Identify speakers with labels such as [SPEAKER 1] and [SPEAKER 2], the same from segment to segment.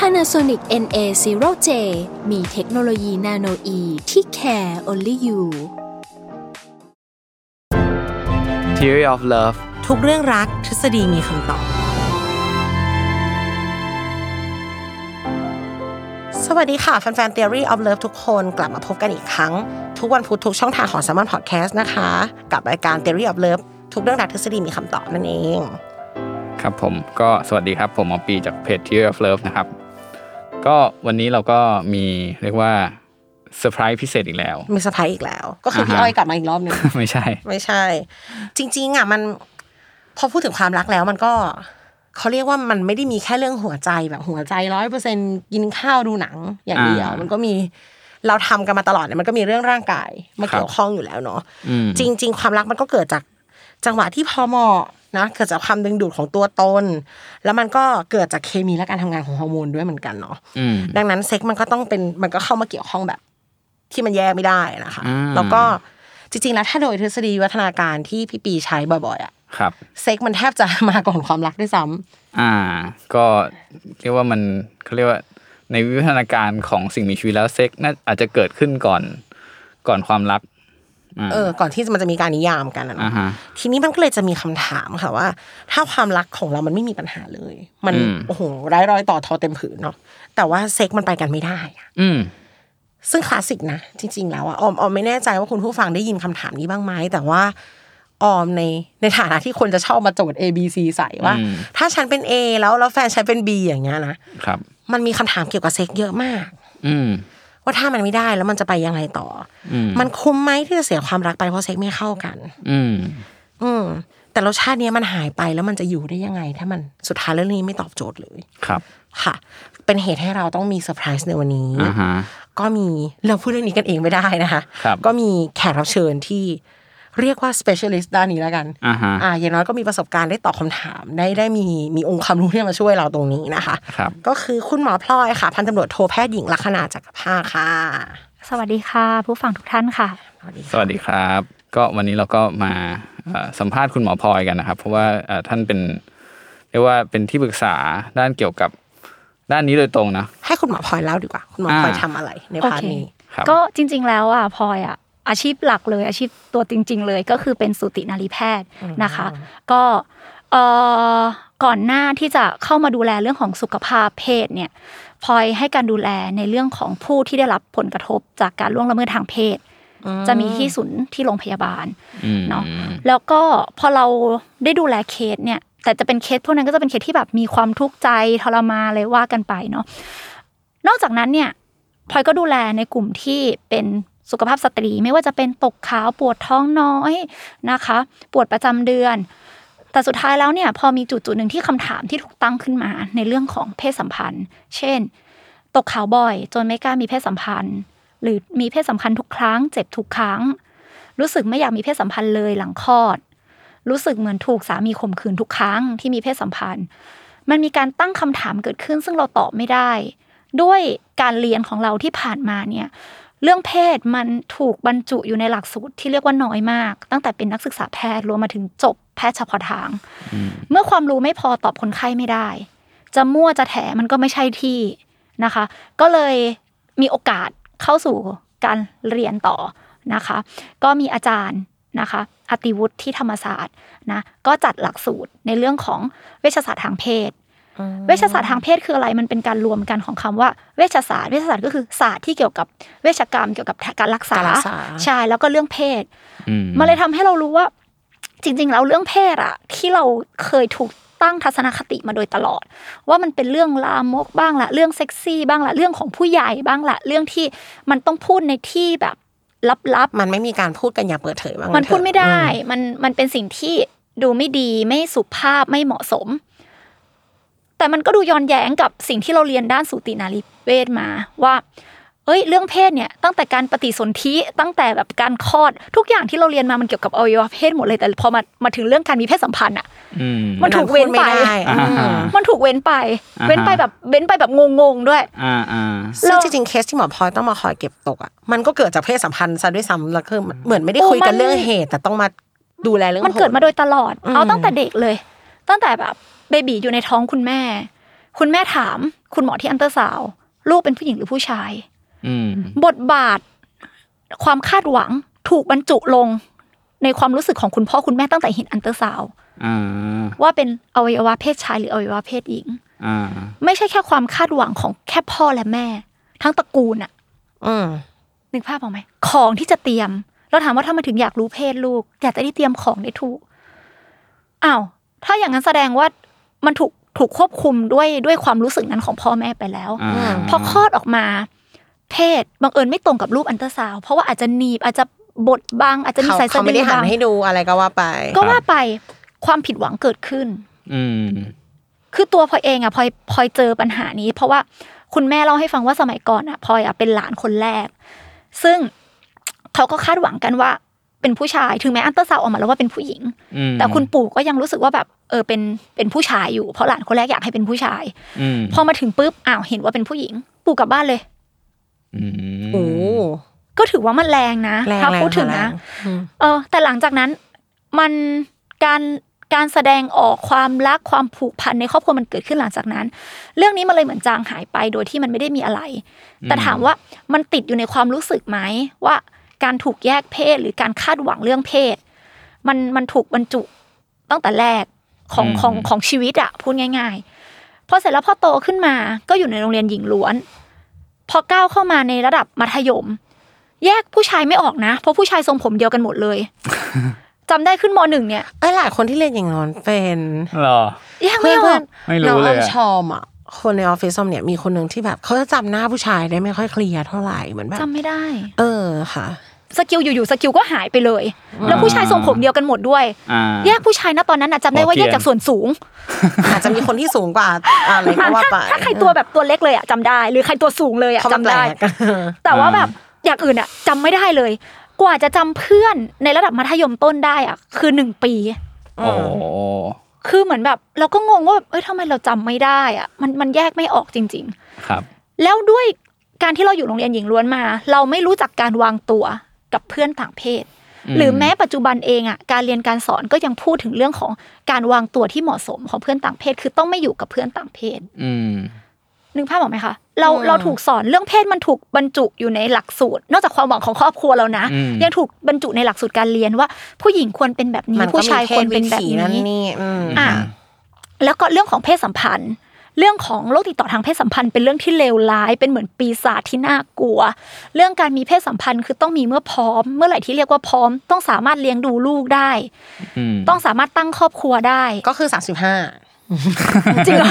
[SPEAKER 1] Panasonic NA0J มีเทคโนโลยีนาโนอีที่ care only you
[SPEAKER 2] Theory of Love
[SPEAKER 3] ทุกเรื่องรักทฤษฎีมีคำตอบ สวัสดีค่ะ แฟนๆ Theory of Love ทุกคนกลับมาพบกันอีกครั้ง ทุกวันพุธทุกช่องทางของ s ซ m o n Podcast นะคะ กับรายการ Theory of Love ทุกเรื่องรักทฤษฎีมีคำตอบนั่นเอง
[SPEAKER 2] ครับผมก็สวัสดีครับผมหมอปีจากเพจ Theory of Love นะครับ ก็วันนี้เราก็มีเรียกว่าเซอร์ไพรส์พิเศษอีกแล้ว
[SPEAKER 3] มีสไพรส์อีกแล้ว ก็คือพี่
[SPEAKER 2] อ่าฮะ
[SPEAKER 3] อ้อยกลับมาอีกรอบหนึง
[SPEAKER 2] ไม่ใช่
[SPEAKER 3] ไม่ใช่ จริง ๆ อ่ะ มัน พอพูดถึงความรักแล้วมันก็เขาเรียกว่ามันไม่ได้มีแค่เรื่องหัวใจแบบหัวใจร้อยเปอร์เซ็นกินข้าวดูหนัง อย่างเดียว
[SPEAKER 2] อ่ามั
[SPEAKER 3] มันก็มีเราทำกันมาตลอดเนี่ยมันก็มีเรื่องร่างกายมา
[SPEAKER 2] ครับ
[SPEAKER 3] เกี่ยวข้องอยู่แล้วเนาะ
[SPEAKER 2] อืม
[SPEAKER 3] จริง ๆ ความรักมันก็เกิดจากจังหวะที่พอเหมาะนะเกิดจากความดึงดูดของตัวตน แล้วมันก็เกิดจากเคมีและการทำงานของฮอร์โมนด้วยเหมือนกันเนาะ
[SPEAKER 2] อืม
[SPEAKER 3] ดังนั้นเซ็กมันก็ต้องเป็นมันก็เข้ามาเกี่ยวข้องแบบ ที่มันแยกไม่ได้นะคะ
[SPEAKER 2] อืม
[SPEAKER 3] แล้วก็จริง ๆ แล้วถ้าโดยทฤษฎีวัฒนาการที่พี่ปีใช้บ่อยๆอะ
[SPEAKER 2] ครับ
[SPEAKER 3] เซ็กมันแทบจะ มาก่อนความรักด้วยซ้ำ
[SPEAKER 2] อ่า ก็เรียกว่ามันเขาเรียกว่าในวิวัฒนาการของสิ่งมีชีวิตแล้วเซ็กน่าอาจจะเกิดขึ้นก่อนก่อนความรัก
[SPEAKER 3] เออก่อนที่มันจะมีการนิยามกันอะ
[SPEAKER 2] อ่า
[SPEAKER 3] เนาะ
[SPEAKER 2] ฮะ
[SPEAKER 3] ทีนี้มันก็เลยจะมีคำถามค่ะว่า ถ้าความรักของเรามันไม่มีปัญหาเลย มัน
[SPEAKER 2] อืม
[SPEAKER 3] โอ้โหร้ายรอยต่อทอเต็มผืนเนาะแต่ว่าเซ็กมันไปกันไม่ได้อะ
[SPEAKER 2] อืม
[SPEAKER 3] ซึ่งคลาสสิกนะ จริง ๆ แล้วอะออมออมไม่แน่ใจว่าคุณผู้ฟังได้ยินคำถามนี้บ้างไหมแต่ว่าออมในในฐานะที่คนจะชอบมาโจทย์ A B C ใส่ว่า
[SPEAKER 2] อืม
[SPEAKER 3] ถ้าฉันเป็น A แล้วแล้วแฟนฉันเป็น B อย่างเงี้ยนะครับ มันมีคำถามเกี่ยวกับเซ็กเยอะมาก
[SPEAKER 2] อืม
[SPEAKER 3] ว่าถ้ามันไม่ได้แล้วมันจะไปยังไงต่ออ
[SPEAKER 2] ม
[SPEAKER 3] มันคุ้มไหมที่จะเสียความรักไปเพราะเซ็กไม่เข้ากัน
[SPEAKER 2] อืม
[SPEAKER 3] อืมแต่รสชาติเนี้ยมันหายไปแล้วมันจะอยู่ได้ยังไง ถ้ามันสุดท้ายเรื่องนี้ไม่ตอบโจทย์เลย
[SPEAKER 2] ครับ
[SPEAKER 3] ค่ะ เป็นเหตุให้เราต้องมีเซอร์ไพรส์ในวันนี้
[SPEAKER 2] อ่าฮะ
[SPEAKER 3] ก็มีเราพูดเรื่องนี้กันเองไม่ได้นะคะ
[SPEAKER 2] ครับ
[SPEAKER 3] ก็มีแขกรับเชิญที่เรียกว่า specialist ด้านนี้แล้วกัน
[SPEAKER 2] อ่าฮะ
[SPEAKER 3] อ่าอย่างน้อยก็มีประสบการณ์ได้ตอบคำถาม ได้ได้มีมีองค์ความรู้ที่มาช่วยเราตรงนี้นะคะ
[SPEAKER 2] ครับ
[SPEAKER 3] ก็คือคุณหมอพลอยค่ะ พันตำรวจโทแพทย์หญิงลักษณะจักรภาค่ะ
[SPEAKER 4] สวัสดีค่ะ ผู้ฟังทุกท่านค่ะ
[SPEAKER 3] สวัสดี
[SPEAKER 2] สวัสดีครับ ก็วันนี้เราก็มาเอ่อสัมภาษณ์คุณหมอพลอยกันนะครับ เพราะว่าเอ่อท่านเป็นเรียกว่าเป็นที่ปรึกษาด้านเกี่ยวกับด้านนี้โดยตรงนะ
[SPEAKER 3] ให้คุณหมอพลอยเล่าดีกว่า คุณหมอพลอย
[SPEAKER 2] อ่า
[SPEAKER 3] ทำอะไรในพาร์ทนี้
[SPEAKER 2] ครับ
[SPEAKER 4] ก็จริง ๆ แล้วอ่ะพลอยอ่ะอาชีพหลักเลยอาชีพตัวจริง ๆ เลยก็คือเป็นสูตินารีแพทย์นะคะ ก็เอ่อก่อนหน้าที่จะเข้ามาดูแลเรื่องของสุขภาพเพศเนี่ยพลอยให้การดูแลในเรื่องของผู้ที่ได้รับผลกระทบจากการล่วงละเมิดทางเพศ จะมีที่ศูนย์ที่โรงพยาบาล
[SPEAKER 2] อืม
[SPEAKER 4] เนาะ แล้วก็พอเราได้ดูแลเคสเนี่ย แต่จะเป็นเคสพวกนั้นก็จะเป็นเคสที่แบบมีความทุกข์ใจทรมานเลยว่ากันไปเนาะนอกจากนั้นเนี่ยพลอยก็ดูแลในกลุ่มที่เป็นสุขภาพสตรีไม่ว่าจะเป็นตกขาวปวดท้องน้อยนะคะ ปวดประจำเดือน แต่สุดท้ายแล้วเนี่ยพอมีจุดจุดๆหนึ่งที่คำถามที่ถูกตั้งขึ้นมาในเรื่องของเพศสัมพันธ์ เช่น ตกขาวบ่อย จนไม่กล้ามีเพศสัมพันธ์ หรือมีเพศสัมพันธ์ทุกครั้ง เจ็บทุกครั้ง รู้สึกไม่อยากมีเพศสัมพันธ์เลยหลังคลอด รู้สึกเหมือนถูกสามีข่มขืนทุกครั้งที่มีเพศสัมพันธ์ มันมีการตั้งคำถามเกิดขึ้น ซึ่งเราตอบไม่ได้ ด้วยการเรียนของเราที่ผ่านมาเนี่ย เรื่องเพศมันถูกบรรจุอยู่ในหลักสูตรที่เรียกว่าน้อยมาก ตั้งแต่เป็นนักศึกษาแพทย์รวมมาถึงจบแพทย์เฉพาะทาง เมื่อความรู้ไม่พอตอบคนไข้ไม่ได้ จะมั่วจะแถมันก็ไม่ใช่ที่นะคะ ก็เลยมีโอกาสเข้าสู่การเรียนต่อนะคะ ก็มีอาจารย์นะคะอติวุฒิที่ธรรมศาสตร์นะก็จัดหลักสูตรในเรื่องของเวชศาสตร์ทางเพศ เวชศาสตร์ทางเพศคืออะไร มันเป็นการรวมกันของคำว่าเวชศาสตร์ เวชศาสตร์ก็คือศาสตร์ที่เกี่ยวกับเวชกรรมเกี่ยวกับการรักษา
[SPEAKER 3] การรักษา
[SPEAKER 4] ใช่แล้วก็เรื่องเพศ
[SPEAKER 2] อืม
[SPEAKER 4] มันเลยทำให้เรารู้ว่า จริง ๆ แล้วเรื่องเพศอะที่เราเคยถูกตั้งทัศนคติมาโดยตลอด ว่ามันเป็นเรื่องลามกบ้างละเรื่องเซ็กซี่บ้างละเรื่องของผู้ใหญ่บ้างละเรื่องที่มันต้องพูดในที่แบบลับๆ
[SPEAKER 3] มันไม่มีการพูดกันอย่างเปิดเผยว่างั้
[SPEAKER 4] มัน
[SPEAKER 3] เถอะ
[SPEAKER 4] พูดไม่ได้ มัน มันเป็นสิ่งที่ดูไม่ดี ไม่สุภาพ ไม่เหมาะสม แต่มันก็ดูย้อนแย้งกับสิ่งที่เราเรียนด้านสูตินารีเวชมาว่า เอ้ย เรื่องเพศเนี่ยตั้งแต่การปฏิสนธิตั้งแต่แบบการคลอดทุกอย่างที่เราเรียนมามันเกี่ยวกับอวัยวะเพศหมดเลยแต่พอมามาถึงเรื่องการมีเพศสัมพันธ์อะ
[SPEAKER 2] อืม
[SPEAKER 4] มันถูกเว้นไป
[SPEAKER 3] มัพูดม่ด้
[SPEAKER 2] อ่า
[SPEAKER 3] อืม
[SPEAKER 4] มันถูกเว้นไป
[SPEAKER 2] อ่าฮะ
[SPEAKER 4] เว้นไปแบบเว้นไปแบบงงๆด้วย
[SPEAKER 2] อ่าอ่า
[SPEAKER 3] ซึ่งจริงๆเคสที่หมอพลอยต้องมาคอยเก็บตกอ่ะมันก็เกิดจากเพศสัมพันธ์ซะด้วยซ้ำแล้วคือเหมือนไม่ได้คุยกัน
[SPEAKER 4] โอ้มัน
[SPEAKER 3] เรื่องเหตุ แต่ต้องมาดูแลเรื่อง
[SPEAKER 4] มันเกิด
[SPEAKER 3] ผล
[SPEAKER 4] มาโดยตลอด
[SPEAKER 3] อืม
[SPEAKER 4] เอาตั้งแต่เด็กเลย ตั้งแต่แบบเบบีอยู่ในท้องคุณแม่ คุณแม่ถามคุณหมอที่อันเตอร์ซาวด์ลูกเป็นผู้หญิงหรือผู้ชาย
[SPEAKER 2] อืม
[SPEAKER 4] บทบาท ความคาดหวังถูกบรรจุลงในความรู้สึกของคุณพ่อคุณแม่ตั้งแต่เห็นอันเตอร์ซาวด์
[SPEAKER 2] อ่า
[SPEAKER 4] ว่าเป็นอวัยวะเพศชายหรืออวัยวะเพศหญิง
[SPEAKER 2] อ่า
[SPEAKER 4] ไม่ใช่แค่ความคาดหวังของแค่พ่อและแม่ ทั้งตระกูลอะ
[SPEAKER 3] อืม
[SPEAKER 4] นึกภาพออกไหมของที่จะเตรียม เราถามว่าทำไมถึงอยากรู้เพศลูก อยากจะได้เตรียมของได้ถูกอ้าวถ้าอย่างนั้นแสดงว่ามันถูกถูกควบคุมด้วยด้วยความรู้สึกนั้นของพ่อแม่ไปแล้ว
[SPEAKER 2] อ่า
[SPEAKER 4] พอคลอดออกมา เพศบังเอิญไม่ตรงกับรูปอันตราซาวด์เพราะว่าอาจจะหนีบอาจจะบดบังอาจจะมี
[SPEAKER 3] เขา
[SPEAKER 4] สายสะ
[SPEAKER 3] เขาไม่
[SPEAKER 4] ดื
[SPEAKER 3] ได้
[SPEAKER 4] อ
[SPEAKER 3] หัน
[SPEAKER 4] บัง
[SPEAKER 3] ให้ดูอะไรก็ว่าไป
[SPEAKER 4] ก็ว่าไปความผิดหวังเกิดขึ้น
[SPEAKER 2] อืม
[SPEAKER 4] คือตัวพลอยเองอะพลอยพลอยเจอปัญหานี้ เพราะว่าคุณแม่เล่าให้ฟังว่าสมัยก่อนอะพลอยอะเป็นหลานคนแรก ซึ่งเขาก็คาดหวังกันว่าเป็นผู้ชายถึงแม้อันเตอร์ซาวด์ออกมาแล้วว่าเป็นผู้หญิง
[SPEAKER 2] อืม
[SPEAKER 4] แต่คุณปู่ก็ยังรู้สึกว่าแบบเออเป็นเป็นผู้ชายอยู่เพราะหลานคนแรกอยากให้เป็นผู้ชาย
[SPEAKER 2] อืม
[SPEAKER 4] พอมาถึงปุ๊บอ้าวเห็นว่าเป็นผู้หญิง ปู่กลับบ้านเลย
[SPEAKER 2] อืม
[SPEAKER 3] โอ้โห
[SPEAKER 4] ก็ถือว่ามันแรงนะ
[SPEAKER 3] แรง
[SPEAKER 4] ถ้า
[SPEAKER 3] แรง
[SPEAKER 4] พูดถึง
[SPEAKER 3] แร
[SPEAKER 4] นะ
[SPEAKER 3] อืม
[SPEAKER 4] เออแต่หลังจากนั้นมันการการแสดงออกความรักความผูกพันในครอบครัวมันเกิดขึ้นหลังจากนั้น เรื่องนี้มันเลยเหมือนจางหายไปโดยที่มันไม่ได้มีอะไร แต่ถามว่ามันติดอยู่ในความรู้สึกไหมว่าการถูกแยกเพศหรือการคาดหวังเรื่องเพศ มันมันถูกบรรจุตั้งแต่แรกของ
[SPEAKER 2] อืม
[SPEAKER 4] ของของชีวิตอะพูดง่าย ๆพอเสร็จแล้วพอโตขึ้นมาก็อยู่ในโรงเรียนหญิงล้วน พอก้าวเข้ามาในระดับมัธยม แยกผู้ชายไม่ออกนะ เพราะผู้ชายทรงผมเดียวกันหมดเลย จำได้ขึ้นมหนึ่งเนี่ย
[SPEAKER 3] เอ้ยหลายคนที่เรียนอย่างนอนเป็น
[SPEAKER 2] หรอ
[SPEAKER 4] แยกไม่ออก
[SPEAKER 2] ไม่
[SPEAKER 3] น้อ
[SPEAKER 2] รู้
[SPEAKER 3] ง
[SPEAKER 2] เล
[SPEAKER 3] อ้อย ม
[SPEAKER 2] อะ
[SPEAKER 3] ชอมอ่ะ คนในออฟฟิศส้มเนี่ยมีคนหนึ่งที่แบบเขาจะจำหน้าผู้ชายได้ไม่ค่อยเคลียร์เท่าไหร่เหมือนแบบ
[SPEAKER 4] จำไม่ได้
[SPEAKER 3] เออค่ะ
[SPEAKER 4] สกิลอยู่ๆสกิลก็หายไปเลย แล้วผู้ชายทรงผมเดียวกันหมดด้วย
[SPEAKER 2] อ่า
[SPEAKER 4] แยกผู้ชายนะตอนนั้นน่ะจำได้ว่า
[SPEAKER 2] โอเค
[SPEAKER 4] แยกจากส่วนสูง
[SPEAKER 3] อาจจะมีคนที่สูงกว่าอะไรก็
[SPEAKER 4] ถ้า
[SPEAKER 3] ว่าไป
[SPEAKER 4] ถ้าใครตัวแบบตัวเล็กเลยอ่ะจำได้ หรือใครตัวสูงเลยอ่ะ
[SPEAKER 3] เขามัน
[SPEAKER 4] จำ
[SPEAKER 3] แปล
[SPEAKER 4] ได้
[SPEAKER 3] ก
[SPEAKER 4] แต่ว่าแบบอย่างอื่นอ่ะจำไม่ได้เลย กว่าจะจำเพื่อนในระดับมัธยมต้นได้อ่ะคือหนึ่งปี
[SPEAKER 2] โอ้
[SPEAKER 4] คือเหมือนแบบ เราก็งงว่าแบบเอ้ยทำไมเราจำไม่ได้อ่ะมันมันแยกไม่ออกจริง
[SPEAKER 2] ค
[SPEAKER 4] ๆ
[SPEAKER 2] รับ
[SPEAKER 4] แล้วด้วยการที่เราอยู่โรงเรียนหญิงล้วนมา เราไม่รู้จักการวางตัวกับเพื่อนต่างเพศ หรือแม้ปัจจุบันเองอ่ะการเรียนการสอนก็ยังพูดถึงเรื่องของการวางตัวที่เหมาะสมของเพื่อนต่างเพศ คือต้องไม่อยู่กับเพื่อนต่างเพศ
[SPEAKER 2] อืม
[SPEAKER 4] นึกภาพออกไหมคะเรา
[SPEAKER 3] อืม
[SPEAKER 4] เราถูกสอนเรื่องเพศมันถูกบรรจุอยู่ในหลักสูตร นอกจากความหวังของครอบครัวเรานะ
[SPEAKER 2] อืม
[SPEAKER 4] ยังถูกบรรจุในหลักสูตรการเรียนว่า ผู้หญิงควรเป็นแบบนี้
[SPEAKER 3] มันก็
[SPEAKER 4] ผู้
[SPEAKER 3] มี
[SPEAKER 4] ชาย
[SPEAKER 3] เพ
[SPEAKER 4] คว
[SPEAKER 3] ศ
[SPEAKER 4] ร
[SPEAKER 3] วิ
[SPEAKER 4] เป็นแบบ
[SPEAKER 3] ถีนั่น
[SPEAKER 4] นี้
[SPEAKER 3] นี่อืม
[SPEAKER 4] อ่ะแล้วก็เรื่องของเพศสัมพันธ์ เรื่องของโรคติดต่อทางเพศสัมพันธ์เป็นเรื่องที่เลวร้ายเป็นเหมือนปีศาจที่น่ากลัว เรื่องการมีเพศสัมพันธ์คือต้องมีเมื่อพร้อม เมื่อไหร่ที่เรียกว่าพร้อม ต้องสามารถเลี้ยงดูลูกได้
[SPEAKER 2] อืม
[SPEAKER 4] ต้องสามารถตั้งครอบครัวได้
[SPEAKER 3] ก็คือสามสิบห้า
[SPEAKER 4] จริ งเหรอ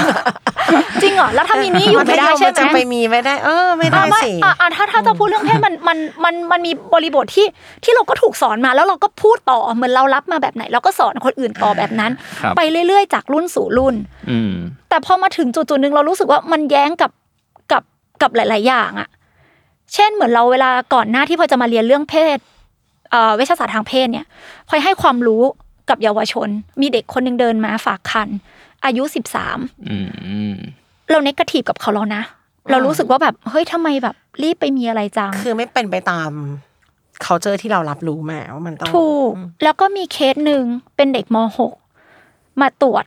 [SPEAKER 4] จริงเหรอแล้วถ้ามีนี้อยู่ไม่ได้ใช่ไหม
[SPEAKER 3] จะไปมีไม่ได้ เออ ไม่ได้
[SPEAKER 4] อ่ะไม่
[SPEAKER 3] สิ
[SPEAKER 4] อ่ะอ่ะถ้าถ้าจะพูดเรื่องเพศมันมันมันมันมีบริบทที่ที่เราก็ถูกสอนมาแล้วเราก็พูดต่อเหมือนเรารับมาแบบไหน เราก็สอนคนอื่นต่อแบบนั้น
[SPEAKER 2] ครับ
[SPEAKER 4] ไปเรื่อยๆ จากรุ่นสู่รุ่น
[SPEAKER 2] อืม
[SPEAKER 4] แต่พอมาถึงจุดๆหนึ่งเรารู้สึกว่ามันแย้งกับกับกับหลาย ๆ อย่างอะเช่นเหมือนเราเวลาก่อนหน้าที่พลอยจะมาเรียนเรื่องเพศเอ่อเวชศาสตร์ทางเพศเนี่ยพลอยให้ความรู้กับเยาวชน มีเด็กคนหนึ่งเดินมาฝากคัน อายุ 13
[SPEAKER 2] อืม
[SPEAKER 4] เราเนกาทีฟกับเขาแล้วนะ เรารู้สึกว่าแบบเฮ้ยทำไมแบบรีบไปมีอะไรจัง
[SPEAKER 3] คือไม่เป็นไปตามเขาเจอที่เรารับรู้มาว่ามันต้อง
[SPEAKER 4] ถูก แล้วก็มีเคสหนึ่งเป็นเด็กม .6 มาตรวจ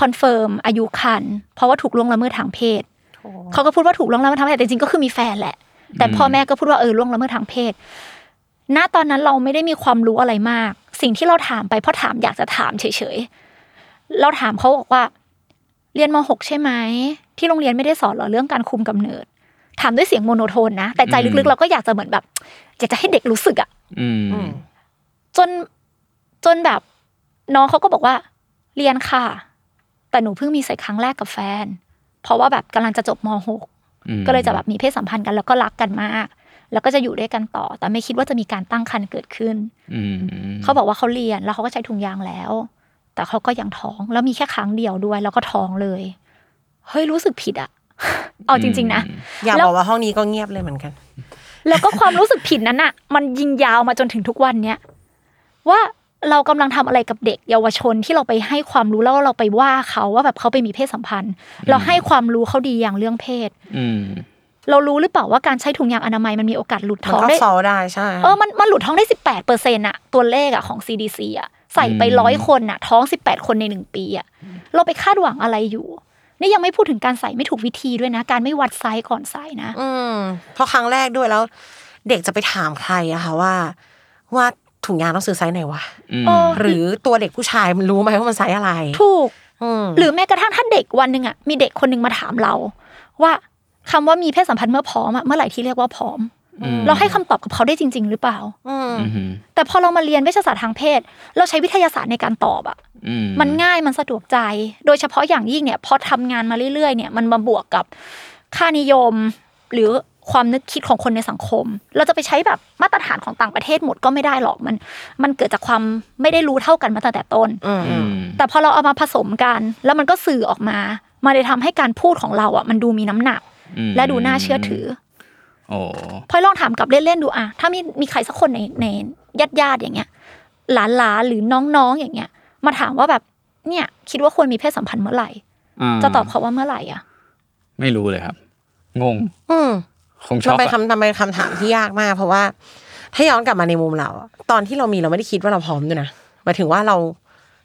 [SPEAKER 4] คอนเฟิร์มอายุคันเพราะว่าถูกล่วงละเมิดทางเพศ เขาก็พูดว่าถูกล่วงละเมิดทางเพศแต่จริงๆก็คือมีแฟนแหละ แต่พ่อแม่ก็พูดว่าเออล่วงละเมิดทางเพศ ณตอนนั้นเราไม่ได้มีความรู้อะไรมาก สิ่งที่เราถามไปเพราะถามอยากจะถามเฉยๆเราถามเขาบอกว่า เรียนม .6 ใช่ไหมที่โรงเรียนไม่ได้สอนเหรอเรื่องการคุมกำเนิด ถามด้วยเสียงโมโนโทนนะ แต่ใจลึกๆเราก็อยากจะเหมือนแบบอยากจะให้เด็กรู้สึกอะ
[SPEAKER 2] อืม
[SPEAKER 3] อืม
[SPEAKER 4] จนจนแบบน้องเขาก็บอกว่า เรียนค่ะ แต่หนูเพิ่งมีเซ็กครั้งแรกกับแฟน เพราะว่าแบบกำลังจะจบม .6 ก็เลยจะแบบมีเพศสัมพันธ์กันแล้วก็รักกันมาก แล้วก็จะอยู่ด้วยกันต่อ แต่ไม่คิดว่าจะมีการตั้งครรภ์เกิดขึ้น
[SPEAKER 2] อืม
[SPEAKER 4] เขาบอกว่าเขาเรียนแล้วเขาก็ใช้ถุงยางแล้ว แต่เขาก็ยังท้องแล้วมีแค่ครั้งเดียวด้วย แล้วก็ท้องเลย เฮ้ยรู้สึกผิดอะ เอาจริง ๆ นะ
[SPEAKER 3] อยาก
[SPEAKER 4] แล้ว
[SPEAKER 3] บอกว่าห้องนี้ก็เงียบเลยเหมือนกัน
[SPEAKER 4] แล้วก็ความรู้สึกผิดนั้นอะมันยิงยาวมาจนถึงทุกวันเนี้ยว่าเรากำลังทำอะไรกับเด็กเยาวชนที่เราไปให้ความรู้แล้วเราไปว่าเขาว่าแบบเขาไปมีเพศสัมพันธ์ เราให้ความรู้เขาดีอย่างเรื่องเพศ
[SPEAKER 2] อืม
[SPEAKER 4] เรารู้หรือเปล่าว่าการใช้ถุงยางอนามัยมันมีโอกาสหลุด
[SPEAKER 3] มัน
[SPEAKER 4] ท้อง
[SPEAKER 3] ก็
[SPEAKER 4] ได้
[SPEAKER 3] ฟอลได้ใช่
[SPEAKER 4] เออ มัน มันหลุดท้องได้ 18เปอร์เซ็นต์อะตัวเลขอะของ CDC อะใส่ไป
[SPEAKER 2] อืม
[SPEAKER 4] ร้อยคนอะท้อง 18 คนในหนึ่งปีอะเราไปคาดหวังอะไรอยู่ นี่ยังไม่พูดถึงการใส่ไม่ถูกวิธีด้วยนะ การไม่วัดไซส์ก่อนใส่นะ
[SPEAKER 3] อืมเพราะครั้งแรกด้วยแล้ว เด็กจะไปถามใครอะคะว่า ว่าถุงยางต้องซื้อไซส์ไหนวะ
[SPEAKER 2] อืม
[SPEAKER 4] เออ
[SPEAKER 3] หรือตัวเด็กผู้ชายมันรู้ไหมว่ามันไซส์อะไร
[SPEAKER 4] ถูก
[SPEAKER 3] อืม
[SPEAKER 4] หรือแม้กระทั่งถ้าเด็กวันหนึ่งอะมีเด็กคนหนึ่งมาถามเรา ว่าคำว่ามีเพศสัมพันธ์เมื่อพร้อมอะเมื่อไหร่ที่เรียกว่าพร้อม เราให้คำตอบกับเขาได้จริง ๆ หรือเปล่า
[SPEAKER 3] ม
[SPEAKER 2] อืม
[SPEAKER 4] แต่พอเรามาเรียนเวชศาสตร์ทางเพศ เราใช้วิทยาศาสตร์ในการตอบอะ
[SPEAKER 2] อืม
[SPEAKER 4] มันง่ายมันสะดวกใจ โดยเฉพาะอย่างยิ่งเนี่ยพอทำงานมาเรื่อยๆเนี่ยมันมาบวกกับค่านิยม หรือความนึกคิดของคนในสังคม เราจะไปใช้แบบมาตรฐานของต่างประเทศหมดก็ไม่ได้หรอกมัน มันเกิดจากความไม่ได้รู้เท่ากันมาตั้งแต่ต้น
[SPEAKER 3] อืม
[SPEAKER 2] อืม
[SPEAKER 4] แต่พอเราเอามาผสมกัน แล้วมันก็สื่อออกมา มาเลยทำให้การพูดของเราอ่ะมันดูมีน้ำหนัก
[SPEAKER 2] อืม
[SPEAKER 4] และดูน่าเชื่อถือ
[SPEAKER 2] โอ้
[SPEAKER 4] พลอยลองถามกลับเล่นๆดูอ่ะถ้ามีมีใครสักคนในในญาติญาติๆอย่างเงี้ยหลานหลานๆหรือน้องๆอย่างเงี้ย มาถามว่าแบบเนี่ยคิดว่าควรมีเพศสัมพันธ์เมื่อไหร่ จะตอบเขาว่าเมื่อไหร่อ่ะ
[SPEAKER 2] ไม่รู้เลยครับ งง
[SPEAKER 3] อืม
[SPEAKER 2] คงช็
[SPEAKER 3] มัน
[SPEAKER 2] อก
[SPEAKER 3] เป็น
[SPEAKER 2] อะ
[SPEAKER 3] คำมันเป็นคำถามที่ยากมาก เพราะว่า ถ้าย้อนกลับมาในมุมเราอะตอนที่เรามีเราไม่ได้คิดว่าเราพร้อมด้วยนะหมายถึงว่าเรา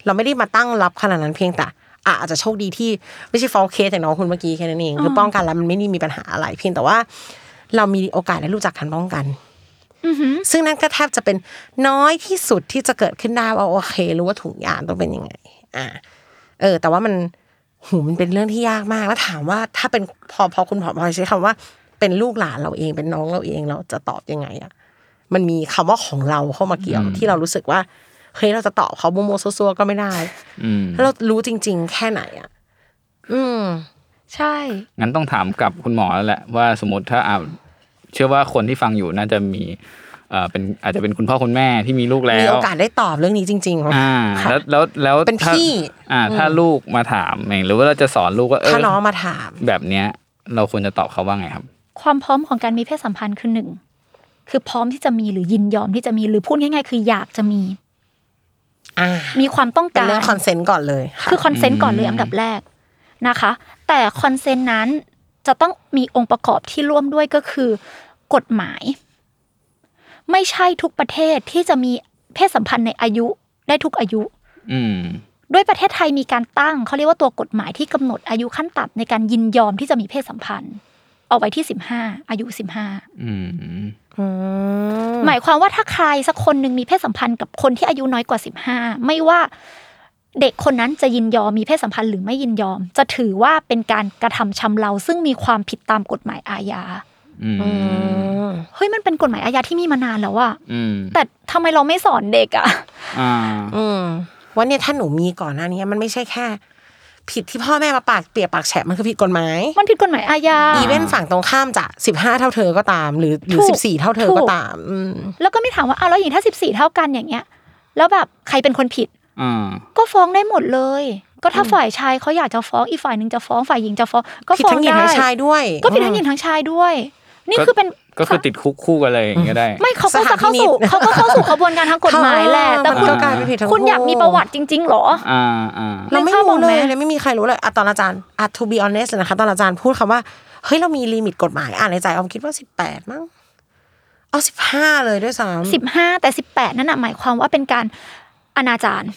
[SPEAKER 3] เราไม่ได้มาตั้งรับขนาดนั้นเพียงแต่อ่ะอาจจะโชคดีที่ไม่ใช่ฟอลเคสอย่างน้องคุณเมื่อกี้แค่นั้นเองคือป้องกันแล้วมันไม่ได้มีปัญหาอะไร เพียงแต่ว่า เรามีโอกาสได้รู้จักการป้องกัน
[SPEAKER 4] อือหือ
[SPEAKER 3] ซึ่งนั่นก็แทบจะเป็นน้อยที่สุดที่จะเกิดขึ้นได้ว่าโอเค รู้ว่าถุงยางต้องเป็นยังไง อ่า เออ แต่ว่ามันหูมันเป็นเรื่องที่ยากมากแล้วถามว่าถ้าเป็นพอพอคุณผอพลอยใช้คำว่า เป็นลูกหลานเราเองเป็นน้องเราเองเราจะตอบยังไงอะมันมีคำว่าของเราเข้ามาเกี่ยวที่เรารู้สึกว่าเฮ้ยเราจะตอบเขาโมโมวๆซัวๆก็ไม่ได้
[SPEAKER 2] อืม
[SPEAKER 3] แล้วเรารู้จริง ๆ แค่ไหนอะอืม
[SPEAKER 4] ใช่
[SPEAKER 2] งั้นต้องถามกับคุณหมอแล้วแหละว่าสมมติถ้าอ่าเชื่อว่าคนที่ฟังอยู่น่าจะมีเอ่อเป็นอาจจะเป็นคุณพ่อคุณแม่ที่มีลูกแล้
[SPEAKER 3] มี
[SPEAKER 2] ว
[SPEAKER 3] โอกาสได้ตอบเรื่องนี้จริงๆ
[SPEAKER 2] อ่า
[SPEAKER 3] ค่ะ
[SPEAKER 2] แล้วแล้วแล้ว
[SPEAKER 3] เป็น
[SPEAKER 2] ถ้า
[SPEAKER 3] พี่
[SPEAKER 2] อ่า ถ้าลูกมาถามอย่างหรือว่าเราจะสอนลูกว่าเอ
[SPEAKER 3] ถ้า
[SPEAKER 2] อ
[SPEAKER 3] น้องมาถาม
[SPEAKER 2] แบบเนี้ย เราควรจะตอบเขาว่าไงครับ
[SPEAKER 4] ความพร้อมของการมีเพศสัมพันธ์คือหนึ่งคือพร้อมที่จะมีหรือยินยอมที่จะมีหรือพูดง่ายๆ คืออยากจะมี
[SPEAKER 3] อ่า
[SPEAKER 4] มีความต้อง
[SPEAKER 3] เป็น
[SPEAKER 4] การ
[SPEAKER 3] เรื่องคอนเซนต์ก่อนเลยค่ะ
[SPEAKER 4] คือคอนเซนต์ก่อนเลยอันดับแรกนะคะ แต่คอนเซนต์นั้นจะต้องมีองค์ประกอบที่ร่วมด้วยก็คือ กฎหมาย ไม่ใช่ทุกประเทศที่จะมีเพศสัมพันธ์ในอายุได้ทุกอายุ
[SPEAKER 2] อืม
[SPEAKER 4] ด้วยประเทศไทยมีการตั้งเขาเรียกว่าตัวกฎหมายที่กำหนดอายุขั้นต่ำในการยินยอมที่จะมีเพศสัมพันธ์ เอาไว้ที่ 15 อายุ 15
[SPEAKER 2] อืม
[SPEAKER 4] หมายความว่าถ้าใครสักคนหนึ่งมีเพศสัมพันธ์กับคนที่อายุน้อยกว่า 15 ไม่ว่าเด็กคนนั้นจะยินยอมมีเพศสัมพันธ์หรือไม่ยินยอม จะถือว่าเป็นการกระทำชำเราซึ่งมีความผิดตามกฎหมายอาญา
[SPEAKER 2] อืม
[SPEAKER 4] เฮ้ยมันเป็นกฎหมายอาญาที่มีมานานแล้วอะ
[SPEAKER 2] อืม
[SPEAKER 4] แต่ทำไมเราไม่สอนเด็กอะ
[SPEAKER 2] อ่า
[SPEAKER 3] อืมว่าเนี่ยถ้าหนูมีก่อนหน้านี้มันไม่ใช่แค่ ผิดที่พ่อแม่มาปากเปียกปากแฉะมันคือผิดกฎหมาย
[SPEAKER 4] มันผิดกฎหมายอาญา
[SPEAKER 3] อีเวนฝั่งตรงข้ามจะสิบห้าเท่าเธอก็ตาม หรือหรือ
[SPEAKER 4] ถู
[SPEAKER 3] สิ
[SPEAKER 4] ก
[SPEAKER 3] บสี่เท่าเธอ
[SPEAKER 4] ถู
[SPEAKER 3] ก็
[SPEAKER 4] ก
[SPEAKER 3] ตาม อืม
[SPEAKER 4] แล้วก็ไม่ถามว่าอ้าวแล้วอย่างถ้า 14 เท่ากันอย่างเงี้ย แล้วแบบใครเป็นคนผิด
[SPEAKER 2] อ่า
[SPEAKER 4] ก็ฟ้องได้หมดเลย ก็ถ้าฝ่ายชายเขาอยากจะฟ้อง อีกฝ่ายหนึ่งจะฟ้องฝ่ายหญิงจะฟ้อง ก็
[SPEAKER 3] ผิด
[SPEAKER 4] ฟ้อง
[SPEAKER 3] ทั้งหญิง
[SPEAKER 4] ได้
[SPEAKER 3] ทั้งชายด้วย
[SPEAKER 4] ก็ผิดทั้งหญิงทั้งชายด้วย นี่
[SPEAKER 2] ก็
[SPEAKER 4] คือเป็น
[SPEAKER 2] ก็คือติดคุกคู่กันเลยอย่างเงี้ยได้
[SPEAKER 4] ไม่เขาก็จะเข้าสู่เขาก็เข้าสู่กระบวนการทางกฎหมายแหละแต่
[SPEAKER 3] มัน
[SPEAKER 4] คุณ
[SPEAKER 3] ก็กลายเป็นผิดทั้ง
[SPEAKER 4] คุณอยากมีประวัติจริง ๆ หรอ
[SPEAKER 2] อ่า อ่า
[SPEAKER 3] เราไม่
[SPEAKER 4] ในข้อ
[SPEAKER 3] รู้เลย
[SPEAKER 4] บอกไหม
[SPEAKER 3] เลยไม่มีใครรู้เลยอ่ะตอนอาจารย์อ่ะ to be honest นะคะ ตอนอาจารย์พูดคำว่าเฮ้ยเรามีลิมิตกฎหมายอ่านในใจออมคิดว่าสิบแปดมั้งเอาสิบห้าเลยด้วยซ้ำ
[SPEAKER 4] 15 แต่ 18 นั่นน่ะหมายความว่าเป็นการอนาจาร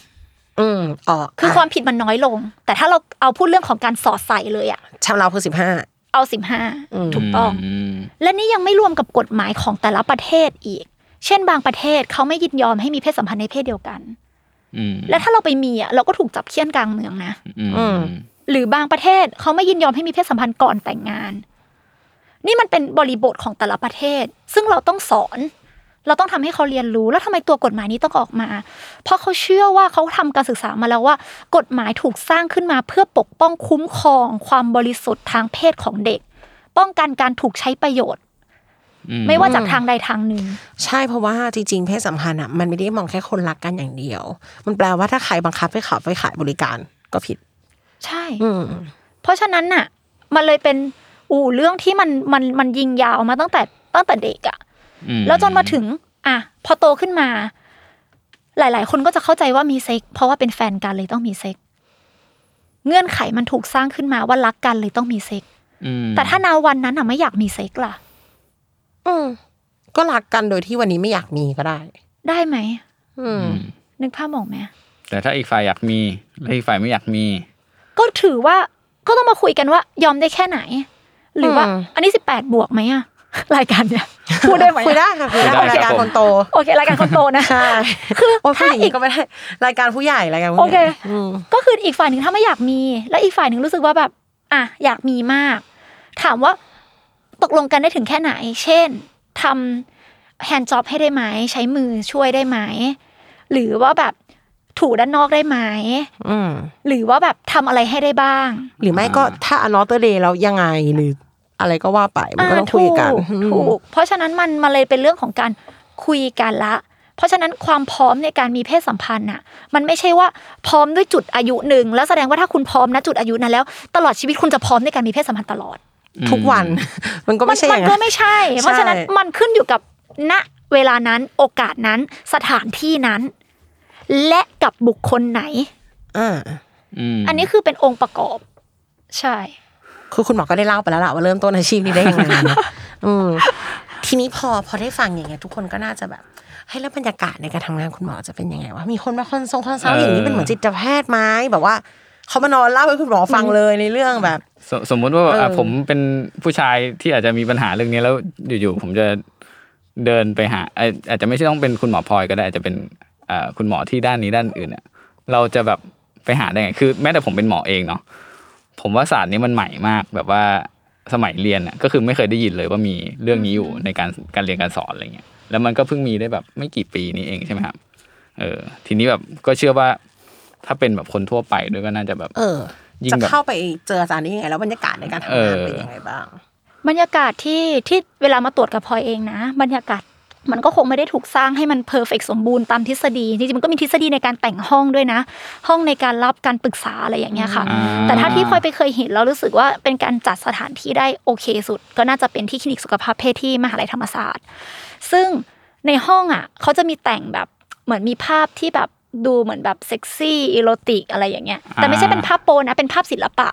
[SPEAKER 3] อืมอ๋อ
[SPEAKER 4] คือความผิดมันน้อยลง แต่ถ้าเราเอาพูดเรื่องของการสอดใส่เลยอะ
[SPEAKER 3] ชาวเราคือสิบห้า
[SPEAKER 4] เอา
[SPEAKER 3] อืม
[SPEAKER 4] 15 ถูกต้อง
[SPEAKER 2] ม
[SPEAKER 4] และนี่ยังไม่รวมกับกฎหมายของแต่ละประเทศอีก เช่นบางประเทศเขาไม่ยินยอมให้มีเพศสัมพันธ์ในเพศเดียวกัน
[SPEAKER 2] อืม
[SPEAKER 4] และถ้าเราไปมีอ่ะเราก็ถูกจับเคี่ยนกลางเมืองนะ
[SPEAKER 2] อืม
[SPEAKER 3] อืม
[SPEAKER 4] หรือบางประเทศเขาไม่ยินยอมให้มีเพศสัมพันธ์ก่อนแต่งงาน นี่มันเป็นบริบทของแต่ละประเทศ ซึ่งเราต้องสอน เราต้องทำให้เขาเรียนรู้แล้วทำไมตัวกฎหมายนี้ต้องออกมา เพราะเขาเชื่อว่าเขาทำการศึกษามาแล้วว่า กฎหมายถูกสร้างขึ้นมาเพื่อปกป้องคุ้มครอง ความบริสุทธิ์ทางเพศของเด็ก ป้องกันการถูกใช้ประโยชน์ ไม่ว่าจากทางใดทางหนึ่ง
[SPEAKER 3] ใช่เพราะว่าจริงๆ เพศสัมพันธ์อ่ะมันไม่ได้มองแค่คนรักกันอย่างเดียว มันแปลว่าถ้าใครบังคับให้เขาไปขายบริการก็ผิด
[SPEAKER 4] ใช่
[SPEAKER 3] อืม
[SPEAKER 4] เพราะฉะนั้นน่ะ มันเลยเป็นอูเรื่องที่มันมันมันยิงยาวมาตั้งแต่ตั้งแต่เด็กอะ
[SPEAKER 2] อื
[SPEAKER 4] แล้วจนมาถึง อ่ะ พอโตขึ้นมา หลาย ๆ คนก็จะเข้าใจว่ามีเซ็ก เพราะว่าเป็นแฟนกันเลยต้องมีเซ็ก เงื่อนไขมันถูกสร้างขึ้นมาว่ารักกันเลยต้องมีเซ็ก
[SPEAKER 2] อืม
[SPEAKER 4] แต่ถ้านาวันนั้นอ่ะไม่อยากมีเซ็กล่ะ
[SPEAKER 3] อืมก็รักกันโดยที่วันนี้ไม่อยากมีก็ได้
[SPEAKER 4] ได้ไหม
[SPEAKER 3] อืม
[SPEAKER 2] อืม
[SPEAKER 4] นึกภาพออกไหม
[SPEAKER 2] แต่ถ้าอีกฝ่ายอยากมีและอีกฝ่ายไม่อยากมี
[SPEAKER 4] ก็ถือว่าก็ต้องมาคุยกันว่ายอมได้แค่ไหน หรือว่า
[SPEAKER 3] อืม
[SPEAKER 4] อันนี้สิบแปดบวกไหมอะ รายการเนี่ยพูดได้ไหมอะ
[SPEAKER 3] คุยได้ค่ะคุยได้
[SPEAKER 2] คุยได้
[SPEAKER 3] รายการ
[SPEAKER 2] ค
[SPEAKER 3] ค
[SPEAKER 2] รับผม
[SPEAKER 3] นโต
[SPEAKER 4] โอเค รายการคนโตนะ
[SPEAKER 3] ใช่
[SPEAKER 4] คือ
[SPEAKER 3] โอ้ยพูด
[SPEAKER 4] ถ้า
[SPEAKER 3] อย่าง
[SPEAKER 4] อี
[SPEAKER 3] นี้
[SPEAKER 4] ก
[SPEAKER 3] ก็ไม่ได้รายการผู้ใหญ่รายการผู้
[SPEAKER 4] โอ
[SPEAKER 3] ให
[SPEAKER 4] เค
[SPEAKER 3] ญ่อืม
[SPEAKER 4] ก็คืออีกฝ่ายหนึ่งถ้าไม่อยากมี และอีกฝ่ายหนึ่งรู้สึกว่าแบบ อ่ะอยากมีมาก ถามว่าตกลงกันได้ถึงแค่ไหน เช่นทำแฮนด์จ็อบให้ได้ไหม ใช้มือช่วยได้ไหม หรือว่าแบบถูด้านนอกได้ไหม
[SPEAKER 3] อืม
[SPEAKER 4] หรือว่าแบบทำอะไรให้ได้บ้าง
[SPEAKER 3] หรือไม่ก็ถ้าอนอเตอร์เดย์แล้วยังไงหรืออะไรก็ว่าไปมันก็ต้องคุยกัน
[SPEAKER 4] อ่าถูถูก เพราะฉะนั้นมันมาเลยเป็นเรื่องของการคุยกันละ เพราะฉะนั้นความพร้อมในการมีเพศสัมพันธ์น่ะ มันไม่ใช่ว่าพร้อมด้วยจุดอายุหนึ่งแล้วแสดงว่าถ้าคุณพร้อมนะจุดอายุนั้นแล้ว ตลอดชีวิตคุณจะพร้อมในการมีเพศสัมพันธ์ตลอด
[SPEAKER 3] อืมทุกวัน มันก็
[SPEAKER 4] มั
[SPEAKER 3] ไม่
[SPEAKER 4] น
[SPEAKER 3] ใช่อ
[SPEAKER 4] มัน
[SPEAKER 3] ย่าง
[SPEAKER 4] ก็
[SPEAKER 3] นั้น
[SPEAKER 4] ไม่ใช่ เพราะฉะนั้น
[SPEAKER 3] ใช่
[SPEAKER 4] มันขึ้นอยู่กับณเวลานั้นโอกาสนั้นสถานที่นั้น และกับบุคคลไหน
[SPEAKER 3] อ่า
[SPEAKER 2] อืม
[SPEAKER 4] อันนี้คือเป็นองค์ประกอบ ใช่
[SPEAKER 3] คือคุณหมอก็ได้เล่าไปแล้วล่ะว่าเริ่มต้นอาชีพนี้ได้ยังไงนะ อืมทีนี้พอพอได้ฟังอย่างเงี้ยทุกคนก็น่าจะแบบให้ยแล้วบรรยากาศในการทำงานคุณหมอจะเป็นยังไงวะมีคนมาคอนซงคอนซัลท์อย่างนี้เป็นเหมือนจิตแพทย์ไหมแบบว่าเขามานอนเล่าให้คุณหมอฟังเลยในเรื่องแบบ
[SPEAKER 2] สสมมุติว่าแบบอ่ะ
[SPEAKER 3] เออ
[SPEAKER 2] ผมเป็นผู้ชายที่อาจจะมีปัญหาเรื่องนี้แล้วอยู่ๆผมจะเดินไปหาเอ่ออาจจะไม่ใช่ต้องเป็นคุณหมอพลอยก็ได้อาจจะเป็นอ่าคุณหมอที่ด้านนี้ด้านอื่นเนี่ยเราจะแบบไปหาได้ไงคือ แม้แต่ผมเป็นหมอเองเนาะผมว่าศาสตร์นี้มันใหม่มากแบบว่าสมัยเรียนน่ะก็คือไม่เคยได้ยินเลยว่ามีเรื่องนี้อยู่ในการการเรียนการสอนอะไรเงี้ยแล้วมันก็เพิ่งมีได้แบบไม่กี่ปีนี้เองใช่ไหมครับเออทีนี้แบบก็เชื่อว่าถ้าเป็นแบบคนทั่วไปด้วยก็น่าจะแบบ
[SPEAKER 3] เออ
[SPEAKER 2] ยิ่ง
[SPEAKER 3] จะ
[SPEAKER 2] แบบ
[SPEAKER 3] เข้าไปเจออาจารย์ได้ยังไง แล้วบรรยากาศในการทำงานเป็นยังไงบ้าง
[SPEAKER 4] บรรยากาศที่ที่เวลามาตรวจกับพลอยเองนะ บรรยากาศมันก็คงไม่ได้ถูกสร้างให้มันเพอร์เฟกสมบูรณ์ตามทฤษฎีจริงๆมันก็มีทฤษฎีในการแต่งห้องด้วยนะ ห้องในการรับการปรึกษาอะไรอย่างเงี้ยค่ะ
[SPEAKER 2] อ่า
[SPEAKER 4] แต่ถ้าที่พลอยไปเคยเห็นแล้วรู้สึกว่าเป็นการจัดสถานที่ได้โอเคสุด ก็น่าจะเป็นที่คลินิกสุขภาพเพศที่มหาลัยธรรมศาสตร์ ซึ่งในห้องอ่ะเขาจะมีแต่งแบบเหมือนมีภาพที่แบบดูเหมือนแบบเซ็กซี่อีโรติกอะไรอย่างเงี้ยแต่ไม่ใช่เป็นภาพโปนะเป็นภาพศิลปะ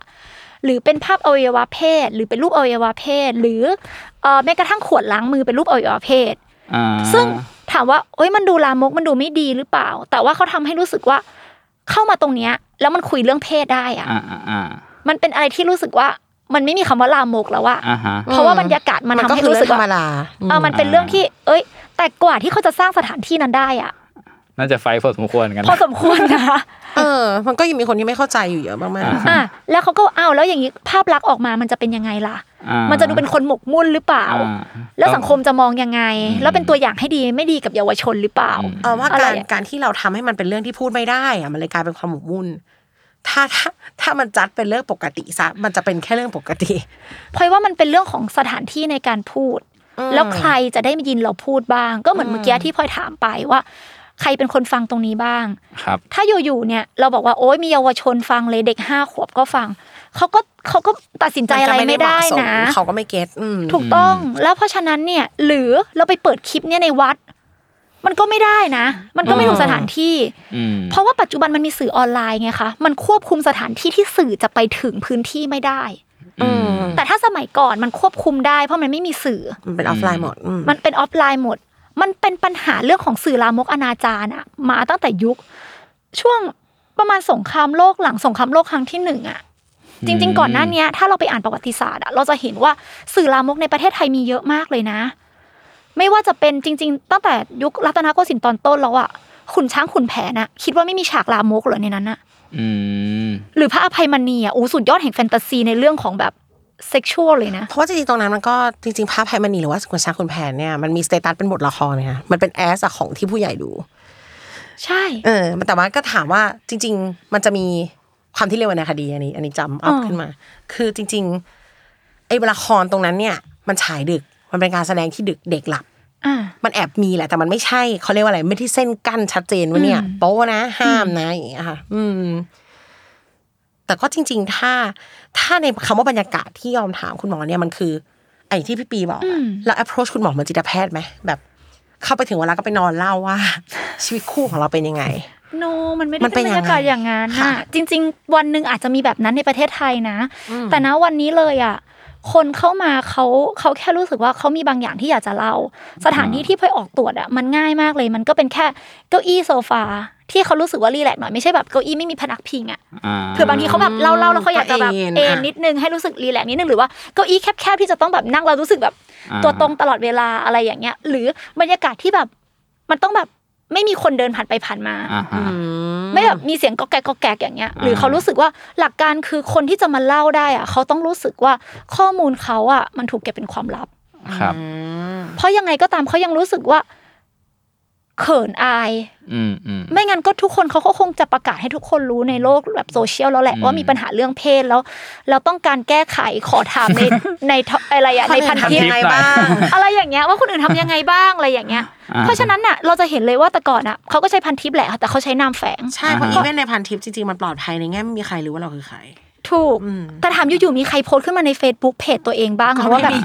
[SPEAKER 4] หรือเป็นภาพอวัยวะเพศ หรือเป็นรูปอวัยวะเพศ หรือเอ่อแม้กระทั่งขวดล้างมือเป็นรูปอวัยวะเพศ
[SPEAKER 2] อ่า
[SPEAKER 4] ซึ่งถามว่าเอ้ยมันดูลามกมันดูไม่ดีหรือเปล่า แต่ว่าเขาทำให้รู้สึกว่าเข้ามาตรงเนี้ยแล้วมันคุยเรื่องเพศได้อะ
[SPEAKER 2] อ่าอ่าอ่า
[SPEAKER 4] มันเป็นอะไรที่รู้สึกว่ามันไม่มีคำว่าลามกแล้วอะ
[SPEAKER 2] อ่าฮะ
[SPEAKER 4] เพราะว่าบรรยากาศมันทำ
[SPEAKER 3] ก็
[SPEAKER 4] ให้
[SPEAKER 3] คือ
[SPEAKER 4] รู้สึก
[SPEAKER 3] เองธร
[SPEAKER 4] ว่าร
[SPEAKER 3] มดา
[SPEAKER 4] เออมันเป็นเรื่องที่ เอ้ย แต่กว่าที่เขาจะสร้างสถานที่นั้นได้อ่ะ
[SPEAKER 2] น่าจะไฟท์พอสมควรกัน
[SPEAKER 4] พอสมควรนะ
[SPEAKER 3] เออ มันก็ยังมีคนที่ไม่เข้าใจอยู่เยอะมาก
[SPEAKER 4] อ่ะแล้วเขาก็เอาแล้วอย่างนี้ภาพลักษณ์ออกมามันจะเป็นยังไงล่ะ
[SPEAKER 2] อ่า
[SPEAKER 4] มันจะดูเป็นคนหมกมุ่นหรือเปล่า
[SPEAKER 2] อ่
[SPEAKER 4] แล้วสังคมจะมองยังไง
[SPEAKER 2] อืม
[SPEAKER 4] แล้วเป็นตัวอย่างให้ดีไม่ดีกับเยาวชนหรือเปล่า
[SPEAKER 3] ๆเอาว่า
[SPEAKER 4] อะไร
[SPEAKER 3] การ
[SPEAKER 4] อ่ะ
[SPEAKER 3] การที่เราทำให้มันเป็นเรื่องที่พูดไม่ได้อะมันเลยกลายเป็นความหมกมุ่นถ้าถ้าถ้ามันจัดเป็นเรื่องปกติซะมันจะเป็นแค่เรื่องปกติ
[SPEAKER 4] เพราะว่ามันเป็นเรื่องของสถานที่ในการพูด แล้วใครจะได้ยินเราพูดบ้าง ก็เหมือนเมื่อกี้ที่พลอยถามไปว่า ใครเป็นคนฟังตรงนี้บ้าง
[SPEAKER 2] ครับ
[SPEAKER 4] ถ้าอยู่ๆเนี่ยเราบอกว่าโอ๊ยมีเยาวชนฟังเลยเด็กห้าขวบก็ฟังเขาก็เขาก็ตัดสินใจอะไรไม่ได้
[SPEAKER 3] มัจ
[SPEAKER 4] นะ
[SPEAKER 3] เหมาสมเขาก็ไม่เก็ตอืม
[SPEAKER 4] ถูกต้องแล้วเพราะฉะนั้นเนี่ย หรือเราไปเปิดคลิปเนี่ยในวัด มันก็ไม่ได้นะ มันก็ไม่ถูกสถานที่
[SPEAKER 2] อืม
[SPEAKER 4] เพราะว่าปัจจุบันมันมีสื่อออนไลน์ไงคะมันควบคุมสถานที่ที่สื่อจะไปถึงพื้นที่ไม่ได้
[SPEAKER 3] อืม
[SPEAKER 4] แต่ถ้าสมัยก่อนมันควบคุมได้ เพราะมันไม่มีสื่อ
[SPEAKER 3] มันเป็นออฟไลน์หมดอืม
[SPEAKER 4] มันเป็นออฟไลน์หมด มันเป็นปัญหาเรื่องของสื่อลามกอนาจารอะมาตั้งแต่ยุค ช่วงประมาณสงครามโลกหลังสงครามโลกครั้งที่หนึ่งอะจริง ๆ ก่อนหน้าเนี้ยถ้าเราไปอ่านประวัติศาสตร์อะเราจะเห็นว่าสื่อลามกในประเทศไทยมีเยอะมากเลยนะ ไม่ว่าจะเป็นจริง ๆ ตั้งแต่ยุครัตนโกสินทร์ตอนต้นแล้วอะขุนช้างขุนแผนอะคิดว่าไม่มีฉากลามกเหรอในนั้นอะ
[SPEAKER 2] อืม
[SPEAKER 4] หรือพระอภัยมณีอ่ะโอ้สุดยอดแห่งแฟนตาซีในเรื่องของแบบเซ็กชวลเลยนะ
[SPEAKER 3] เพราะว่าจริงๆตรงนั้นมันก็จริงๆภาพไพมณีหรือว่าคุณชาคุณแผนเนี่ยมันมีสเตตัสเป็นบทละครเนี่ยมันเป็นแอสอะของที่ผู้ใหญ่ดู
[SPEAKER 4] ใช่
[SPEAKER 3] เออแต่ว่าก็ถามว่าจริง ๆ มันจะมีความที่เร็วในคดีอันนี้ อันนี้จำอัพขึ้นมา คือจริงๆไอ้ละครตรงนั้นเนี่ย มันฉายดึกมันเป็นการแสดงที่ดึกเด็กหลับ
[SPEAKER 4] อ่า
[SPEAKER 3] มันแอบมีแหละแต่มันไม่ใช่เขาเรียกว่าอะไรไม่ที่เส้นกั้นชัดเจนว่าเนี่ย
[SPEAKER 4] อืม
[SPEAKER 3] โป๊ะนะ ห้ามนะอย่างเงี้ยค่ะ อืม แต่ก็จริง ๆ ถ้า ถ้าในคำว่าบรรยากาศที่ยอมถามคุณหมอเนี่ยมันคือไอ้ที่พี่ปีบอกอะ
[SPEAKER 4] อืม
[SPEAKER 3] แล้ว approach คุณหมอเหมือนจิตแพทย์ไหมแบบ เข้าไปถึงเวลาก็ไปนอนเล่าว่า ชีวิตคู่ของเราเป็นยังไง
[SPEAKER 4] โน มันไม่
[SPEAKER 3] มั
[SPEAKER 4] ได้
[SPEAKER 3] นเป็
[SPEAKER 4] เป็น นบรรยากาศอย่างนั้น
[SPEAKER 3] ค่ะ
[SPEAKER 4] น่ะจริง ๆ วันหนึ่งอาจจะมีแบบนั้นในประเทศไทยนะ
[SPEAKER 3] อืม
[SPEAKER 4] แต่นะวันนี้เลยอ่ะ คนเข้ามาเขาเขาแค่รู้สึกว่าเขามีบางอย่างที่อยากจะเล่า สถานที่ที่พลอยออกตรวจอ่ะมันง่ายมากเลย มันก็เป็นแค่เก้าอี้โซฟาที่เขารู้สึกว่ารีแลกซ์หน่อยไม่ใช่แบบเก้าอี้ไม่มีพนักพิงอ่ะ
[SPEAKER 2] อ่า
[SPEAKER 4] เผื่อบางทีเขาแบบเล่าเล่าแล้วเขาอยากจะแบบ
[SPEAKER 3] ก็เอน
[SPEAKER 4] เอน
[SPEAKER 3] อ่ะ
[SPEAKER 4] นิดนึงให้รู้สึกรีแลกซ์นิดนึงหรือว่าเก้าอี้แคบๆที่จะต้องแบบนั่งเรารู้สึกแบบ
[SPEAKER 2] อ่า
[SPEAKER 4] ตัวตรงตลอดเวลาอะไรอย่างเงี้ย หรือบรรยากาศที่แบบมันต้องแบบไม่มีคนเดินผ่านไปผ่านมา
[SPEAKER 2] อ่าฮะ
[SPEAKER 4] ไม่แบบมีเสียงก็แกกก็แกกอย่างเงี้ย
[SPEAKER 2] อ่า
[SPEAKER 4] หรือเขารู้สึกว่าหลักการคือคนที่จะมาเล่าได้อะเขาต้องรู้สึกว่าข้อมูลเขาอะมันถูกเก็บเป็นความลับ
[SPEAKER 2] ครับ
[SPEAKER 3] อืม
[SPEAKER 4] เพราะยังไงก็ตามเขายังรู้สึกว่าเขินอาย
[SPEAKER 2] อืมอืม
[SPEAKER 4] ไม่งั้นก็ทุกคนเขาก็คงจะประกาศให้ทุกคนรู้ในโลกแบบโซเชียลแล้วแหละ
[SPEAKER 2] อืม
[SPEAKER 4] ว่ามีปัญหาเรื่องเพศแล้วเราต้องการแก้ไขขอถามใน ในทอะไร อะในพัน
[SPEAKER 3] ค
[SPEAKER 4] ทิ
[SPEAKER 3] อื่ทำ
[SPEAKER 4] ป
[SPEAKER 3] ยังไงบ้าง
[SPEAKER 4] อะไรอย่างเงี้ยว่าคนอื่นทำยังไงบ้างอะไรอย่างเงี้ย
[SPEAKER 2] อ่
[SPEAKER 4] เพราะฉะนั้นน่ะเราจะเห็นเลยว่าแต่ก่อนอ่ะเขาก็ใช้พันทิปแหละแต่เขาใช้นามแฝง
[SPEAKER 3] ใช่เพราะอีเวนต์ในพันทิปจริงๆ มันปลอดภัยในแง่ไม่มีใครรู้ว่าเราคือใคร
[SPEAKER 4] ถูก
[SPEAKER 3] อืม
[SPEAKER 4] แต่ถามอยู่ๆมีใครโพสต์ขึ้นมาใน Facebook เพจตัวเองบ้าง
[SPEAKER 3] ก็
[SPEAKER 4] คะ
[SPEAKER 3] ไม่
[SPEAKER 4] ว่าแบบ
[SPEAKER 3] มี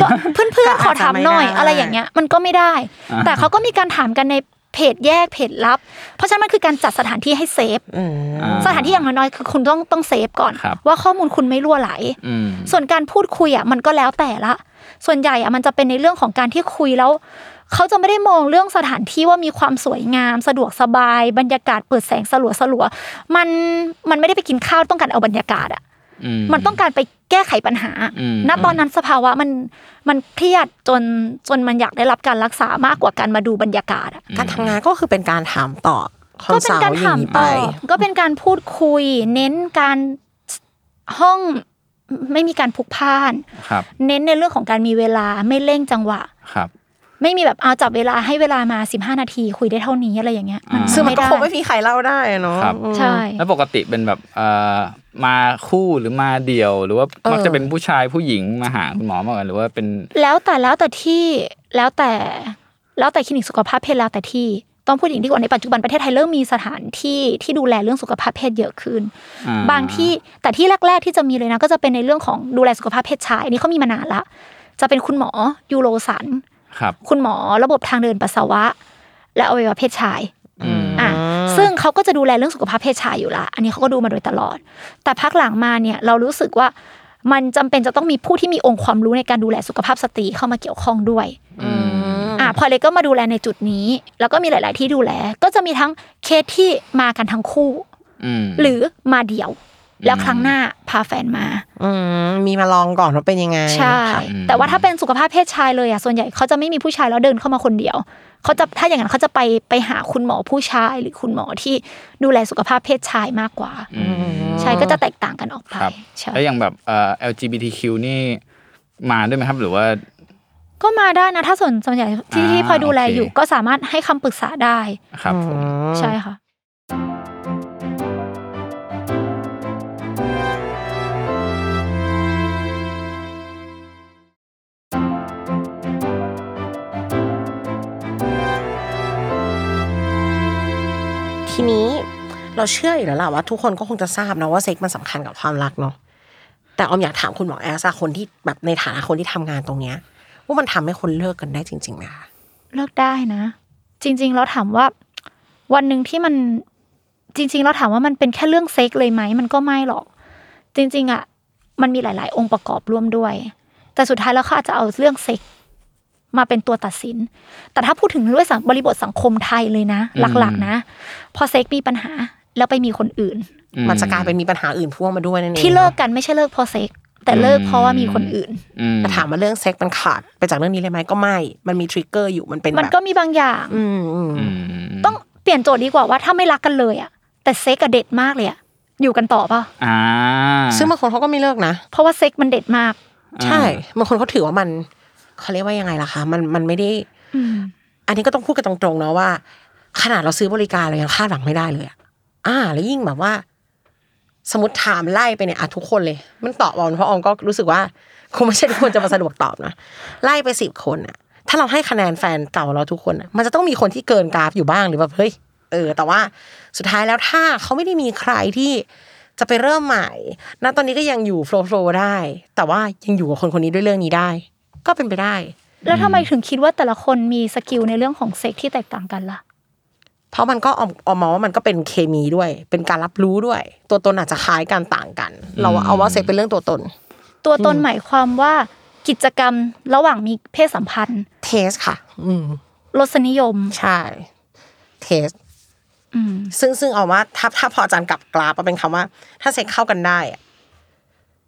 [SPEAKER 4] ก็เพื่อนๆ ขอถามหน่อย
[SPEAKER 3] ก็อาจจะไม่ได้
[SPEAKER 4] อะไรอย่างเงี้ยมันก็ไม่ได้ แต่เขาก็มีการถามกันในเพจแยกเพจลับ เพราะฉะนั้นมันคือการจัดสถานที่ให้เซฟ
[SPEAKER 3] อืม
[SPEAKER 2] อ่
[SPEAKER 4] สถานที่อย่างน้อยๆคือคุณต้องต้องเซฟก่อน
[SPEAKER 2] ครับ
[SPEAKER 4] ว่าข้อมูลคุณไม่รั่วไหล
[SPEAKER 2] อืม
[SPEAKER 4] ส่วนการพูดคุยอ่ะมันก็แล้วแต่ละ ส่วนใหญ่อ่ะมันจะเป็นในเรื่องของการที่คุยแล้ว เขาจะไม่ได้มองเรื่องสถานที่ว่ามีความสวยงาม สะดวกสบาย บรรยากาศเปิดแสงสลัวสลัวๆมันมันไม่ได้ไปกินข้าวต้องการเอาบรรยากาศอ่ะ มันต้องการไปแก้ไขปัญหา
[SPEAKER 2] อืม
[SPEAKER 4] ณ ตอนนั้นสภาวะมันมันเครียดจนจนมันอยากได้รับการรักษามากกว่าการมาดูบรรยากาศอะ
[SPEAKER 3] การทำงานก็คือเป็นการถามตอบขอ
[SPEAKER 4] ก็
[SPEAKER 3] ง
[SPEAKER 4] เป็น
[SPEAKER 3] สาว
[SPEAKER 4] การ
[SPEAKER 3] อย่า
[SPEAKER 4] ถาง ม
[SPEAKER 3] นี้
[SPEAKER 4] ต
[SPEAKER 3] ไป
[SPEAKER 4] อบก็เป็นการพูดคุย เน้นการห้องไม่มีการพลุกพล่าน
[SPEAKER 2] ครับ
[SPEAKER 4] เน้นในเรื่องของการมีเวลาไม่เร่งจังหวะ
[SPEAKER 2] ครับ
[SPEAKER 4] ไม่มีแบบเอาจับเวลาให้เวลามา 15 นาที คุยได้เท่านี้อะไรอย่างเงี้ยมัน
[SPEAKER 2] อ่า
[SPEAKER 3] ซึ่งมันก็
[SPEAKER 4] ด้
[SPEAKER 3] คงไม่มีใครเล่าได้อะเนาะ
[SPEAKER 2] ครับ
[SPEAKER 3] อืม
[SPEAKER 4] ใช่
[SPEAKER 2] แล้วปกติเป็นแบบเอ่อมาคู่หรือมาเดี่ยว หรือว่า
[SPEAKER 3] เออ
[SPEAKER 2] มักจะเป็นผู้ชายผู้หญิงมาหาคุณหมอมากกว่าหรือว่าเป็น
[SPEAKER 4] แล้วแต่แล้วแต่ที่แล้วแต่แล้วแต่คลินิกสุขภาพเพศแล้วแต่ที่ต้องพูดอย่างที่ก่อนในปัจจุบันประเทศไทยเริ่มมีสถานที่ที่ดูแลเรื่องสุขภาพเพศเยอะขึ้น
[SPEAKER 2] อ่า
[SPEAKER 4] บางที่แต่ที่แรก ๆ ที่จะมีเลยนะ ก็จะเป็นในเรื่องของดูแลสุขภาพเพศชายอันนี่เขามีมานานละ จะเป็นคุณหมอยูโรสัน
[SPEAKER 2] ครับ
[SPEAKER 4] คุณหมอระบบทางเดินปัสสาวะ และอวัยวะเพศชาย
[SPEAKER 2] อืม
[SPEAKER 4] อ่ะซึ่งเขาก็จะดูแลเรื่องสุขภาพเพศชายอยู่ละ อันนี้เขาก็ดูมาโดยตลอด แต่พักหลังมาเนี่ยเรารู้สึกว่ามันจำเป็นจะต้องมีผู้ที่มีองค์ความรู้ในการดูแลสุขภาพสตรีเข้ามาเกี่ยวข้องด้วย
[SPEAKER 2] อืม
[SPEAKER 4] อ่ะพลอยเลยก็มาดูแลในจุดนี้ แล้วก็มีหลาย ๆ ที่ดูแล ก็จะมีทั้งเคสที่มากันทั้งคู่
[SPEAKER 2] อืม
[SPEAKER 4] หรือมาเดี่ยว แล้วครั้งหน้าพาแฟนมา
[SPEAKER 3] อืมมีมาลองก่อนว่าเป็นยังไง
[SPEAKER 4] ใช่
[SPEAKER 3] ค่ะ
[SPEAKER 2] อืม
[SPEAKER 4] แต่ว่าถ้าเป็นสุขภาพเพศชายเลยอ่ะส่วนใหญ่เขาจะไม่มีผู้ชายแล้วเดินเข้ามาคนเดียวเขาจะถ้าอย่างนั้นเขาจะไปไปหาคุณหมอผู้ชายหรือคุณหมอที่ดูแลสุขภาพเพศชายมากกว่า
[SPEAKER 2] อืม
[SPEAKER 4] ใช่ก็จะแตกต่างกันออกไป
[SPEAKER 2] ครับ
[SPEAKER 4] ใช่
[SPEAKER 2] แล้วอย่างแบบเอ่อ LGBTQ นี่มาด้วยไหมครับ หรือว่า
[SPEAKER 4] ก็มาได้นะถ้าส่วนส่วนใหญ่ที่
[SPEAKER 2] อ่า
[SPEAKER 4] ที่พลอยดูแล
[SPEAKER 2] โอเค
[SPEAKER 4] อยู่ก็สามารถให้คำปรึกษาได้
[SPEAKER 2] ครับผม
[SPEAKER 4] ใช่ค่ะ
[SPEAKER 3] ทีนี้เราเชื่ออยู่แล้วล่ะว่าทุกคนก็คงจะทราบนะว่าเซ็กมันสำคัญกับความรักเนาะแต่ออมอยากถามคุณหมอแอสอะคนที่แบบในฐานะคนที่ทำงานตรงเนี้ยว่ามันทำให้คนเลิกกันได้จริงๆไหมคะ
[SPEAKER 4] เลิกได้นะ จริง ๆ แล้วถามว่า วันหนึ่งที่มันจริง ๆ แล้วถามว่ามันเป็นแค่เรื่องเซ็กเลยไหมมันก็ไม่หรอก จริง ๆ อ่ะ มันมีหลาย ๆ องค์ประกอบร่วมด้วย แต่สุดท้ายแล้วเขาอาจจะเอาเรื่องเซ็กมาเป็นตัวตัดสิน แต่ถ้าพูดถึงด้วยสังบริบทสังคมไทยเลยนะ หลักๆ นะ พอเซ็กมีปัญหาแล้วไปมีคนอื่น
[SPEAKER 2] อื
[SPEAKER 3] มันจะกลายเป็นมีปัญหาอื่นพ่วงมาด้วยนั่นเอง
[SPEAKER 4] ที่เลิกกันไม่ใช่เลิกเพราะเซ็กแต่เลิกเพราะว่ามีคนอื่น
[SPEAKER 2] อืม
[SPEAKER 3] แต่ถามว่าเรื่องเซ็กมันขาดไปจากเรื่องนี้เลยไหมก็ไม่ มันมีทริกเกอร์อยู่มันเป็น
[SPEAKER 4] มัน
[SPEAKER 3] แบบ
[SPEAKER 4] ก็มีบางอย่าง
[SPEAKER 3] อืมอืม
[SPEAKER 2] อืม
[SPEAKER 4] ต้องเปลี่ยนโจทย์ดีกว่าว่าถ้าไม่รักกันเลยอ่ะ แต่เซ็กอะเด็ดมากเลยอ่ะอยู่กันต่อเปล่ะ
[SPEAKER 2] อ่า
[SPEAKER 3] ซึ่งบางคนเขาก็ไม่เลิกนะ
[SPEAKER 4] เพราะว่าเซ็กมันเด็ดมาก
[SPEAKER 3] ใช่บางคนเขาถือว่ามันเขาเรียกว่ายังไงล่ะคะ มันมันไม่ได้ อันนี้ก็ต้องพูดกันตรงๆเนาะว่า ขนาดเราซื้อบริการเรายังคาดหวังไม่ได้เลยอะอ่า แล้วยิ่งแบบว่า สมมติถามไล่ไปเนี่ยอ่ะทุกคนเลย มันตอบออมเพราะออมก็รู้สึกว่าคงไม่ใช่ทุกคนจะมาสะดวกตอบนะไล่ไปสิบคนอะถ้าเราให้คะแนนแฟนเก่าเราทุกคนอะมันจะต้องมีคนที่เกินกราฟอยู่บ้างหรือแบบเฮ้ยเออ แต่ว่าสุดท้ายแล้วถ้าเขาไม่ได้มีใครที่ จะไปเริ่มใหม่ ณ ตอนนี้ก็ยังอยู่โฟล์โฟลว์ได้ แต่ว่ายังอยู่กับคนคนนี้ด้วยเรื่องนี้ได้ ก็เป็นไปได้
[SPEAKER 4] แล้วทำไมถึงคิดว่าแต่ละคนมีสกิลในเรื่องของเซ็กที่แตกต่างกันล่ะ
[SPEAKER 3] เพราะมันก็ออมออมมาว่ามันก็เป็นเคมีด้วย เป็นการรับรู้ด้วย ตัวตนอาจจะคล้ายกันต่างกัน เราเอาว่าเซ็กเป็นเรื่องตัวตน
[SPEAKER 4] ตัวตนหมายความว่ากิจกรรมระหว่างมีเพศสัมพันธ์
[SPEAKER 3] เทสค่ะ อืม
[SPEAKER 4] รสนิยม
[SPEAKER 3] ใช่ เทส
[SPEAKER 4] อืม
[SPEAKER 3] ซึ่งซึ่งเอาว่าถ้าถ้าพออาจารย์กลับกราฟมาเป็นคำว่า ถ้าเซ็กเข้ากันได้อะ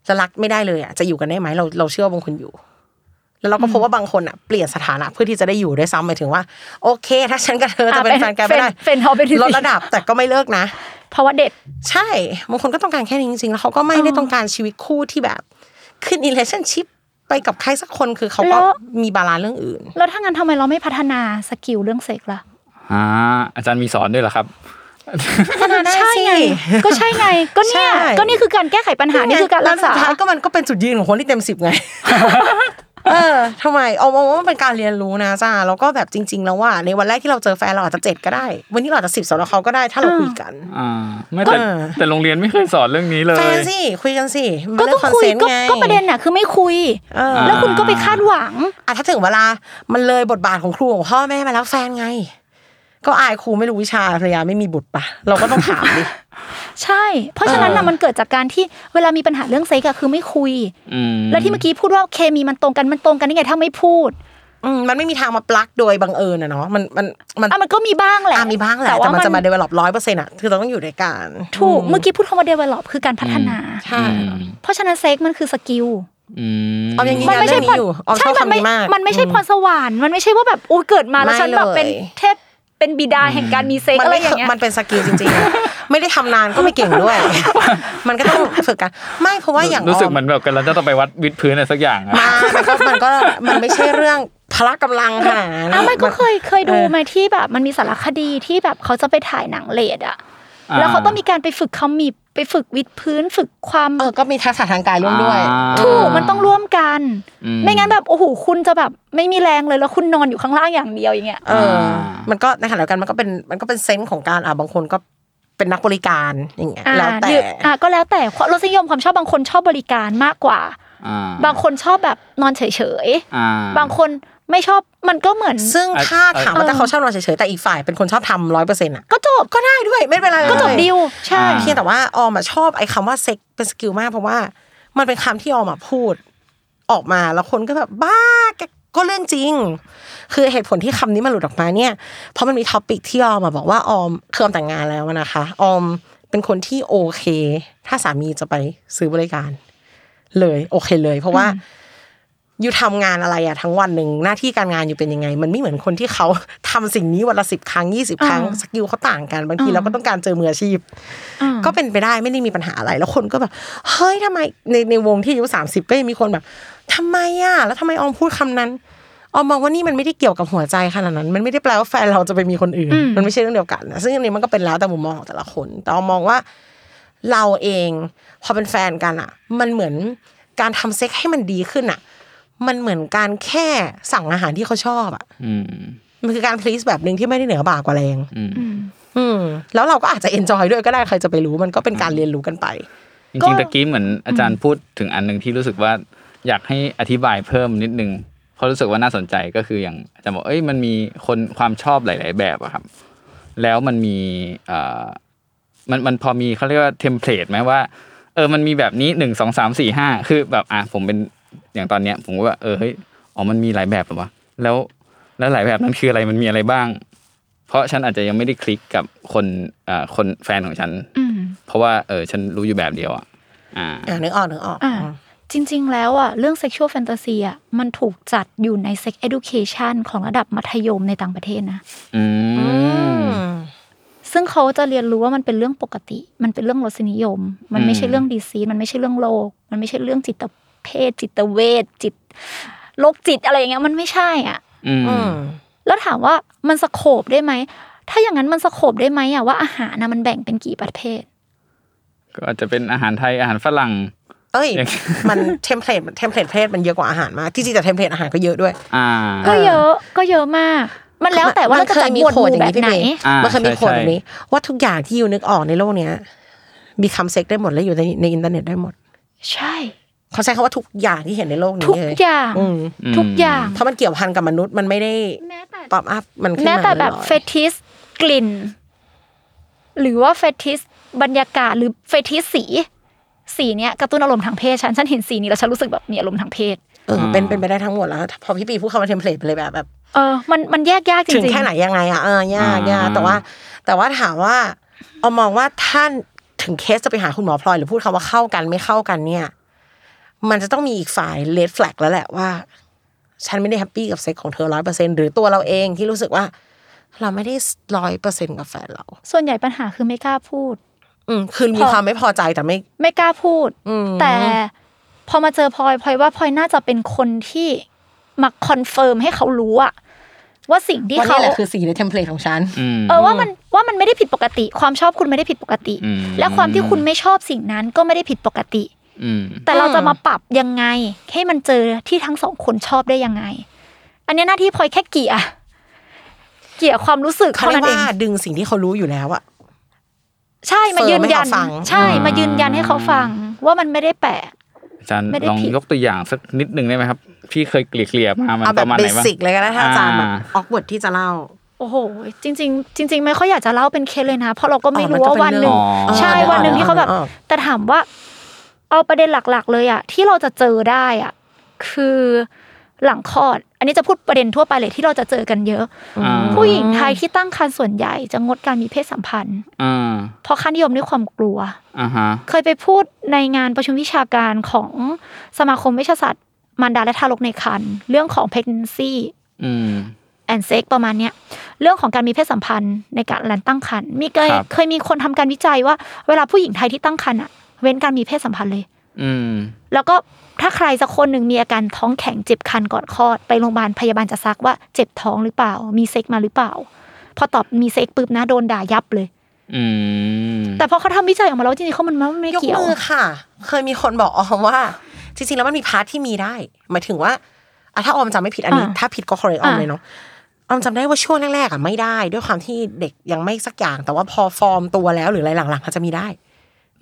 [SPEAKER 3] จะรักไม่ได้เลยอ่ะจะอยู่กันได้ไหมเราเราเชื่อว่าบางคนอยู่ แล้วเราก็พบว่าบางคนอ่ะเปลี่ยนสถานะเพื่อที่จะได้อยู่ด้วยซ้ำหมายถึงว่า โอเค ถ้าฉันกับเธอจะ
[SPEAKER 4] อ่ะ
[SPEAKER 3] เป็นแฟนกันไม่ได้
[SPEAKER 4] เป็นเป็นเป็น hobby
[SPEAKER 3] ลดระดับแต่ก็ไม่เลิกนะ
[SPEAKER 4] ภาวะเด็ก
[SPEAKER 3] ใช่บางคนก็ต้องการแค่นี้จริงๆแล้วเขาก็ไม่ได้ต้องการชีวิตคู่ที่แบบ ขึ้น relationship ไปกับใครสักคนคือเขาก็
[SPEAKER 4] แล้ว
[SPEAKER 3] มีบาลานซ์เรื่องอื่น
[SPEAKER 4] แล้วถ้างั้นทำไมเราไม่พัฒนาสกิลเรื่องเซ็กล่ะ
[SPEAKER 2] อ่าอาจารย์มีสอนด้วยเหรอครับ
[SPEAKER 4] ใช่ไงก็ใช่ไงก็เนี่ย
[SPEAKER 3] ใช่
[SPEAKER 4] ก็นี่คือการแก้ไขปัญหานี่คือการรัก
[SPEAKER 3] แล้
[SPEAKER 4] ษา
[SPEAKER 3] วสุดท้ายก็มันก็เป็นจุดยืนของคนที่เต็มสิบไง เออทำไมเอามองว่ามันเป็นการเรียนรู้นะจ้าแล้วก็แบบจริง ๆ แล้วว่า ในวันแรกที่เราเจอแฟนเราอาจจะเจ็ดก็ได้ วันนี้เราอาจจะสิบสำหรับเขาก็ได้ถ้าเราคุยกัน
[SPEAKER 2] อ่า ไม่แต่
[SPEAKER 3] เออ
[SPEAKER 2] แต่โรงเรียนไม่เคยสอนเรื่องนี้เล
[SPEAKER 3] แฟ
[SPEAKER 2] ย
[SPEAKER 3] นสิคุยกันสิมัน
[SPEAKER 4] ก็
[SPEAKER 3] เรื่
[SPEAKER 4] ต้อง
[SPEAKER 3] อน
[SPEAKER 4] คุ
[SPEAKER 3] เซ
[SPEAKER 4] ย
[SPEAKER 3] นต์
[SPEAKER 4] ก็
[SPEAKER 3] ไง
[SPEAKER 4] ก็ประเด็นน่ะคือไม่คุย
[SPEAKER 3] เออ
[SPEAKER 4] แล้วคุณก็ไปคาดหวัง
[SPEAKER 3] อ่ะถ้าถึงเวลามันเลยบทบาทของครูของพ่อแม่มาแล้วแฟนไง ก็อายครูไม่รู้วิชาภรรยาไม่มีบุตรปะเราก็ต้องถาม ดิ
[SPEAKER 4] ใช่ เพราะฉะนั้นน่ะมันเกิดจากการที่เวลามีปัญหาเรื่องเซ็กอะคือไม่คุย
[SPEAKER 2] อืม
[SPEAKER 4] แล้วที่เมื่อกี้พูดว่าเคมีมันตรงกันมันตรงกันได้ไงถ้าไม่พูด
[SPEAKER 3] อืมมันไม่มีทางมาปลักโดยบังเอิญอะเนาะมันมันมัน
[SPEAKER 4] อ่ะมันก็มีบ้างแหละ
[SPEAKER 3] อ่ะมีบ้างแหละแต่มันจะมาเดเวลลอปร้อยเปอร์เซ็นต์อะคือเราต้องอยู่ด้วยกัน
[SPEAKER 4] ถูกเมื่อกี้พูดคำว่า develop คือการพัฒนา
[SPEAKER 3] ใช่
[SPEAKER 4] เพราะฉะนั้นเซ็กมันคือสกิล
[SPEAKER 2] อืม
[SPEAKER 3] ออมยังยืน
[SPEAKER 4] มั
[SPEAKER 3] ยัน
[SPEAKER 4] ไม่
[SPEAKER 3] เรื่อง
[SPEAKER 4] พ
[SPEAKER 3] นี้
[SPEAKER 4] ร
[SPEAKER 3] อยู่ออมช
[SPEAKER 4] ใช่
[SPEAKER 3] อบ
[SPEAKER 4] มัน
[SPEAKER 3] คำ
[SPEAKER 4] ไม่
[SPEAKER 3] นี้มาก
[SPEAKER 4] มันไม่ใช่พรสวรรค์มันไม่ใช่ว่าแบบอู้เกิดมาแล้วฉันแบบเป็น
[SPEAKER 3] ไม่เลย
[SPEAKER 4] เทพเป็นบิดาแห่งการมีเซ็ก
[SPEAKER 3] มัน
[SPEAKER 4] อะไร
[SPEAKER 3] ไม่
[SPEAKER 4] อย่างเงี้ย
[SPEAKER 3] มันเป็นสกิลจริง ๆอะไม่ได้ทำนานก็ไม่เก่งด้วย มันก็ต้องฝึกกัน ไม่เพราะว่าอย่างอ
[SPEAKER 2] รู้สึก
[SPEAKER 3] อม
[SPEAKER 2] เหมือนแบบกันแล้วจะต้องไปวัดวิดพื้นอะไรสักอย่างอะ
[SPEAKER 3] มามันก็มันก็มันไม่ใช่เรื่องพละกำลังขนาดนั้น
[SPEAKER 4] อ้าวไม่ก็
[SPEAKER 3] น
[SPEAKER 4] เคยเคยดู
[SPEAKER 3] เออ
[SPEAKER 4] ไหมที่แบบมันมีสารคดีที่แบบเขาจะไปถ่ายหนังเลดอะ
[SPEAKER 2] อ่า
[SPEAKER 4] แล้วเขาต้องมีการไปฝึกคำมีไปฝึกวิดพื้นฝึกความ
[SPEAKER 3] เออก็มีทักษะทางกายร่วมด้วย
[SPEAKER 2] อ่า
[SPEAKER 4] ถูกมันต้องร่วมกัน
[SPEAKER 2] อืม
[SPEAKER 4] ไม่งั้นแบบโอ้โหคุณจะแบบไม่มีแรงเลยแล้วคุณนอนอยู่ข้างล่างอย่างเดียวอย่างเงี้ย
[SPEAKER 3] เออ
[SPEAKER 2] อ่ามั
[SPEAKER 3] มันก็ในขณะเดียวกันมันก็เป็นมันก็เป็นเซนส์ของการอ่ะบางคนก็เป็นนักบริการอย่างเงี้ย
[SPEAKER 4] อ่า
[SPEAKER 3] แล้วแต่
[SPEAKER 4] หรืออ่าก็แล้วแต่ความรสนิยมความชอบบางคนชอบบริการมากกว่า
[SPEAKER 2] อ่า
[SPEAKER 4] บางคนชอบแบบนอนเฉย
[SPEAKER 2] อ่
[SPEAKER 4] ๆบางคนไม่ชอบมันก็เหมือน
[SPEAKER 3] ซึ่งถ้าถามว่าถ้าเขาชอบนอนเฉยๆแต่อีกฝ่ายเป็นคนชอบทำร้อยเปอร์เซ็นต์อ่ะ
[SPEAKER 4] ก็จบ
[SPEAKER 3] ก็ได้ด้วยไม่เป็นไร
[SPEAKER 4] ก็จบ
[SPEAKER 3] เลย
[SPEAKER 4] ดิวใช่
[SPEAKER 3] เพียงแต่ว่าออมอะชอบไอ้คำว่าเซ็กเป็นสกิลมากเพราะว่ามันเป็นคำที่ออมอะพูด ออกมาแล้วคนก็แบบบ้าแกก็เรื่องจริง คือเหตุผลที่คำนี้มันหลุดออกมาเนี่ย เพราะมันมีท็อปิกที่ออมอะบอกว่าออมคือออมแต่งงานแล้วนะคะ ออมเป็นคนที่โอเค ถ้าสามีจะไปซื้อบริการ เลยโอเคเลย เพราะว่า อยู่ทำงานอะไรอะทั้งวันหนึ่งหน้าที่การงานอยู่เป็นยังไง มันไม่เหมือนคนที่เขา ทำสิ่งนี้วันละสิบครั้งยี่สิบครั้ง
[SPEAKER 4] อ่า
[SPEAKER 3] สกิลเขาต่างกันบางทีเราก็ต้องการเจอมืออาชีพ ก็เป็นไปได้ไม่ได้มีปัญหาอะไร แล้วคนก็แบบ เฮ้ยทำไมในในวงที่อายุสามสิบก็ยังมีคนแบบทำไมอ่ะแล้วทำไมออมพูดคำนั้นออมมองว่านี่มันไม่ได้เกี่ยวกับหัวใจขนาดนั้น มันไม่ได้แปลว่าแฟนเราจะไปมีคนอื่น มันไม่ใช่เรื่องเดียวกันนะซึ่งอันนี้มันก็เป็นแล้วแต่มุมมองของแต่ละคน แต่ออมมองว่า เราเองพอเป็นแฟนกันอ่ะ มันเหมือนการทำเซ็กให้มันดีขึ้นอ่ะ มันเหมือนการแค่สั่งอาหารที่เขาชอบอ่ะ
[SPEAKER 2] อืม
[SPEAKER 3] มันคือการ please แบบหนึ่งที่ไม่ได้เหนือบ่ากว่าแรง
[SPEAKER 2] อืม
[SPEAKER 3] อืมแล้วเราก็อาจจะ enjoy ด้วยก็ได้ใครจะไปรู้มันก็เป็นการเรียนรู้กันไป
[SPEAKER 2] จริงๆตะกี้เหมือนอาจารย์พูดถึงอันหนึ่งที่รู้สึกว่าอยากให้อธิบายเพิ่มนิดนึงเพราะรู้สึกว่าน่าสนใจก็คืออย่างอาจารย์บอกเอ้ยมันมีคนความชอบหลาย ๆ แบบอะครับ แล้วมันมีเอ่อมันมันพอมีเขาเรียกว่าเทมเพลตไหมว่า เออมันมีแบบนี้หนึ่งสองสามสี่ห้าคือแบบอ่ะผมเป็นอย่างตอนเนี้ย ผมก็ว่าเออเฮ้ยอ๋อมันมีหลายแบบเหรอวะแล้วแล้วหลายแบบนั้นคืออะไรมันมีอะไรบ้าง เพราะฉันอาจจะยังไม่ได้คลิกกับคนเอ่อคนแฟนของฉัน
[SPEAKER 4] อืม
[SPEAKER 2] เพราะว่าเออฉันรู้อยู่แบบเดียวอ่ะอ่า
[SPEAKER 3] อ่านึกออกนึกออก
[SPEAKER 4] อ่ะจริงๆ แล้วอ่ะเรื่อง sexual fantasy อ่ะมันถูกจัดอยู่ใน sex education ของระดับมัธยมในต่างประเทศนะ
[SPEAKER 2] อืม
[SPEAKER 4] ซึ่งเขาจะเรียนรู้ว่ามันเป็นเรื่องปกติ มันเป็นเรื่องรสนิยม มันไม่ใช่
[SPEAKER 2] อืม
[SPEAKER 4] เรื่องดีซีมันไม่ใช่เรื่องโรคมันไม่ใช่เรื่องจิตเภทจิตเวชจิตโรคจิตอะไรอย่างเงี้ยมันไม่ใช่อ่ะ
[SPEAKER 2] อืม
[SPEAKER 3] อืม
[SPEAKER 4] แล้วถามว่ามันสโคบได้ไหม ถ้าอย่างนั้นมันสโคบได้ไหมอ่ะว่าอาหารนะมันแบ่งเป็นกี่ประเภท
[SPEAKER 2] ก็อาจจะเป็นอาหารไทยอาหารฝรั่ง
[SPEAKER 3] เอ้ย
[SPEAKER 2] อย่าง
[SPEAKER 3] มันเทมเพลตเทมเพลตเพศมันเยอะกว่าอาหารมากที่จริงแต่เทมเพลตอาหารก็เยอะด้วย
[SPEAKER 2] อ่า
[SPEAKER 4] ก็เยอะก็เยอะมาก มันแล้วแต่ว่าเราจะจัดหมวดหมู่แบบไห
[SPEAKER 3] พี่
[SPEAKER 4] น
[SPEAKER 3] เมย์
[SPEAKER 2] อ่า
[SPEAKER 3] มันเคยมี
[SPEAKER 2] ใช่
[SPEAKER 3] โคน
[SPEAKER 2] ใช่
[SPEAKER 3] แบบนี้ ว่าทุกอย่างที่ยูนึกออกในโลกเนี้ย มีคำเซ็กได้หมดและอยู่ในในอินเทอร์เน็ตได้หมด
[SPEAKER 4] ใช่
[SPEAKER 3] เขาใช้คำว่าทุกอย่างที่เห็นในโลกนี้
[SPEAKER 4] ทุก
[SPEAKER 3] เลย
[SPEAKER 4] อย่าง
[SPEAKER 3] อืม
[SPEAKER 2] อืม
[SPEAKER 4] ทุกอย่าง
[SPEAKER 3] เพราะมันเกี่ยวพันกับมนุษย์มันไม่ได้
[SPEAKER 4] แม้แต่
[SPEAKER 3] ป๊อปอัพมันขึ้น
[SPEAKER 4] แม้
[SPEAKER 3] มา
[SPEAKER 4] แต่แบบ
[SPEAKER 3] ลอยๆ
[SPEAKER 4] เฟติสกลิ่น หรือว่าเฟติสบรรยากาศหรือเฟติสสี สีเนี้ยกระตุ้นอารมณ์ทางเพศฉันฉันเห็นสีนี้แล้วฉันรู้สึกแบบมีอารมณ์ทางเพศ
[SPEAKER 3] เออเป็นเป็นไปได้ทั้งหมดแล้ว พอพี่ปีพูดคำว่าเทมเพลตไปเลยแบบแบบ
[SPEAKER 4] เออ มันมันแยกยากจ
[SPEAKER 3] ถึง
[SPEAKER 4] ริง
[SPEAKER 3] แค่ไหนยังไงอ่ะเออยากยาก
[SPEAKER 2] อ่า
[SPEAKER 3] แต่ว่า แต่ว่าถามว่าเอามองว่าท่านถึงเคสจะไปหาคุณหมอพลอยหรือพูดคำว่าเข้ากันไม่เข้ากันเนี่ย มันจะต้องมีอีกฝ่ายเลดแฟลกแล้วแหละว่า ฉันไม่ได้แฮปปี้กับเซ็กของเธอร้อยเปอร์เซ็นหรือตัวเราเองที่รู้สึกว่า เราไม่ได้ร้อยเปอร์เซ็นกับแฟนเรา
[SPEAKER 4] ๆส่วนใหญ่ปัญหาคือไม่กล้าพูด
[SPEAKER 3] อืมคือมี
[SPEAKER 4] พอ
[SPEAKER 3] ความไม่พอใจแต่ไม่
[SPEAKER 4] ไม่กล้าพูด
[SPEAKER 3] อืม
[SPEAKER 4] แต่พอมาเจอพลอยพลอยว่าพลอยน่าจะเป็นคนที่มาคอนเฟิร์มให้เขารู้อะว่าสิ่งที่
[SPEAKER 3] ว่า
[SPEAKER 4] เขา
[SPEAKER 3] นี่แหละคือสีในเทมเพลตของฉัน
[SPEAKER 2] อืม
[SPEAKER 4] เออว่ามันว่ามันไม่ได้ผิดปกติ ความชอบคุณไม่ได้ผิดปกติ
[SPEAKER 2] อืม
[SPEAKER 4] และความที่คุณไม่ชอบสิ่งนั้นก็ไม่ได้ผิดปกติ
[SPEAKER 2] อืม
[SPEAKER 4] แต่เรา
[SPEAKER 3] อืม
[SPEAKER 4] จะมาปรับยังไง ให้มันเจอที่ทั้งสองคนชอบได้ยังไง อันเนี้ยหน้าที่พลอยแค่เกลี่ยเกลี่ยความรู้สึก
[SPEAKER 3] เขา
[SPEAKER 4] เท่า
[SPEAKER 3] เรียก
[SPEAKER 4] นั้นเอ
[SPEAKER 3] ว่าง ดึงสิ่งที่เขารู้อยู่แล้วอะ
[SPEAKER 4] ใช่มายืนยัน
[SPEAKER 3] เสริมให้เขาฟัง
[SPEAKER 4] ใช่มายืนยันให้เขาฟัง ว่ามันไม่ได้แปลก
[SPEAKER 2] อาจารย์
[SPEAKER 4] ไม่ได้
[SPEAKER 2] ลอง
[SPEAKER 4] ผิด
[SPEAKER 2] ยกตัวอย่างสักนิดหนึ่งได้ไหมครับ พี่เคยเกลี่ยๆมามัน
[SPEAKER 3] เอา
[SPEAKER 2] ป
[SPEAKER 3] แบบ
[SPEAKER 2] ระมาณ
[SPEAKER 3] เบ
[SPEAKER 2] ไหนบ้าง
[SPEAKER 3] สิกเลยก็ได้ถ้าอาจารย์แบบ
[SPEAKER 2] อ่า
[SPEAKER 3] ออกบทที่จะเล่า
[SPEAKER 4] โอ้โหจริง ๆ จริง ๆ ไม่ค่อยอยากจะเล่าเป็นเคสเลยนะ เพราะเราก็ไม่
[SPEAKER 3] อ๋อมัน
[SPEAKER 4] รู้
[SPEAKER 3] ก็
[SPEAKER 4] ว่า
[SPEAKER 3] เป็น
[SPEAKER 4] วันหนึ่ง
[SPEAKER 2] เรื่องอ๋อ
[SPEAKER 4] ใช่
[SPEAKER 3] เออ
[SPEAKER 4] วันหนึ่ง
[SPEAKER 3] เออ
[SPEAKER 4] ที่เขาแบบ
[SPEAKER 3] เออเออ
[SPEAKER 4] แต่ถามว่า เอาประเด็นหลักๆ เลยอะที่เราจะเจอได้อะคือหลังคลอด อันนี้จะพูดประเด็นทั่วไปเลยที่เราจะเจอกันเยอะ
[SPEAKER 2] อ่า
[SPEAKER 4] ผู้หญิงไทยที่ตั้งครรภ์ส่วนใหญ่จะงดการมีเพศสัมพันธ์
[SPEAKER 2] อ่า
[SPEAKER 4] เพราะค่านิยมด้วยความกลัว
[SPEAKER 2] อ่าฮะ
[SPEAKER 4] เคยไปพูดในงานประชุมวิชาการของสมาคมเวิชาศาสตร์มารดาและทารกในครรภ์เรื่องของ pregnancy
[SPEAKER 2] อืม
[SPEAKER 4] แอนเซ็กประมาณเนี้ยเรื่องของการมีเพศสัมพันธ์ในการหลังตั้งครรภ์มีเคย
[SPEAKER 2] ครับ
[SPEAKER 4] เคยมีคนทำการวิจัยว่า เวลาผู้หญิงไทยที่ตั้งครรภ์อะเว้นการมีเพศสัมพันธ์เลย
[SPEAKER 2] อืม
[SPEAKER 4] แล้วก็ถ้าใครสักคนหนึ่งมีอาการท้องแข็งเจ็บคันก่อนคลอด ไปโรงพยาบาลพยาบาลจะซักว่าเจ็บท้องหรือเปล่า มีเซ็กมาหรือเปล่า พอตอบมีเซ็กปุ๊บนะโดนด่ายับเลย
[SPEAKER 2] อืม
[SPEAKER 4] แต่พอเขาทำวิจัยออกมาแล้วจริงๆเขามันไม่
[SPEAKER 3] ยก
[SPEAKER 4] เกี่ยว
[SPEAKER 3] มือค่ะ เคยมีคนบอกออมว่า จริงๆ แล้วมันมีพาร์ทที่มีได้หมายถึงว่าอ่ะถ้าออมจำไม่ผิดอันนี้
[SPEAKER 4] อ่า
[SPEAKER 3] ถ้าผิดก็ correct ออม
[SPEAKER 4] อ่า
[SPEAKER 3] เลยเนาะออมจำได้ว่าช่วงแรกๆอ่ะไม่ได้ ด้วยความที่เด็กยังไม่สักอย่าง แต่ว่าพอฟอร์มตัวแล้วหรืออะไรหลังๆมันจะมีได้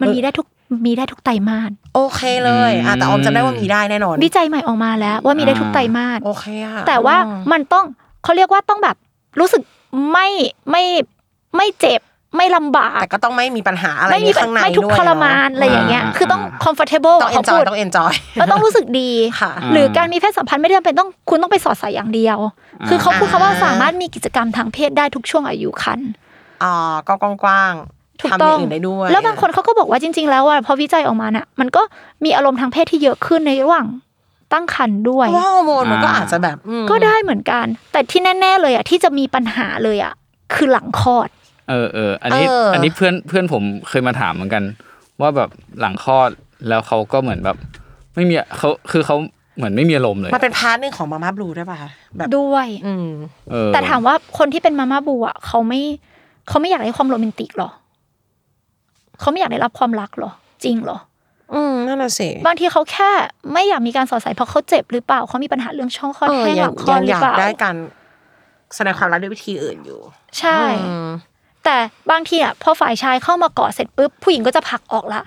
[SPEAKER 4] มันมีได้ทุกมีได้ทุกไตรมาส
[SPEAKER 3] โอเคเลยอ่ะแต่ออมจำได้ว่ามีได้แน่นอน
[SPEAKER 4] วิจัยใหม่ออกมาแล้วว่ามีได้ทุกไตรมาส
[SPEAKER 3] โอเคอ่ะ
[SPEAKER 4] แต่ว่า
[SPEAKER 3] อืม
[SPEAKER 4] มันต้องเขาเรียกว่าต้องแบบรู้สึกไม่ไม่ไม่เจ็บไม่ลำบาก
[SPEAKER 3] แต่ก็ต้องไม่มีปัญหาอะไร
[SPEAKER 4] ไม่มี
[SPEAKER 3] ในข้างใน
[SPEAKER 4] ไม่ทุกข์
[SPEAKER 3] ด้วย
[SPEAKER 4] ทรมานอะไรอย่างเงี้ย
[SPEAKER 2] อ่า
[SPEAKER 4] คือต้อง comfortable
[SPEAKER 3] ต้องเอ
[SPEAKER 4] เขา
[SPEAKER 3] นจอ
[SPEAKER 4] พู
[SPEAKER 3] ย
[SPEAKER 4] ด
[SPEAKER 3] ต้องเอนจอย
[SPEAKER 4] แล้วต้องรู้สึกดี
[SPEAKER 3] ค่ะ
[SPEAKER 2] า
[SPEAKER 4] หรือการมีเพศสัมพันธ์ไม่ได้จำเป็นต้องคุณต้องไปสอดใส่อย่างเดียว คือเขาพูดคำว่าสามารถมีกิจกรรมทางเพศได้ทุกช่วงอายุคัน
[SPEAKER 3] อ่าก็กว้างๆ
[SPEAKER 4] ถูก
[SPEAKER 3] ทำอ
[SPEAKER 4] ต้อย่าง
[SPEAKER 3] งอื่นได้ด้วย
[SPEAKER 4] แล้วบางคนเขาก็บอกว่าจริง ๆ แล้วอ่ะพอวิจัยออกมาน่ะ มันก็มีอารมณ์ทางเพศที่เยอะขึ้นในระหว่างตั้งครรภ์ด้วย
[SPEAKER 3] เพราะว่าฮอร์โมนมันก็อาจจะแบบอืม
[SPEAKER 4] ก็ได้เหมือนกัน แต่ที่แน่ ๆ เลยอ่ะที่จะมีปัญหาเลยอ่ะคือหลังคลอด
[SPEAKER 2] เออเอออันนี้อันนี้เพื่อนเพื่อนผมเคยมาถามเหมือนกัน ว่าแบบหลังคลอดแล้วเขาก็เหมือนแบบ ไม่มีเขาคือเขาเหมือนไม่มีอารมณ์เลย
[SPEAKER 3] มันเป็นพาร์ทหนึ่งของมาม่าบลูได้ป่ะคะแบบ
[SPEAKER 4] ด้วย
[SPEAKER 3] อืม
[SPEAKER 2] เออ
[SPEAKER 4] แต่ถามว่าคนที่เป็นมาม่าบูอ่ะเขาไม่เขาไม่อยากได้ความโรแมนติกหรอเขาไม่อยากได้รับความรักหรอ จริงหรอ
[SPEAKER 3] อืมนั่นน่ะสิ
[SPEAKER 4] บางทีเขาแค่ไม่อยากมีการสอดใส่เพราะเขาเจ็บหรือเปล่าเขามีปัญหาเรื่องช่องคลอด
[SPEAKER 3] เออ
[SPEAKER 4] แห้งห
[SPEAKER 3] ยั
[SPEAKER 4] ลั
[SPEAKER 3] ง
[SPEAKER 4] งคลอ
[SPEAKER 3] ยั
[SPEAKER 4] ด
[SPEAKER 3] ง
[SPEAKER 4] หรือย
[SPEAKER 3] อาก
[SPEAKER 4] เปล่า
[SPEAKER 3] ได้การแสดงความรักด้วยวิธีอื่นอยู่
[SPEAKER 4] ใช่
[SPEAKER 3] อืม
[SPEAKER 4] แต่บางทีอ่ะพอฝ่ายชายเข้ามากอดเสร็จปุ๊บผู้หญิงก็จะผลักออกละ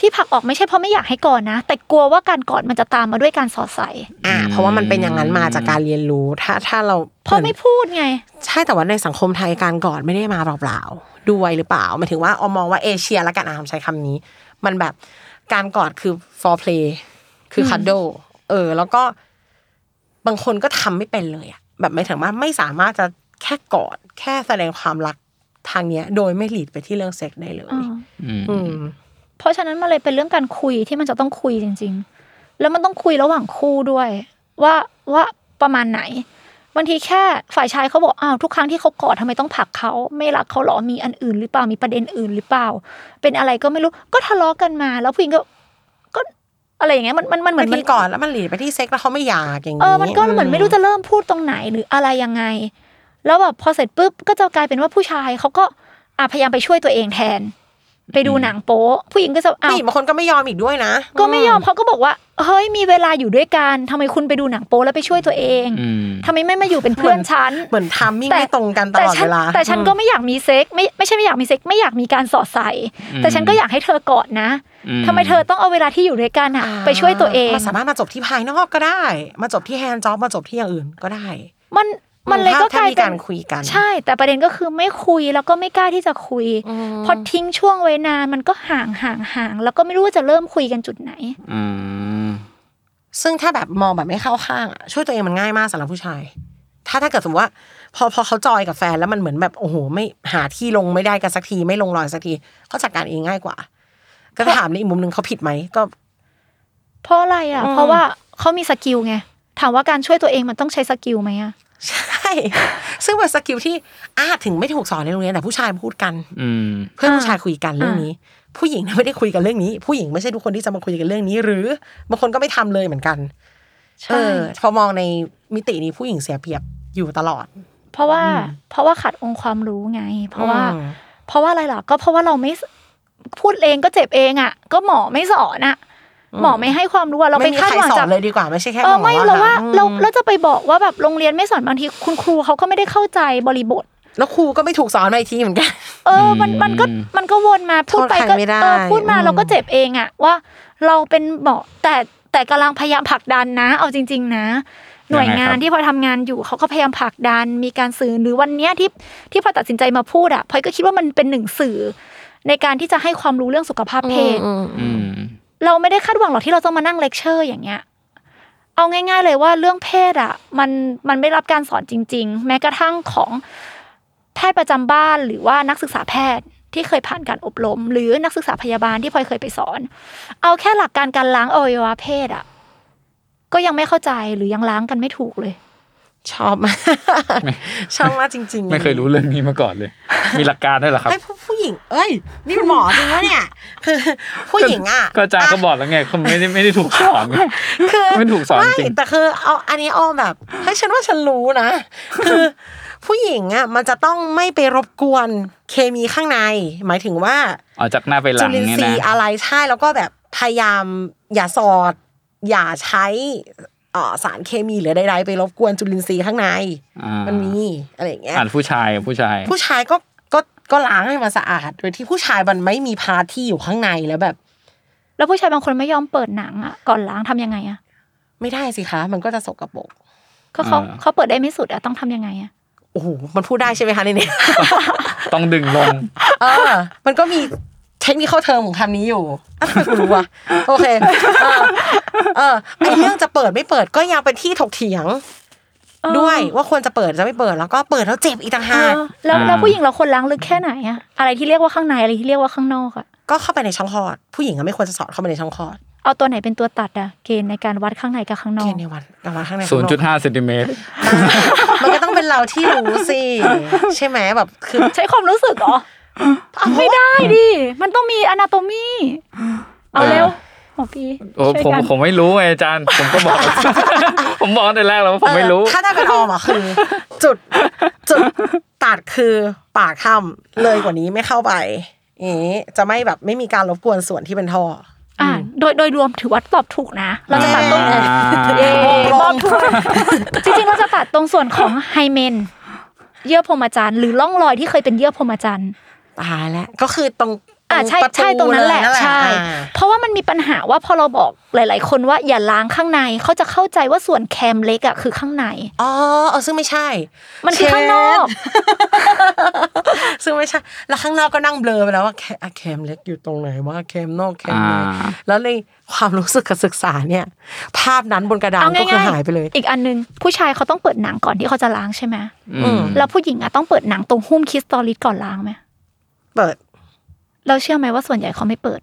[SPEAKER 4] ที่ผลักออกไม่ใช่เพราะไม่อยากให้กอดนะ แต่กลัวว่าการกอดมันจะตามมาด้วยการสอดใส่
[SPEAKER 3] อ่า เพราะว่ามันเป็นอย่างนั้นมาจากการเรียนรู้ ถ้าถ้าเรา
[SPEAKER 4] เพราะไม่พูดไง
[SPEAKER 3] ใช่แต่ว่าในสังคมไทยการกอดไม่ได้มาเปล่าๆด้วยหรือเปล่าหมายถึงว่าออมมองว่าเอเชียละกันอามใช้คำนี้ มันแบบการกอดคือ for play คือคัดโดเออ แล้วก็บางคนก็ทำไม่เป็นเลยอะแบบไม่ถึงว่าไม่สามารถจะแค่กอดแค่แสดงความรักทางเนี้ย โดยไม่หลีดไปที่เรื่องเซ็กส์ได้เลย
[SPEAKER 2] อืม
[SPEAKER 3] อืม
[SPEAKER 4] เพราะฉะนั้นมันเลยเป็นเรื่องการคุยที่มันจะต้องคุยจริง ๆ แล้วมันต้องคุยระหว่างคู่ด้วย ว่าว่าประมาณไหน บางทีแค่ฝ่ายชายเขาบอกอ้าวทุกครั้งที่เขากอดทำไมต้องผลักเขาไม่รักเขาเหรอมีอันอื่นหรือเปล่ามีประเด็นอื่นหรือเปล่า เป็นอะไรก็ไม่รู้ก็ทะเลาะกันมา แล้วผู้หญิงก็ก็อะไรอย่างเงี้ยมันมันมันเหมื
[SPEAKER 3] มั
[SPEAKER 4] อน น
[SPEAKER 3] มั
[SPEAKER 4] มัน น
[SPEAKER 3] ก่อนแล้วมันหลีดไปที่เซ็กแล้วเขาไม่อยากอย่างนี้
[SPEAKER 4] เออมันก็เหมือนไม่รู้จะเริ่มพูดตรงไหนหรืออะไรยังไง แล้วแบบพอเสร็จปุ๊บก็จะกลายเป็นว่าผู้ชายเขาก็อ่ะพยายามไปช่วยตัวเองแทน ไปดูหนังโป๊ะผู้หญิงก็จะอ้า
[SPEAKER 3] ผู้
[SPEAKER 4] ว
[SPEAKER 3] หญิงบางคนก็ไม่ยอมอีกด้วยนะ
[SPEAKER 4] ก็ไม่ยอมเขาก็บอกว่า เฮ้ยมีเวลาอยู่ด้วยกันทำไมคุณไปดูหนังโป๊แล้วไปช่วยตัวเอง
[SPEAKER 2] อืม
[SPEAKER 4] ทำไมไม่มาอยู่เป็นเพื่อนฉัน
[SPEAKER 3] เหมือนทามมิ่ง
[SPEAKER 4] แต่
[SPEAKER 3] ไม่ตรงกันต
[SPEAKER 4] แต่
[SPEAKER 3] ลอด
[SPEAKER 4] ฉั
[SPEAKER 3] เวลา
[SPEAKER 4] แต่ฉันก็ไม่อยากมีเซ็กไม่ไม่ใช่ไม่อยากมีเซ็กไม่อยากมีการสอดใส่ แต่ฉันก็อยากให้เธอกอดนะ
[SPEAKER 2] อื
[SPEAKER 4] ทำไมเธอต้องเอาเวลาที่อยู่ด้วยกันอะ
[SPEAKER 3] อ่า
[SPEAKER 4] ไปช่วยตัวเอง
[SPEAKER 3] มันสามารถมาจบที่ภายนอกก็ได้ มาจบที่แฮนด์จ็อบมาจบที่อย่างอื่นก็ได้
[SPEAKER 4] มันมันเลยก็
[SPEAKER 3] ถ้
[SPEAKER 4] กลาย
[SPEAKER 3] มี
[SPEAKER 4] เป็
[SPEAKER 3] กาน รคุยกัน
[SPEAKER 4] ใช่ แต่ประเด็นก็คือไม่คุยแล้วก็ไม่กล้าที่จะคุย
[SPEAKER 3] อืม
[SPEAKER 4] พอทิ้งช่วงไว้นานมันก็ห่างห่างห่างแล้วก็ไม่รู้ว่าจะเริ่มคุยกันจุดไหน
[SPEAKER 2] อืม
[SPEAKER 3] ซึ่งถ้าแบบมองแบบไม่เข้าข้างอะช่วยตัวเองมันง่ายมากสำหรับผู้ชาย ถ้าถ้าเกิดสมมติว่า พอพอเขาจอยกับแฟนแล้วมันเหมือนแบบโอ้โหไม่หาที่ลงไม่ได้กันสักทีไม่ลงรอยสักทีเขาจัดการเองง่ายกว่า ก็ถามในอีกมุมหนึ่งเขาผิดไหมก็
[SPEAKER 4] เพราะอะไรอ่ะ
[SPEAKER 3] อืม
[SPEAKER 4] เพราะว่าเขามีสกิลไงถามว่าการช่วยตัวเองมันต้องใช้สกิลไหมอ่ะ
[SPEAKER 3] ใช่ ซึ่งเป็นสกิลที่อาถึงไม่ถูกสอนในโรงเรียนแต่ผู้ชายพูดกัน
[SPEAKER 2] อืม
[SPEAKER 3] เพื่อนผู้ชายคุยกันเรื่องนี้ ผู้หญิงไม่ได้คุยกันเรื่องนี้ ผู้หญิงไม่ใช่ทุกคนที่จะมาคุยกันเรื่องนี้ หรือบางคนก็ไม่ทำเลยเหมือนกันเอ
[SPEAKER 4] ใช่
[SPEAKER 3] อพอมองในมิตินี้ผู้หญิงเสียเปรียบอยู่ตลอด
[SPEAKER 4] เพราะว่าเพราะว่าขาดองค์ความรู้ไง เพราะว่า
[SPEAKER 3] อืม
[SPEAKER 4] เพราะว่าอะไรล่ะก็เพราะว่าเราไม่สพูดเองก็เจ็บเองอ่ะ ก็หมอไม่สอนอ่ะหมอไม่ให้ความรู้อะเราไป
[SPEAKER 3] ไม่มี
[SPEAKER 4] คาด
[SPEAKER 3] ใคร
[SPEAKER 4] หวัง
[SPEAKER 3] สอ
[SPEAKER 4] จาน ก
[SPEAKER 3] เลยดีกว่าไม่ใช่แค่
[SPEAKER 4] เออไม่เราว่า
[SPEAKER 3] อืม
[SPEAKER 4] เราเราจะไปบอกว่าแบบโรงเรียนไม่สอนบางทีคุณครูเขาก็ไม่ได้เข้าใจบริบท
[SPEAKER 3] แล้วครูก็ไม่ถูกสอนมาอีกทีเหมือนกัน
[SPEAKER 4] เออมันมันก็มันก็วนมาพูดไป
[SPEAKER 3] โทษใค
[SPEAKER 4] ก็
[SPEAKER 3] รไม่ได้
[SPEAKER 4] เออพูดมา
[SPEAKER 3] อืม
[SPEAKER 4] เราก็เจ็บเองอะว่าเราเป็นเบาะแต่แต่กำลังพยายามผลักดันนะ เอาจริง ๆ นะ หน่วยงานที่พลอยทำงานอยู่เขาก็พยายามผลักดันมีการสื่อหรือวันเนี้ยที่ที่พลอยตัดสินใจมาพูดอะพลอยก็คิดว่ามันเป็นหนึ่งสื่อ ในการที่จะให้ความรู้เรื่องสุขภาพเพศ
[SPEAKER 2] อืม
[SPEAKER 4] เราไม่ได้คาดหวังหรอกที่เราต้องมานั่งเลคเชอร์อย่างเงี้ย เอาง่าย ๆ เลยว่าเรื่องเพศอ่ะ มันมันไม่ได้รับการสอนจริง ๆ แม้กระทั่งของแพทย์ประจำบ้านหรือว่านักศึกษาแพทย์ที่เคยผ่านการอบรม หรือนักศึกษาพยาบาลที่พลอยเคยไปสอน เอาแค่หลักการการล้างอวัยวะเพศอ่ะ ก็ยังไม่เข้าใจหรือยังล้างกันไม่ถูกเลย
[SPEAKER 3] ชอบมากชอบมากจริงๆ
[SPEAKER 2] ไม่เคยรู้เรื่องนี้มาก่อนเลย มีหลักการด้วยเหรอครับ
[SPEAKER 3] ไอ้ยผู้ผู้หญิง เอ้ยนี่เป็นหมอจริงวะเนี่ยคือผู้หญิงอ่ะ
[SPEAKER 2] ก็อาจารย์ก็บอกแล้วไงเขาไม่ได้ไม่ได้ถูกสอนไง
[SPEAKER 3] คือ
[SPEAKER 2] ไม่ถูกสอน
[SPEAKER 3] ไม่
[SPEAKER 2] จริง
[SPEAKER 3] แต่คือเอาอันนี้อ้อมแบบ เฮ้ยฉันว่าฉันรู้นะ คือ ผู้หญิงอ่ะมันจะต้องไม่ไปรบกวนเคมีข้างใน หมายถึงว่า
[SPEAKER 2] อ๋อจากหน้าไปห
[SPEAKER 3] จุ
[SPEAKER 2] ลัง
[SPEAKER 3] ลิน
[SPEAKER 2] เนี่ย
[SPEAKER 3] ทรี
[SPEAKER 2] นะ
[SPEAKER 3] ย์อะไรใช่แล้วก็แบบพยายามอย่าสอด อย่าใช้เอ่อสารเคมีหรือใดๆไปรบกวนจุลินทรีย์ข้างใน
[SPEAKER 2] อ่า
[SPEAKER 3] มันมีอะไรอย่างเงี้ย
[SPEAKER 2] อ่านผู้ชายอ่ะผู้ชาย
[SPEAKER 3] ผู้ชายก็ก็ก็ล้างให้มันสะอาดโดยที่ผู้ชายมันไม่มีพาร์ทที่อยู่ข้างในแล้วแบบ
[SPEAKER 4] แล้วผู้ชายบางคนไม่ยอมเปิดหนังอ่ะก่อนล้างทำยังไงอ่ะ
[SPEAKER 3] ไม่ได้สิคะ มันก็จะสกปรก
[SPEAKER 4] ก็เขา
[SPEAKER 2] อ่า
[SPEAKER 4] เขาเปิดได้ไม่สุดอ่ะต้องทำยังไงอ่ะ
[SPEAKER 3] โอ้โหมันพูดได้ใช่ไหมคะในนี้
[SPEAKER 2] ต้องดึงลง
[SPEAKER 3] เออมันก็มีเทคนิคเทอมของคำนี้อยู่อ้าวทำไมกูรู้วะโอเค เออเออไอเรื่องจะเปิดไม่เปิดก็ยังเป็นที่ถกเถียง
[SPEAKER 4] เออ
[SPEAKER 3] ด้วยว่าควรจะเปิดจะไม่เปิดแล้วก็เปิดแล้วเจ็บอีกต่างหาก
[SPEAKER 4] เออแล้ว
[SPEAKER 2] อ่า
[SPEAKER 4] แล้วผู้หญิงเราควรล้างลึกแค่ไหนอะอะไรที่เรียกว่าข้างในอะไรที่เรียกว่าข้างนอกอะ
[SPEAKER 3] ก็เข้าไปในช่องคลอด ผู้หญิงอะไม่ควรจะสอดเข้าไปในช่องคลอด
[SPEAKER 4] เอาตัวไหนเป็นตัวตัดอะเกณฑ์ในการวัดข้างในกับข้างนอ
[SPEAKER 3] เก
[SPEAKER 4] ก
[SPEAKER 3] ณฑ์ในวันกลางวันข้างใน
[SPEAKER 2] ศูนย์จุด
[SPEAKER 3] ข้างนอก
[SPEAKER 2] ห้าเซนติเมตร
[SPEAKER 3] มันก็ต้องเป็นเราที่รู้สิ ใช่ไหมแบบคือ
[SPEAKER 4] ใช้ความรู้สึกเหรอไม่ได้ดิมันต้องมีอนาโตมีเอาเร็วหมอปี
[SPEAKER 2] โอ้
[SPEAKER 4] ช่วย
[SPEAKER 2] ผม
[SPEAKER 4] กัน
[SPEAKER 2] ผมไม่รู้ไงอาจารย์ ผมก็บอก ผมบอกตั้งแต่แรกแล้วว่าผมไม่รู้
[SPEAKER 3] เออถ้าได้เป็นออมอะคือ จุดจุดตัดคือปากถ้ำเลยกว่านี้ไม่เข้าไปเอ๋จะไม่แบบไม่มีการรบกวนส่วนที่เป็นท่อ
[SPEAKER 4] อ่าโดยโดยรวมถือว่าตอบถูกนะ เราจะตัดตรง
[SPEAKER 3] อ่า
[SPEAKER 4] เย้
[SPEAKER 3] ลง
[SPEAKER 4] ตอบถูกจริงๆเราจะตัดตรงส่วนของไฮเมน เยื่อพรหมจรรย์หรือร่องรอยที่เคยเป็นเยื่อพรหมจรรย์
[SPEAKER 3] ตายแล้วก็คือตรง
[SPEAKER 4] อ่าใช่
[SPEAKER 3] ปะ
[SPEAKER 4] ใช่ตรงนั้นแหละ
[SPEAKER 3] เย
[SPEAKER 4] ใช่
[SPEAKER 3] อ่า
[SPEAKER 4] เพราะว่ามันมีปัญหาว่าพอเราบอกหลาย ๆ คนว่าอย่าล้างข้างในเขาจะเข้าใจว่าส่วนแคมเล็กอะคือข้างใน
[SPEAKER 3] อ๋อเออซึ่งไม่ใช่
[SPEAKER 4] มันคือข้างนอก
[SPEAKER 3] ซึ่งไม่ใช่ แล้วข้างนอกก็นั่งเบลอไปแล้วว่าแคอ่ะแคมเล็กอยู่ตรงไหนว่าแคมนอกแคมใน
[SPEAKER 2] อ่า
[SPEAKER 3] แล้วในความรู้สึกกับศึกษาเนี่ย ภาพนั้นบนกระดาน
[SPEAKER 4] เอา
[SPEAKER 3] ก็คื
[SPEAKER 4] ง่าย
[SPEAKER 3] อ
[SPEAKER 4] ๆ
[SPEAKER 3] หายไปเลย
[SPEAKER 4] อีกอันนึงผู้ชายเขาต้องเปิดหนังก่อนที่เขาจะล้างใช่ไหม
[SPEAKER 2] อืม
[SPEAKER 4] แล้วผู้หญิงอะต้องเปิดหนังตรงหุ้มคิสตอริสก่อนล้างไหม
[SPEAKER 3] เปิด
[SPEAKER 4] เราเชื่อไหมว่าส่วนใหญ่เขาไม่เปิด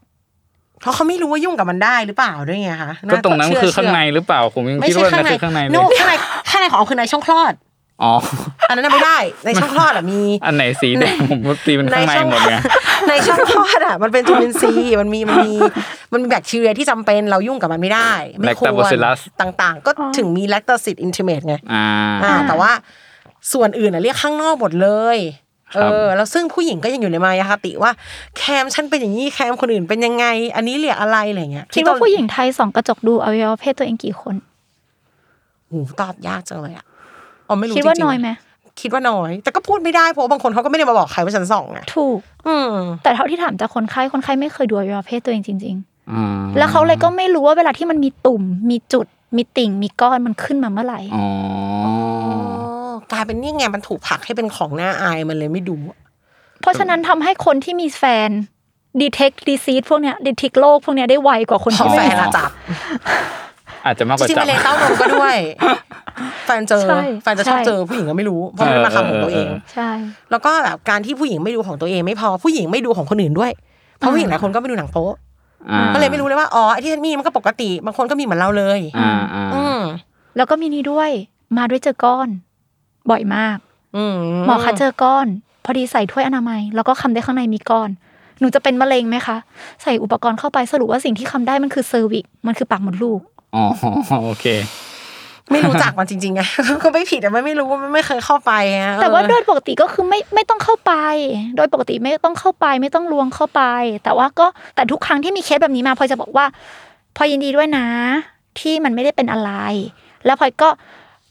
[SPEAKER 3] เพราะเขาไม่รู้ว่ายุ่งกับมันได้หรือเปล่าด้วยไงคะา
[SPEAKER 2] ก็ตรงนั้น
[SPEAKER 3] เชื่
[SPEAKER 2] คือข้างใน
[SPEAKER 3] เชื่
[SPEAKER 2] หรือเปล่า ผมยัง
[SPEAKER 3] อไม่
[SPEAKER 2] คิด
[SPEAKER 3] ใช่
[SPEAKER 2] ว่า
[SPEAKER 3] ข้า
[SPEAKER 2] นั่
[SPEAKER 3] งใน
[SPEAKER 2] นคือข้างในเล
[SPEAKER 3] โน้
[SPEAKER 2] ย
[SPEAKER 3] ข้างในข้างในของเอาคือในช่องคลอด
[SPEAKER 2] อ๋อ
[SPEAKER 3] อันนั้นนะไม่ได้ ในช่องคลอดอะมี
[SPEAKER 2] อันไหนสีแดงผมก็ตีเป็นข้างในหมดไง
[SPEAKER 3] ในช่องคลอดอ่ะมันเป็นจุลินทรีย์มันมีมันมีมันมีแบคทีเรียที่จำเป็นเรายุ่งกับมันไม่ได้ ไม่ควร
[SPEAKER 2] Lactobacillus
[SPEAKER 3] ต่างๆ ก็ถึงมีแลคตาซิตอินทิเมตไง
[SPEAKER 2] อ่า
[SPEAKER 3] อ่าแต่ว่าส่วนอื่นอ่ะเรียกข้างนอกหมดเลย เออแล้วซึ่งผู้หญิงก็ยังอยู่ในมายาคติว่า แคมฉันเป็นอย่างนี้แคมคนอื่นเป็นยังไง อันนี้เหลืออะไรอะไรเงี้ย
[SPEAKER 4] คิดว่าผู้หญิงไทยส่องกระจกดูอวัยวะเพศตัวเองกี่คน
[SPEAKER 3] หูตอบยากจังเลยอ่ะอ๋อไม่รู้
[SPEAKER 4] คิดว่า
[SPEAKER 3] จริงๆ
[SPEAKER 4] น้อยไหม
[SPEAKER 3] คิดว่าน้อย แต่ก็พูดไม่ได้เพราะบางคนเขาก็ไม่ได้มาบอกใครว่าฉันส่องไง
[SPEAKER 4] ถูก
[SPEAKER 3] อืม
[SPEAKER 4] แต่เท่าที่ถามจากคนไข้คนไข้ไม่เคยดูอวัยวะเพศตัวเองจริง
[SPEAKER 2] อ่า
[SPEAKER 4] ๆ แล้วเขาเลยก็ไม่รู้ว่าเวลาที่มันมีตุ่ม มีจุด มีติ่ง มีก้อนมันขึ้นมาเมื่อไหร่
[SPEAKER 2] อ๋อ
[SPEAKER 3] กลายเป็นนี่ไงมันถูกผลักให้เป็นของหน้าอายมันเลยไม่ดู
[SPEAKER 4] เพราะฉะนั้นทำให้คนที่มีแฟนดีเทคดีซีดพวกเนี้ยดีเทคโรคพวกเนี้ยได้ไวกว่าคน
[SPEAKER 3] ขอ
[SPEAKER 4] ที่
[SPEAKER 3] ง
[SPEAKER 4] ไม่
[SPEAKER 3] แฟ
[SPEAKER 4] มี
[SPEAKER 3] นอะ
[SPEAKER 2] อ๋อ
[SPEAKER 3] จับ
[SPEAKER 2] อาจจะมากก
[SPEAKER 3] จ
[SPEAKER 2] ว่า
[SPEAKER 3] ริงๆ
[SPEAKER 2] จั
[SPEAKER 3] ไป
[SPEAKER 2] บ
[SPEAKER 3] เลยเต้านมก็ด้วย แฟนเจอ
[SPEAKER 4] ใช่
[SPEAKER 3] แฟนจะชอบ
[SPEAKER 4] ใช่
[SPEAKER 3] เจอผู้หญิงก็ไม่รู้เพราะมันเป็นมาคำของตัวเอง
[SPEAKER 2] เออเออเออ
[SPEAKER 4] ใช่
[SPEAKER 3] แล้วก็แบบการที่ผู้หญิงไม่ดูของตัวเองไม่พอผู้หญิงไม่ดูของคนอื่นด้วยเพราะผู้หญิงหลายคนก็ไม่ดูหนังโป๊ะ
[SPEAKER 2] อ่า
[SPEAKER 3] ก็เลยไม่รู้เลยว่าอ๋อไอ้ที่ฉันมีมันก็ปกติบางคนก็มีเหมือนเราเลย
[SPEAKER 2] อ่าอ่า
[SPEAKER 3] อืม
[SPEAKER 4] แล้วก็มีนี้ด้วย มาด้วยเจอก้อน บ่อยมาก
[SPEAKER 3] อืม
[SPEAKER 4] หมอคะเจอก้อน พอดีใส่ถ้วยอนามัย แล้วก็คำได้ข้างในมีก้อน หนูจะเป็นมะเร็งไหมคะ ใส่อุปกรณ์เข้าไปสรุปว่าสิ่งที่คำได้มันคือเซอร์วิกมันคือปากมดลูก
[SPEAKER 2] อ๋อโอเค
[SPEAKER 3] ไม่รู้จักมันจริงๆไง ก็ไม่ผิดแต่ไม่รู้ว่ามันไม่เคยเข้าไปอะ
[SPEAKER 4] แต่ว่า
[SPEAKER 3] เออ
[SPEAKER 4] โดยปกติก็คือไม่ไม่ต้องเข้าไป โดยปกติไม่ต้องเข้าไป ไม่ต้องลวงเข้าไป แต่ว่าก็แต่ทุกครั้งที่มีเคสแบบนี้มาพลอยจะบอกว่าพลอยยินดีด้วยนะ ที่มันไม่ได้เป็นอะไร แล้วพลอยก็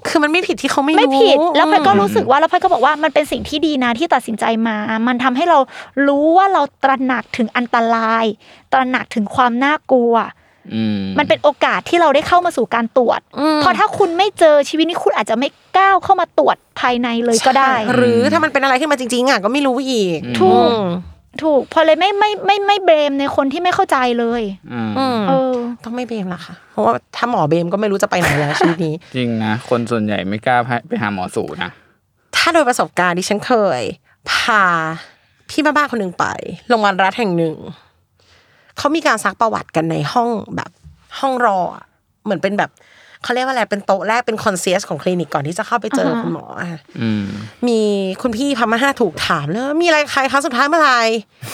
[SPEAKER 3] คือมันไม่ผิดที่เขาไม่รู้
[SPEAKER 4] ไม่ผิด แล้วพลอยก็รู้สึกว่าแล้วพลอยก็บอกว่ามันเป็นสิ่งที่ดีนะที่ตัดสินใจมา มันทำให้เรารู้ว่าเราตระหนักถึงอันตราย ตระหนักถึงความน่ากลัว
[SPEAKER 2] อืม
[SPEAKER 4] มันเป็นโอกาสที่เราได้เข้ามาสู่การตรวจ
[SPEAKER 3] ม
[SPEAKER 4] เพราะถ้าคุณไม่เจอชีวิตนี้คุณอาจจะไม่ก้าวเข้ามาตรวจภายในเลยก็ได้
[SPEAKER 3] หรือถ้ามันเป็นอะไรขึ้นมาจริงๆอ่ะก็ไม่รู้อีก
[SPEAKER 4] ถูก ถูกพอเลยไม่ไม่ไม่ไม่เบรมในคนที่ไม่เข้าใจเลย
[SPEAKER 2] อืม
[SPEAKER 3] อืม
[SPEAKER 4] เออ
[SPEAKER 3] ต้องไม่เบมละค่ะ เพราะว่าถ้าหมอเบมก็ไม่รู้จะไปไหนแล้วชีวิตนี้
[SPEAKER 2] จริงนะ คนส่วนใหญ่ไม่กล้าไปหาหมอสูนะ
[SPEAKER 3] ถ้าโดยประสบการณ์ที่ฉันเคย พาพี่บ้าๆคนหนึ่งไปโรงพยาบาลรัฐแห่งหนึ่ง เขามีการซักประวัติกันในห้องแบบห้องรออะเหมือนเป็นแบบเขาเรียกว่าอะไรเป็นโต๊ะแรกเป็นคอนเซียสของคลินิกก่อนที่จะเข้าไปเจอคุณหมออะ
[SPEAKER 2] อืม
[SPEAKER 3] มีคุณพี่พม่าถูกถามแล้วามีอะไรใครครั้งสุดท้ายเมื่อไหร่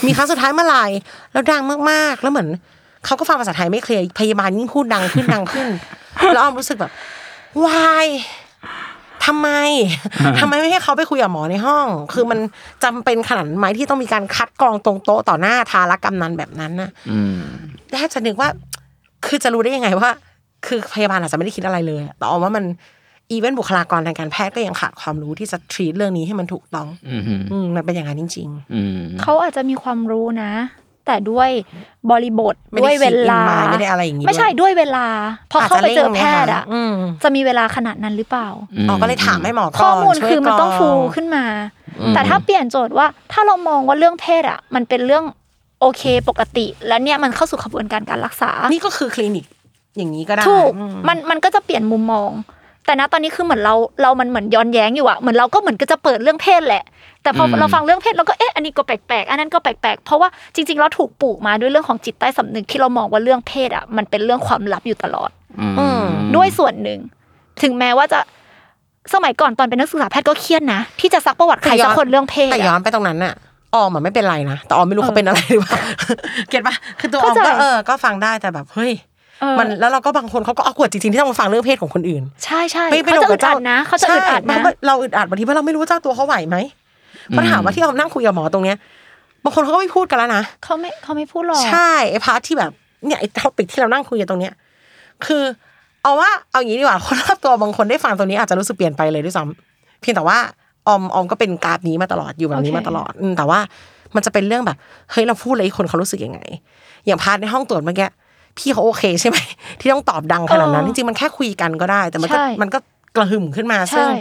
[SPEAKER 3] มีครั้งสุดท้ายเมื่อไหร่แล้วดังมากๆ แล้วเหมือนเขาก็ฟังภาษาไทยไม่เคลียร์พยาบาลยิ่งพูดดังขึ้นดังขึ้น แล้วออมรู้สึกแบบวายทำไมทำไมไม่ให้เขาไปคุยกับหมอในห้อง คือมันจำเป็นขนาดนั้นไหมที่ต้องมีการคัดกรองตรงโต๊ะต่อหน้าทารกำนันแบบนั้นน่ะ
[SPEAKER 2] อืม
[SPEAKER 3] แทบจะนึกว่า คือจะรู้ได้ยังไงว่า คือพยาบาลอาจจะไม่ได้คิดอะไรเลยอะแต่ออมว่ามันอีเวนบุคลากรทางการแพทย์ก็ยังขาดความรู้ที่จะ treat เรื่องนี้ให้มันถูกต้อง
[SPEAKER 2] อืมอืม
[SPEAKER 3] อืมมันเป็นอย่างนั้นจริง
[SPEAKER 2] อืม
[SPEAKER 4] เขาอาจจะมีความรู้นะ แต่ด้วยบริบท
[SPEAKER 3] ไม่ได้
[SPEAKER 4] ด้วยเวลา
[SPEAKER 3] keep in mind ไม่ได้อะไรอย่างงี้ด้วย
[SPEAKER 4] ไม่ใช่ด้วยเวลา
[SPEAKER 3] ๆ
[SPEAKER 4] พอเข้าไปเจอแพท
[SPEAKER 3] าจจ
[SPEAKER 4] ย์
[SPEAKER 3] เร่งไหม
[SPEAKER 4] อ่ะ
[SPEAKER 3] คอืม
[SPEAKER 4] จะมีเวลาขนาดนั้นหรือเปล่า
[SPEAKER 2] ม
[SPEAKER 3] อ๋อก็เลยถามให้หมอก่น
[SPEAKER 4] ข้อมูล
[SPEAKER 3] ช่วย
[SPEAKER 4] คือมัน
[SPEAKER 3] กร
[SPEAKER 4] ต้องฟูขึ้นมา แต่ถ้าเปลี่ยนโจทย์ว่าถ้าเรามองว่าเรื่องเพศอ่ะ มันเป็นเรื่องโอเคปกติ แล้วเนี่ยมันเข้าสู่ขบวนการการรักษา
[SPEAKER 3] นี่ก็คือคลินิก อย่างนี้ก็ได้
[SPEAKER 4] ถูก
[SPEAKER 3] อืม
[SPEAKER 4] มันมันก็จะเปลี่ยนมุมมอง แต่นะตอนนี้คือเหมือนเราเรามันเหมือนย้อนแย้งอยู่อะเหมือนเราก็เหมือนก็จะเปิดเรื่องเพศแหละ แต่พอเราฟังเรื่องเพศเราก็เอ๊ะอันนี้ก็แปลกๆอันนั้นก็แปลกๆเพราะว่าจริงๆเราถูกปลูกมาด้วยเรื่องของจิตใต้สำนึกที่เรามองว่าเรื่องเพศอะมันเป็นเรื่องความลับอยู่ตลอด
[SPEAKER 2] อืม
[SPEAKER 3] อืม
[SPEAKER 4] ด้วยส่วนหนึ่ง ถึงแม้ว่าจะสมัยก่อนตอนเป็นนักศึกษาแพทย์ก็เครียดนะ ที่จะซักประวัติใครสักคนเรื่องเพศ
[SPEAKER 3] แต่ย้อ
[SPEAKER 4] อะ
[SPEAKER 3] นไปตรงนั้นน่ะออมอะไม่เป็นไรนะแต่ออมไม่รู้เขาเป็นอะไรหรือเปล่า เก็ตปะคือตัวออม
[SPEAKER 4] เข้าใจ
[SPEAKER 3] ก็เออก็ฟังได้แต่แบบเฮ้ย
[SPEAKER 4] เออ
[SPEAKER 3] มันแล้วเราก็บางคนเขาก็เอากวดจริงๆที่ต้องมาฟังเรื่องเพศของคนอื่น
[SPEAKER 4] ใช่ใช่
[SPEAKER 3] ไม่ไม่
[SPEAKER 4] เขา
[SPEAKER 3] ลง
[SPEAKER 4] จะอึ
[SPEAKER 3] กับ
[SPEAKER 4] ด
[SPEAKER 3] เจ้า
[SPEAKER 4] อัดนะเขาจะอึดอัด
[SPEAKER 3] ใช่
[SPEAKER 4] นะ
[SPEAKER 3] บางคเราอึดอัดบางทีเพราะเราไม่รู้ว่าเจ้าตัวเขาไหวไหมเพราะถามว่าที่เรานั่งคุยกับหมอตรงเนี้ยบางคนเขาก็ไม่พูดกันแล้วนะ
[SPEAKER 4] เขาไม่เขาไม่พูดหรอก
[SPEAKER 3] ใช่ไอ้พาร์ทที่แบบเนี่ยไอ้ท็อปิกที่เรานั่งคุยกันตรงเนี้ยคือเอาว่าเอาอย่างนี้ดีกว่าคนรอบตัวบางคนได้ฟังตรงนี้อาจจะรู้สึกเปลี่ยนไปเลยด้วยซ้ำเพียงแต่ว่าออมออมก็เป็นกราฟนี้มาตลอดอยู่แบบนี้มาตลอดอืมแต่ว่ามันจะเป็นเรื่องแบบเฮ้ยเราพูดเลยคนเขารู้สึกยังไง อย่างพาร์ทในห้องตรวจเมื่อกี้พี่เขาโอเคใช่ไหม ที่ต้องตอบดังขนาดนั้นจริงๆมันแค่คุยกันก็ได้ แต่มันก็
[SPEAKER 4] ใช่
[SPEAKER 3] มันก็กระหึ่มขึ้นมาซึ่ง
[SPEAKER 4] ใช่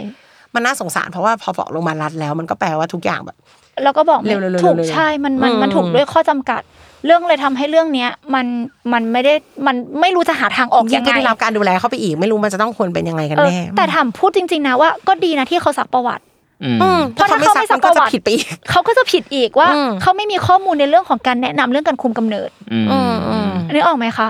[SPEAKER 3] มันน่าสงสารเพราะว่าพอบอกลงมาลรัฐแล้วมันก็แปลว่าทุกอย่างแบบ
[SPEAKER 4] แล้วก็บอกไม่
[SPEAKER 3] เร็วๆเร็วๆ
[SPEAKER 4] ถูก
[SPEAKER 3] เร็วๆ
[SPEAKER 4] ใช่มันมัน
[SPEAKER 3] อืม
[SPEAKER 4] มันถูกด้วยข้อจำกัด เรื่องเลยทำให้เรื่องเนี้ยมันมันไม่ได้มันไม่รู้จะหาทางออก
[SPEAKER 3] ยิ่
[SPEAKER 4] ยัง ง
[SPEAKER 3] ก็
[SPEAKER 4] ไง
[SPEAKER 3] ได้รับการดูแลเข้าไปอีกไม่รู้มันจะต้องควรเป็นยังไงกัน
[SPEAKER 4] เออ
[SPEAKER 3] แน่
[SPEAKER 4] แต่ถามพูดจริง ๆ นะว่าก็ดีนะที่เขาสักประวัติ
[SPEAKER 2] อืม
[SPEAKER 3] อืม
[SPEAKER 4] เพราะถ้าเขาไม่สัก
[SPEAKER 3] นก็
[SPEAKER 4] ประ
[SPEAKER 3] จะ
[SPEAKER 4] วัติ
[SPEAKER 3] ผิดไปอีก
[SPEAKER 4] เขาก็ จะผิดอีกว่า
[SPEAKER 3] อืม
[SPEAKER 4] เขาไม่มีข้อมูลในเรื่องของการแนะนำเรื่องการคุมกำเนิด
[SPEAKER 2] อืม อืม
[SPEAKER 4] นึกออกไหมคะ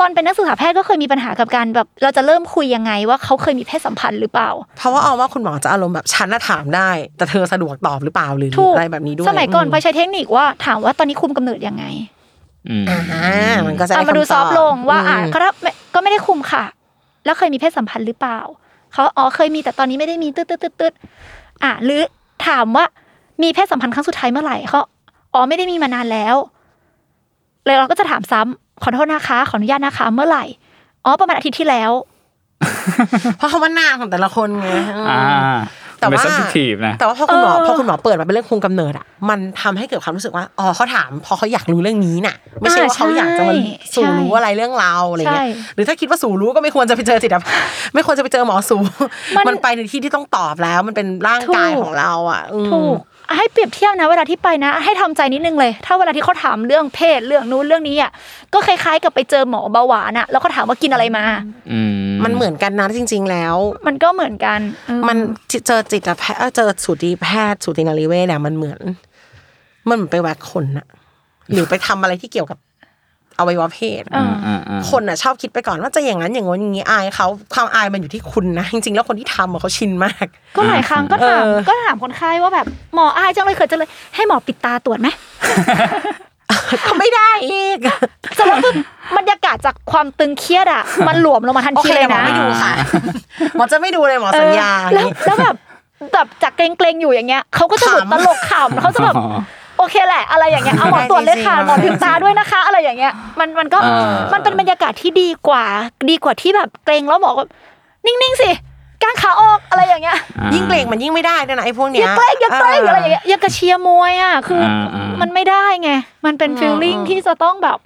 [SPEAKER 4] ตอนเป็นนักศึกษาแพทย์ก็เคยมีปัญหากับการแบบ เราจะเริ่มคุยยังไงว่าเขาเคยมีเพศสัมพันธ์หรือเปล่า
[SPEAKER 3] เพราะว่าเอาว่าคุณหมอจะอารมณ์แบบฉันน่ะถามได้ แต่เธอสะดวกตอบหรือเปล่าหรือ
[SPEAKER 4] ถูก
[SPEAKER 3] อะไรแบบนี้ด้วย
[SPEAKER 4] สมัยก่อนพลอย
[SPEAKER 3] ม
[SPEAKER 4] ใช้เทคนิคว่าถามว่าตอนนี้คุมกำเนิดยังไง
[SPEAKER 2] อืม
[SPEAKER 3] อ่ามันก็จะได้
[SPEAKER 4] อ่ะมาดู
[SPEAKER 3] คำต
[SPEAKER 4] ซอฟต์ลงว่าอ่ะ
[SPEAKER 3] ม
[SPEAKER 4] ก็รับไม่ก็ไม่ได้คุมค่ะ แล้วเคยมีเพศสัมพันธ์หรือเปล่าเขาอ๋อเคยมีแต่ตอนนี้ไม่ได้มีตืดตืดตืดตืดอ่ะหรือถามว่า มีเพศสัมพันธ์ครั้งสุดท้ายเมื่อไหร่เขาอ๋อไม่ได้มีมานานแล้ว เลยเราก็จะถามซ้ำขอโทษนะคะ ขออนุญาตนะคะ เมื่อไหร่อ๋อประมาณอาทิตย์ที่แล้ว
[SPEAKER 3] เพราะคำว่าหน้าของแต่ละคนไงอืม
[SPEAKER 2] อ่า
[SPEAKER 3] แต่ว่า
[SPEAKER 2] เป็น sensitive นะ
[SPEAKER 3] แต่ว่าพอคุณหมอ
[SPEAKER 4] เออ
[SPEAKER 3] พอคุณหมอเปิดมาเป็นเรื่องคุมกำเนิดอ่ะมันทำให้เกิดความรู้สึกว่าอ๋อเขาถามเพอเขาอยากรู้เรื่องนี้น่ะ ไม่ใช่ว่าเขาอยากจะมาสู่รู้อะไรเรื่องเราอะไรเงี้ย
[SPEAKER 4] ใช่
[SPEAKER 3] หรือถ้าคิดว่าสูรู้ก็ไม่ควรจะไปเจอจิตแพท ย์ไม่ควรจะไปเจอหมอสู
[SPEAKER 4] มัน
[SPEAKER 3] มันไปในที่ที่ต้องตอบแล้ว มันเป็นร่างกาย
[SPEAKER 4] ถูก
[SPEAKER 3] ของเราอ่ะอืม
[SPEAKER 4] ถูกให้เปรียบเทียบนะเวลาที่ไปนะ ให้ทำใจนิดนึงเลย ถ้าเวลาที่เขาถามเรื่องเพศเรื่องนู้นเรื่องนี้อ่ะก็คล้ายๆ กับไปเจอหมอเบาหวานอ่ะแล้วก็ถามว่ากินอะไรมา
[SPEAKER 2] อื
[SPEAKER 3] มันเหมือนกันนะจริง ๆ แล้ว
[SPEAKER 4] มันก็เหมือนกันเออ
[SPEAKER 3] มันเจอจิตแพทย์เอ่อเจอสูติแพทย์สูตินารีเวชเนี่ยมันเหมือน มันเหมือนไปแวกคนน่ะ หรือไปทำอะไรที่เกี่ยวกับอวัยวะเพศอะ
[SPEAKER 4] เออ
[SPEAKER 2] อ่าอ่า
[SPEAKER 3] คนน่ะชอบคิดไปก่อนว่าจะอย่างนั้นอย่างงี้นอย่างนี้อายเขาความอายมันอยู่ที่คุณนะ จริงๆ แล้วคนที่ทำอะเขาชินมาก
[SPEAKER 4] ก็หลายครั้งก็ถาม
[SPEAKER 3] เออ
[SPEAKER 4] ก็ถามคนไข้ว่าแบบหมออายจังเลยเขินจังเลยให้หมอปิดตาตรวจไหม
[SPEAKER 3] เขาไม่ได้อีก
[SPEAKER 4] สำหรับคือบรรยากาศจากความตึงเครียดอ่ะ มันหลวมลงมาทัน
[SPEAKER 3] โอ
[SPEAKER 4] ที
[SPEAKER 3] เค
[SPEAKER 4] เล
[SPEAKER 3] เดี๋
[SPEAKER 4] ย
[SPEAKER 3] ยวหมอ
[SPEAKER 4] นะ
[SPEAKER 3] ไม่ดูค่ะ หมอจะไม่ดูเลยหมอสัญญา
[SPEAKER 4] เออแล้วแล้วแบบแบบจากเกรงๆอยู่อย่างเงี้ยเขาก็จะหลุดตลกขำเขาจะแบบโอเคแหละ อะไรอย่างเงี้ยเอาหมอตรวจเลยค่ะหมอปิดตาด้วยนะคะ อะไรอย่างเงี้ย มันมันก็มันเป็นบรรยากาศที่ดีกว่า ดีกว่าที่แบบเกรงแล้วหมอก็นิ่งๆสิกางขาออกอะไรอย่างเงี้ย
[SPEAKER 2] อ่า
[SPEAKER 3] ยิ่งเกรงมันยิ่งไม่ได้ด้วยนะไอ้พวก
[SPEAKER 4] อ
[SPEAKER 3] เนี้ย
[SPEAKER 4] ย่าเกล้งอย่าเกล้งอะไรอย่างเงี้ยอย่ากระเชียร์มวยอ่ะคืออา
[SPEAKER 2] อ่ามั
[SPEAKER 4] มันไม่ได้ไง มันเป็นฟีลลิ่งที่จะต้องแบบ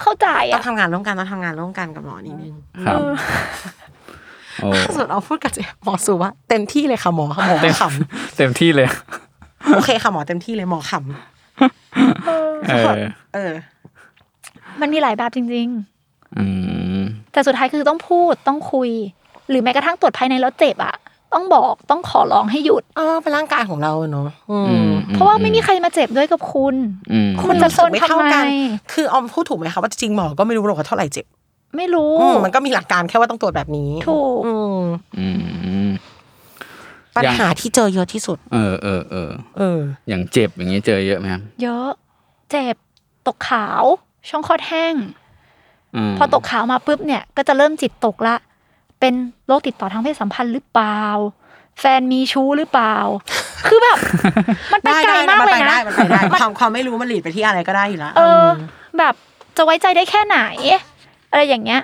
[SPEAKER 4] เข้าใจ
[SPEAKER 3] ต้อ
[SPEAKER 4] อ่ะ
[SPEAKER 3] งทำงานร่วมกันต้องทำงานร่วมกันกับหมอนิดนึง
[SPEAKER 2] ครับโอ้
[SPEAKER 3] ล่าสุดเอาพูดกับเจ๊หมอสูว่าเต็มที่เลยค่ะหมอค่ะหมอ ข
[SPEAKER 2] เต็มที่เลย
[SPEAKER 3] ำโอเคค่ะหมอเต็มที่เลยหมอข
[SPEAKER 2] เออ
[SPEAKER 3] ำเออ
[SPEAKER 4] มันมีหลายแบบจริง
[SPEAKER 2] อืม
[SPEAKER 4] ๆ แต่สุดท้ายคือต้องพูดต้องคุย หรือแม้กระทั่งตรวจภายในแล้วเจ็บอ่ะ ต้องบอกต้องขอร้องให้หยุด
[SPEAKER 3] เออเป็นร่างกายของเราเนอะอืม
[SPEAKER 2] อืม
[SPEAKER 4] เพราะว่าไม่มีใครมาเจ็บด้วยกับคุณ
[SPEAKER 2] อืม
[SPEAKER 4] คุณจะทน
[SPEAKER 3] ไม่
[SPEAKER 4] ทำ
[SPEAKER 3] เท่า
[SPEAKER 4] ไม
[SPEAKER 3] กัน คือออมพูดถูกไหมคะว่าจริงๆหมอก็ไม่รู้หรอกว่าเท่าไหร่เจ็บ
[SPEAKER 4] ไม่รู้
[SPEAKER 3] อืมมันก็มีหลักการแค่ว่าต้องตรวจแบบนี้
[SPEAKER 4] ถูก
[SPEAKER 3] อืม
[SPEAKER 2] อืม
[SPEAKER 3] ปัญ
[SPEAKER 2] อย่าง
[SPEAKER 3] หาที่เจอเยอะที่สุด
[SPEAKER 2] เออเออเออ
[SPEAKER 3] เออ
[SPEAKER 2] อย่างเจ็บอย่างนี้เจอเยอะไหมครับ
[SPEAKER 4] เยอะเจ็บตกขาว ช่องคลอดแห้ง
[SPEAKER 2] ม
[SPEAKER 4] พอตกขาวมาปุ๊บเนี่ยก็จะเริ่มจิตตกละ เป็นโรคติดต่อทางเพศสัมพันธ์หรือเปล่า แฟนมีชู้หรือเป ล่า คือแบบ มันไป
[SPEAKER 3] ได้
[SPEAKER 4] ไกล
[SPEAKER 3] ได้
[SPEAKER 4] มาก
[SPEAKER 3] มัน
[SPEAKER 4] เล
[SPEAKER 3] ไป
[SPEAKER 4] ย
[SPEAKER 3] ได้
[SPEAKER 4] นะ
[SPEAKER 3] มันไปได้ความความไม่รู้มันหลีดไปที่อะไรก็ได้อยู่แล้ว
[SPEAKER 4] เออ แบบจะไว้ใจได้แค่ไหน อะไรอย่างเงี้ย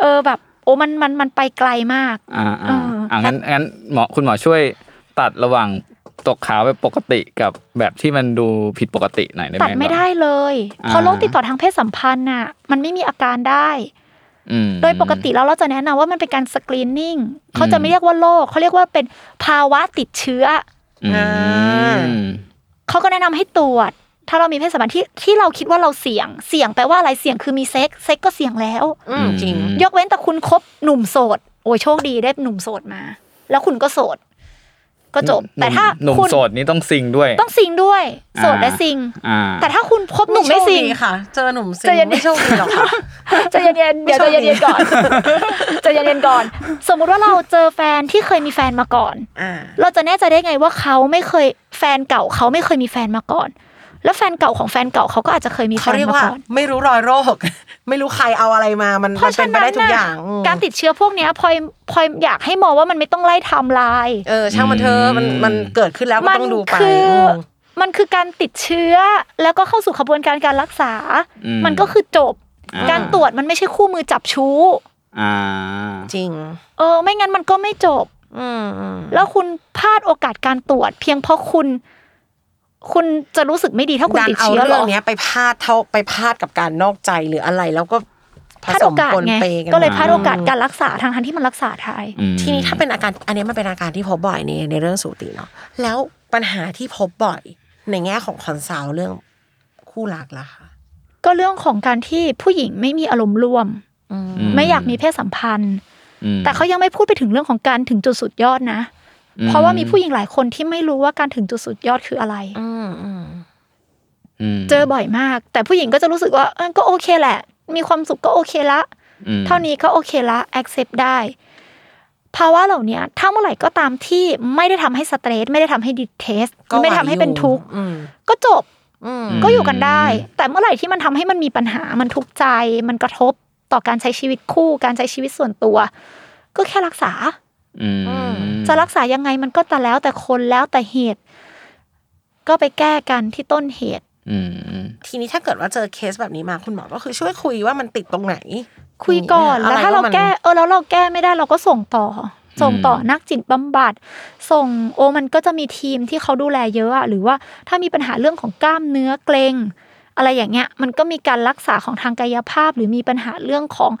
[SPEAKER 4] เออแบบโอ้มันมันมันไปไกลมาก
[SPEAKER 2] อ่า
[SPEAKER 4] เอ
[SPEAKER 2] อ่า
[SPEAKER 4] ออ่
[SPEAKER 2] อ่างั้นงั้นหมอคุณหมอช่วยตัดระหว่างตกขาวแบบปกติกับแบบที่มันดูผิดปกติหน่อยได้ไหม
[SPEAKER 4] ตัดไม่ได้
[SPEAKER 2] แบบ
[SPEAKER 4] เลย
[SPEAKER 2] อ่า
[SPEAKER 4] เพราะโรคติดต่อทางเพศสัมพันธ์น่ะ มันไม่มีอาการได้
[SPEAKER 2] อืม
[SPEAKER 4] โดยปกติแล้วเราจะแนะนำว่ามันเป็นการสกรีนนิ่งเขาจะไม่
[SPEAKER 2] อืม
[SPEAKER 4] เรียกว่าโรคเขาเรียกว่าเป็นภาวะติดเชื้อ
[SPEAKER 2] อืม
[SPEAKER 4] เขาก็แนะนำให้ตรวจ ถ้าเรามีเพศสัมพันธ์ที่ที่เราคิดว่าเราเสี่ยง เสี่ยงแปลว่าอะไร เสี่ยงคือมีเซ็กซ์เซ็กซ์ก็เสี่ยงแล้ว
[SPEAKER 3] อืมจริง
[SPEAKER 4] ยกเว้นแต่คุณคบหนุ่มโสด โอ้ยโชคดีได้หนุ่มโสดมา แล้วคุณก็โสด ก็จบ แต่ถ้า
[SPEAKER 2] หนุ่ม
[SPEAKER 4] คุณ
[SPEAKER 2] โสดนี้ต้องซิงด้วย
[SPEAKER 4] ต้องซิงด้วย โสด
[SPEAKER 2] อ่า
[SPEAKER 4] และซิง
[SPEAKER 2] อ่า
[SPEAKER 4] แต่ถ้าคุณคบหนุ่มไม่ซิง
[SPEAKER 3] ค่ะ เจอหนุ่มซิง
[SPEAKER 4] ใจเย็น
[SPEAKER 3] ไม่โชคดีหรอกค่ะ
[SPEAKER 4] ใจะเย็นๆเดี๋ยว
[SPEAKER 3] ไม่โช
[SPEAKER 4] ใจะ
[SPEAKER 3] คดี
[SPEAKER 4] เย็น ๆก่อนใจะเย็นๆก่อน สมมุติว่าเราเจอแฟนที่เคยมีแฟนมาก่อน
[SPEAKER 3] อ่า
[SPEAKER 4] เราจะแน่ใจได้ไงว่าเขาไม่เคยแฟนเก่าเขาไม่เคยมีแฟนมาก่อน แล้วแฟนเก่าของแฟนเก่าเขาก็อาจจะเคยมีแฟ
[SPEAKER 3] เขา
[SPEAKER 4] น
[SPEAKER 3] เรียก
[SPEAKER 4] มา
[SPEAKER 3] ว่า
[SPEAKER 4] ก่อน
[SPEAKER 3] ไม่รู้รอยโรค ไม่รู้ใครเอาอะไรมา มัน
[SPEAKER 4] เพ
[SPEAKER 3] มัน
[SPEAKER 4] ราะ
[SPEAKER 3] เป็
[SPEAKER 4] ฉะ
[SPEAKER 3] นไป
[SPEAKER 4] นั้น
[SPEAKER 3] ได้ทุกอย่างอืม
[SPEAKER 4] การติดเชื้อพวกเนี้ยพลอยพลอยอยากให้มองว่ามันไม่ต้องไล่ไทม์ไลน์
[SPEAKER 3] เออช่างมันเถอะมันมันเกิดขึ้นแล้วก็
[SPEAKER 4] มั
[SPEAKER 3] ต้องดูไป
[SPEAKER 4] คืออ
[SPEAKER 3] ม
[SPEAKER 4] มันคือการติดเชื้อแล้วก็เข้าสู่ขบวนการการรักษา
[SPEAKER 2] อืม
[SPEAKER 4] มันก็คือจบ
[SPEAKER 2] อ่า
[SPEAKER 4] การตรวจมันไม่ใช่คู่มือจับชู้
[SPEAKER 2] อ่า
[SPEAKER 3] จริง
[SPEAKER 4] เออ ไม่งั้นมันก็ไม่จบ
[SPEAKER 3] อืมอืม
[SPEAKER 4] แล้วคุณพลาดโอกาสการตรวจ เพียงเพราะคุณ คุณจะรู้สึกไม่ดีถ้าคุณ
[SPEAKER 3] ดัน
[SPEAKER 4] ติด
[SPEAKER 3] เอา
[SPEAKER 4] เชื้อ
[SPEAKER 3] เรื่
[SPEAKER 4] หร
[SPEAKER 3] อง
[SPEAKER 4] อ
[SPEAKER 3] เนี้ยไปพลาดเท่าไปพลาดกับการนอกใจหรืออะไรแล้วก็ผ
[SPEAKER 4] พลาด
[SPEAKER 3] ส
[SPEAKER 4] โอ
[SPEAKER 3] ม
[SPEAKER 4] กาส
[SPEAKER 3] ปน
[SPEAKER 4] ไง
[SPEAKER 3] เปกัน
[SPEAKER 4] ก็เลยพลาด
[SPEAKER 3] ม
[SPEAKER 4] โอกาสการรักษาทางทันที่มันรักษาได้
[SPEAKER 2] อืม
[SPEAKER 3] ทีนี้ถ้าเป็นอาการอันนี้มันเป็นอาการที่พบบ่อยในในเรื่องสูติเนาะแล้วปัญหาที่พบบ่อยในแง่ของคอนซัลท์เรื่องคู่รักล่ะคะ
[SPEAKER 4] ก็เรื่องของการที่ผู้หญิงไม่มีอารมณ์ร่วม ไม่อยากมีเพศสัมพันธ์
[SPEAKER 2] อืม
[SPEAKER 4] แต่เขายังไม่พูดไปถึงเรื่องของการถึงจุดสุดยอดนะ
[SPEAKER 2] อืม
[SPEAKER 4] เพราะว่ามีผู้หญิงหลายคนที่ไม่รู้ว่าการถึงจุดสุดยอดคืออะไร
[SPEAKER 3] อืมอืม
[SPEAKER 2] ม
[SPEAKER 4] เจอบ่อยมาก แต่ผู้หญิงก็จะรู้สึกว่าเออก็โอเคแหละ มีความสุขก็โอเคละ
[SPEAKER 2] อืม
[SPEAKER 4] เท่านี้ก็โอเคละ accept ได้ ภาวะเหล่าเนี้ยถ้าเมื่อไหร่ก็ตามที่ไม่ได้ทำให้สเตรสไม่ได้ทำให้ดิเทสไม่ได้ทำให้เป็นทุกข์
[SPEAKER 3] อืม
[SPEAKER 4] ก็จบ
[SPEAKER 3] อืม
[SPEAKER 4] ก็อยู่กันได้ แต่เมื่อไหร่ที่มันทำให้มันมีปัญหามันทุกข์ใจ มันกระทบต่อการใช้ชีวิตคู่ การใช้ชีวิตส่วนตัว ก็แค่รักษา
[SPEAKER 2] อืม
[SPEAKER 4] จะรักษายังไงมันก็แต่แล้วแต่คนแล้วแต่เหตุ ก็ไปแก้กันที่ต้นเหตุ
[SPEAKER 2] อืมอืม
[SPEAKER 3] ทีนี้ถ้าเกิดว่าเจอเคสแบบนี้มาคุณหมอก็คือช่วยคุยว่ามันติดตรงไหน
[SPEAKER 4] คุยก่อน
[SPEAKER 3] ะ
[SPEAKER 4] แล้ว
[SPEAKER 3] ไ
[SPEAKER 4] ถ้าเรา
[SPEAKER 3] ว่มัน
[SPEAKER 4] แก้เออแล้วเราแก้ไม่ได้เราก็ส่งต่อ ส่งต่ออ
[SPEAKER 2] ม
[SPEAKER 4] นักจิตบำบัด ส่งโอมันก็จะมีทีมที่เขาดูแลเยอะอะหรือว่าถ้ามีปัญหาเรื่องของกล้ามเนื้อเกรงอะไรอย่างเงี้ย มันก็มีการรักษาของทางกายภาพ หรือมีปัญหาเรื่องของ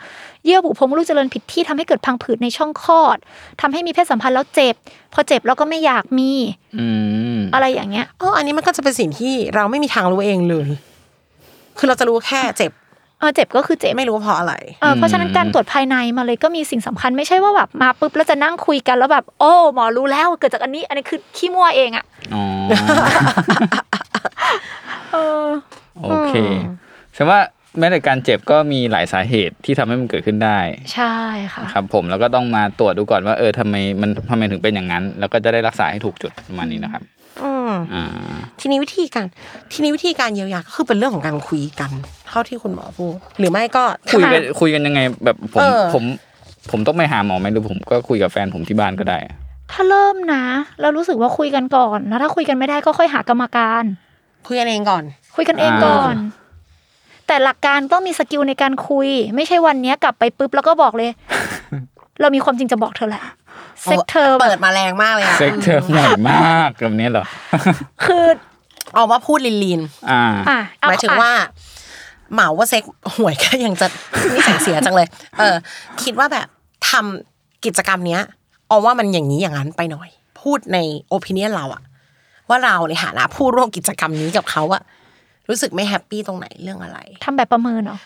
[SPEAKER 4] เยื่อบุโพรงมดลูกเจริญผิดที่ทำให้เกิดพังผืดในช่องคลอดทำให้มีเพศสัมพันธ์แล้วเจ็บ พอเจ็บแล้วก็ไม่อยากมี
[SPEAKER 2] อืม
[SPEAKER 4] อะไรอย่างเงี้ย
[SPEAKER 3] เอออันนี้มันก็จะเป็นสิ่งที่เราไม่มีทางรู้เองเลย คือเราจะรู้แค่เจ็บ
[SPEAKER 4] เออเจ็บก็คือเจ็บ
[SPEAKER 3] ไม่รู้ว่าเพราะอะไร
[SPEAKER 4] เออเพราะฉะนั้นการตรวจภายในมาเลยก็มีสิ่งสำคัญไม่ใช่ว่าแบบมาปุ๊บแล้วจะนั่งคุยกันแล้วแบบ โอ้หมอรู้แล้วเกิดจากอันนี้ อันนี้คือขี้มั่วเองอะ
[SPEAKER 2] อ๋อ
[SPEAKER 4] เออ
[SPEAKER 2] โอเคแสดงว่าแม้แต่การเจ็บก็มีหลายสาเหตุที่ทำให้มันเกิดขึ้นได้
[SPEAKER 4] ใช่ค่ะ
[SPEAKER 2] ครับผมแล้วก็ต้องมาตรวจดูก่อนว่าเออทำไมมันทำไมถึงเป็นอย่างนั้น แล้วก็จะได้รักษาให้ถูกจุดประมาณนี้นะครับ
[SPEAKER 3] อืม
[SPEAKER 2] อ่า
[SPEAKER 3] ทีนี้วิธีการทีนี้วิธีการเยียวยาก็คือเป็นเรื่องของการคุยกัน เท่าที่คุณหมอพูดหรือไม่ก็
[SPEAKER 2] คุยกัน
[SPEAKER 3] ถ้า
[SPEAKER 2] คุยกันยังไงแบบผม
[SPEAKER 3] เออ
[SPEAKER 2] ผม ผมต้องไปหาหมอไหมหรือผมก็คุยกับแฟนผมที่บ้านก็ได้อะ
[SPEAKER 4] ถ้าเริ่มนะเรารู้สึกว่าคุยกันก่อน แล้วถ้าคุยกันไม่ได้ก็ค่อยหากรรมการ
[SPEAKER 3] คุยกันเองก่อน
[SPEAKER 4] คุยกันเองก่อน แต่หลักการต้องมีสกิลในการคุย ไม่ใช่วันเนี้ยกลับไปปุ๊บแล้วก็บอกเลย เรามีความจริงจะบอกเธอแหละเซ็กเธอแบ
[SPEAKER 3] เปิ
[SPEAKER 4] บ
[SPEAKER 3] ดมาแรงมากเลยอะ
[SPEAKER 2] เซ็กเธอร์ใหม่มากแบบนี้เหรอ
[SPEAKER 4] คือ
[SPEAKER 3] ออกมาพูดลินลิน
[SPEAKER 2] อ่า
[SPEAKER 4] อ่ะ
[SPEAKER 3] ๆ
[SPEAKER 4] เอ
[SPEAKER 3] หมายถึง
[SPEAKER 4] อ่ะ
[SPEAKER 3] ว่าเหมาว่าเซ็กหวยก็ยังจะ นิสัยเสียจังเลย เออ คิดว่าแบบทำกิจกรรมเนี้ยเอาว่ามันอย่างนี้อย่างนั้นไปหน่อย พูดในโอปิเนียนเราอะว่าเราในฐานะผู้ร่วมกิจกรรมนี้กับเขาอะรู้สึกไม่แฮปปี้ตรงไหนเรื่องอะไร
[SPEAKER 4] ทำแบบประเมินเหรอ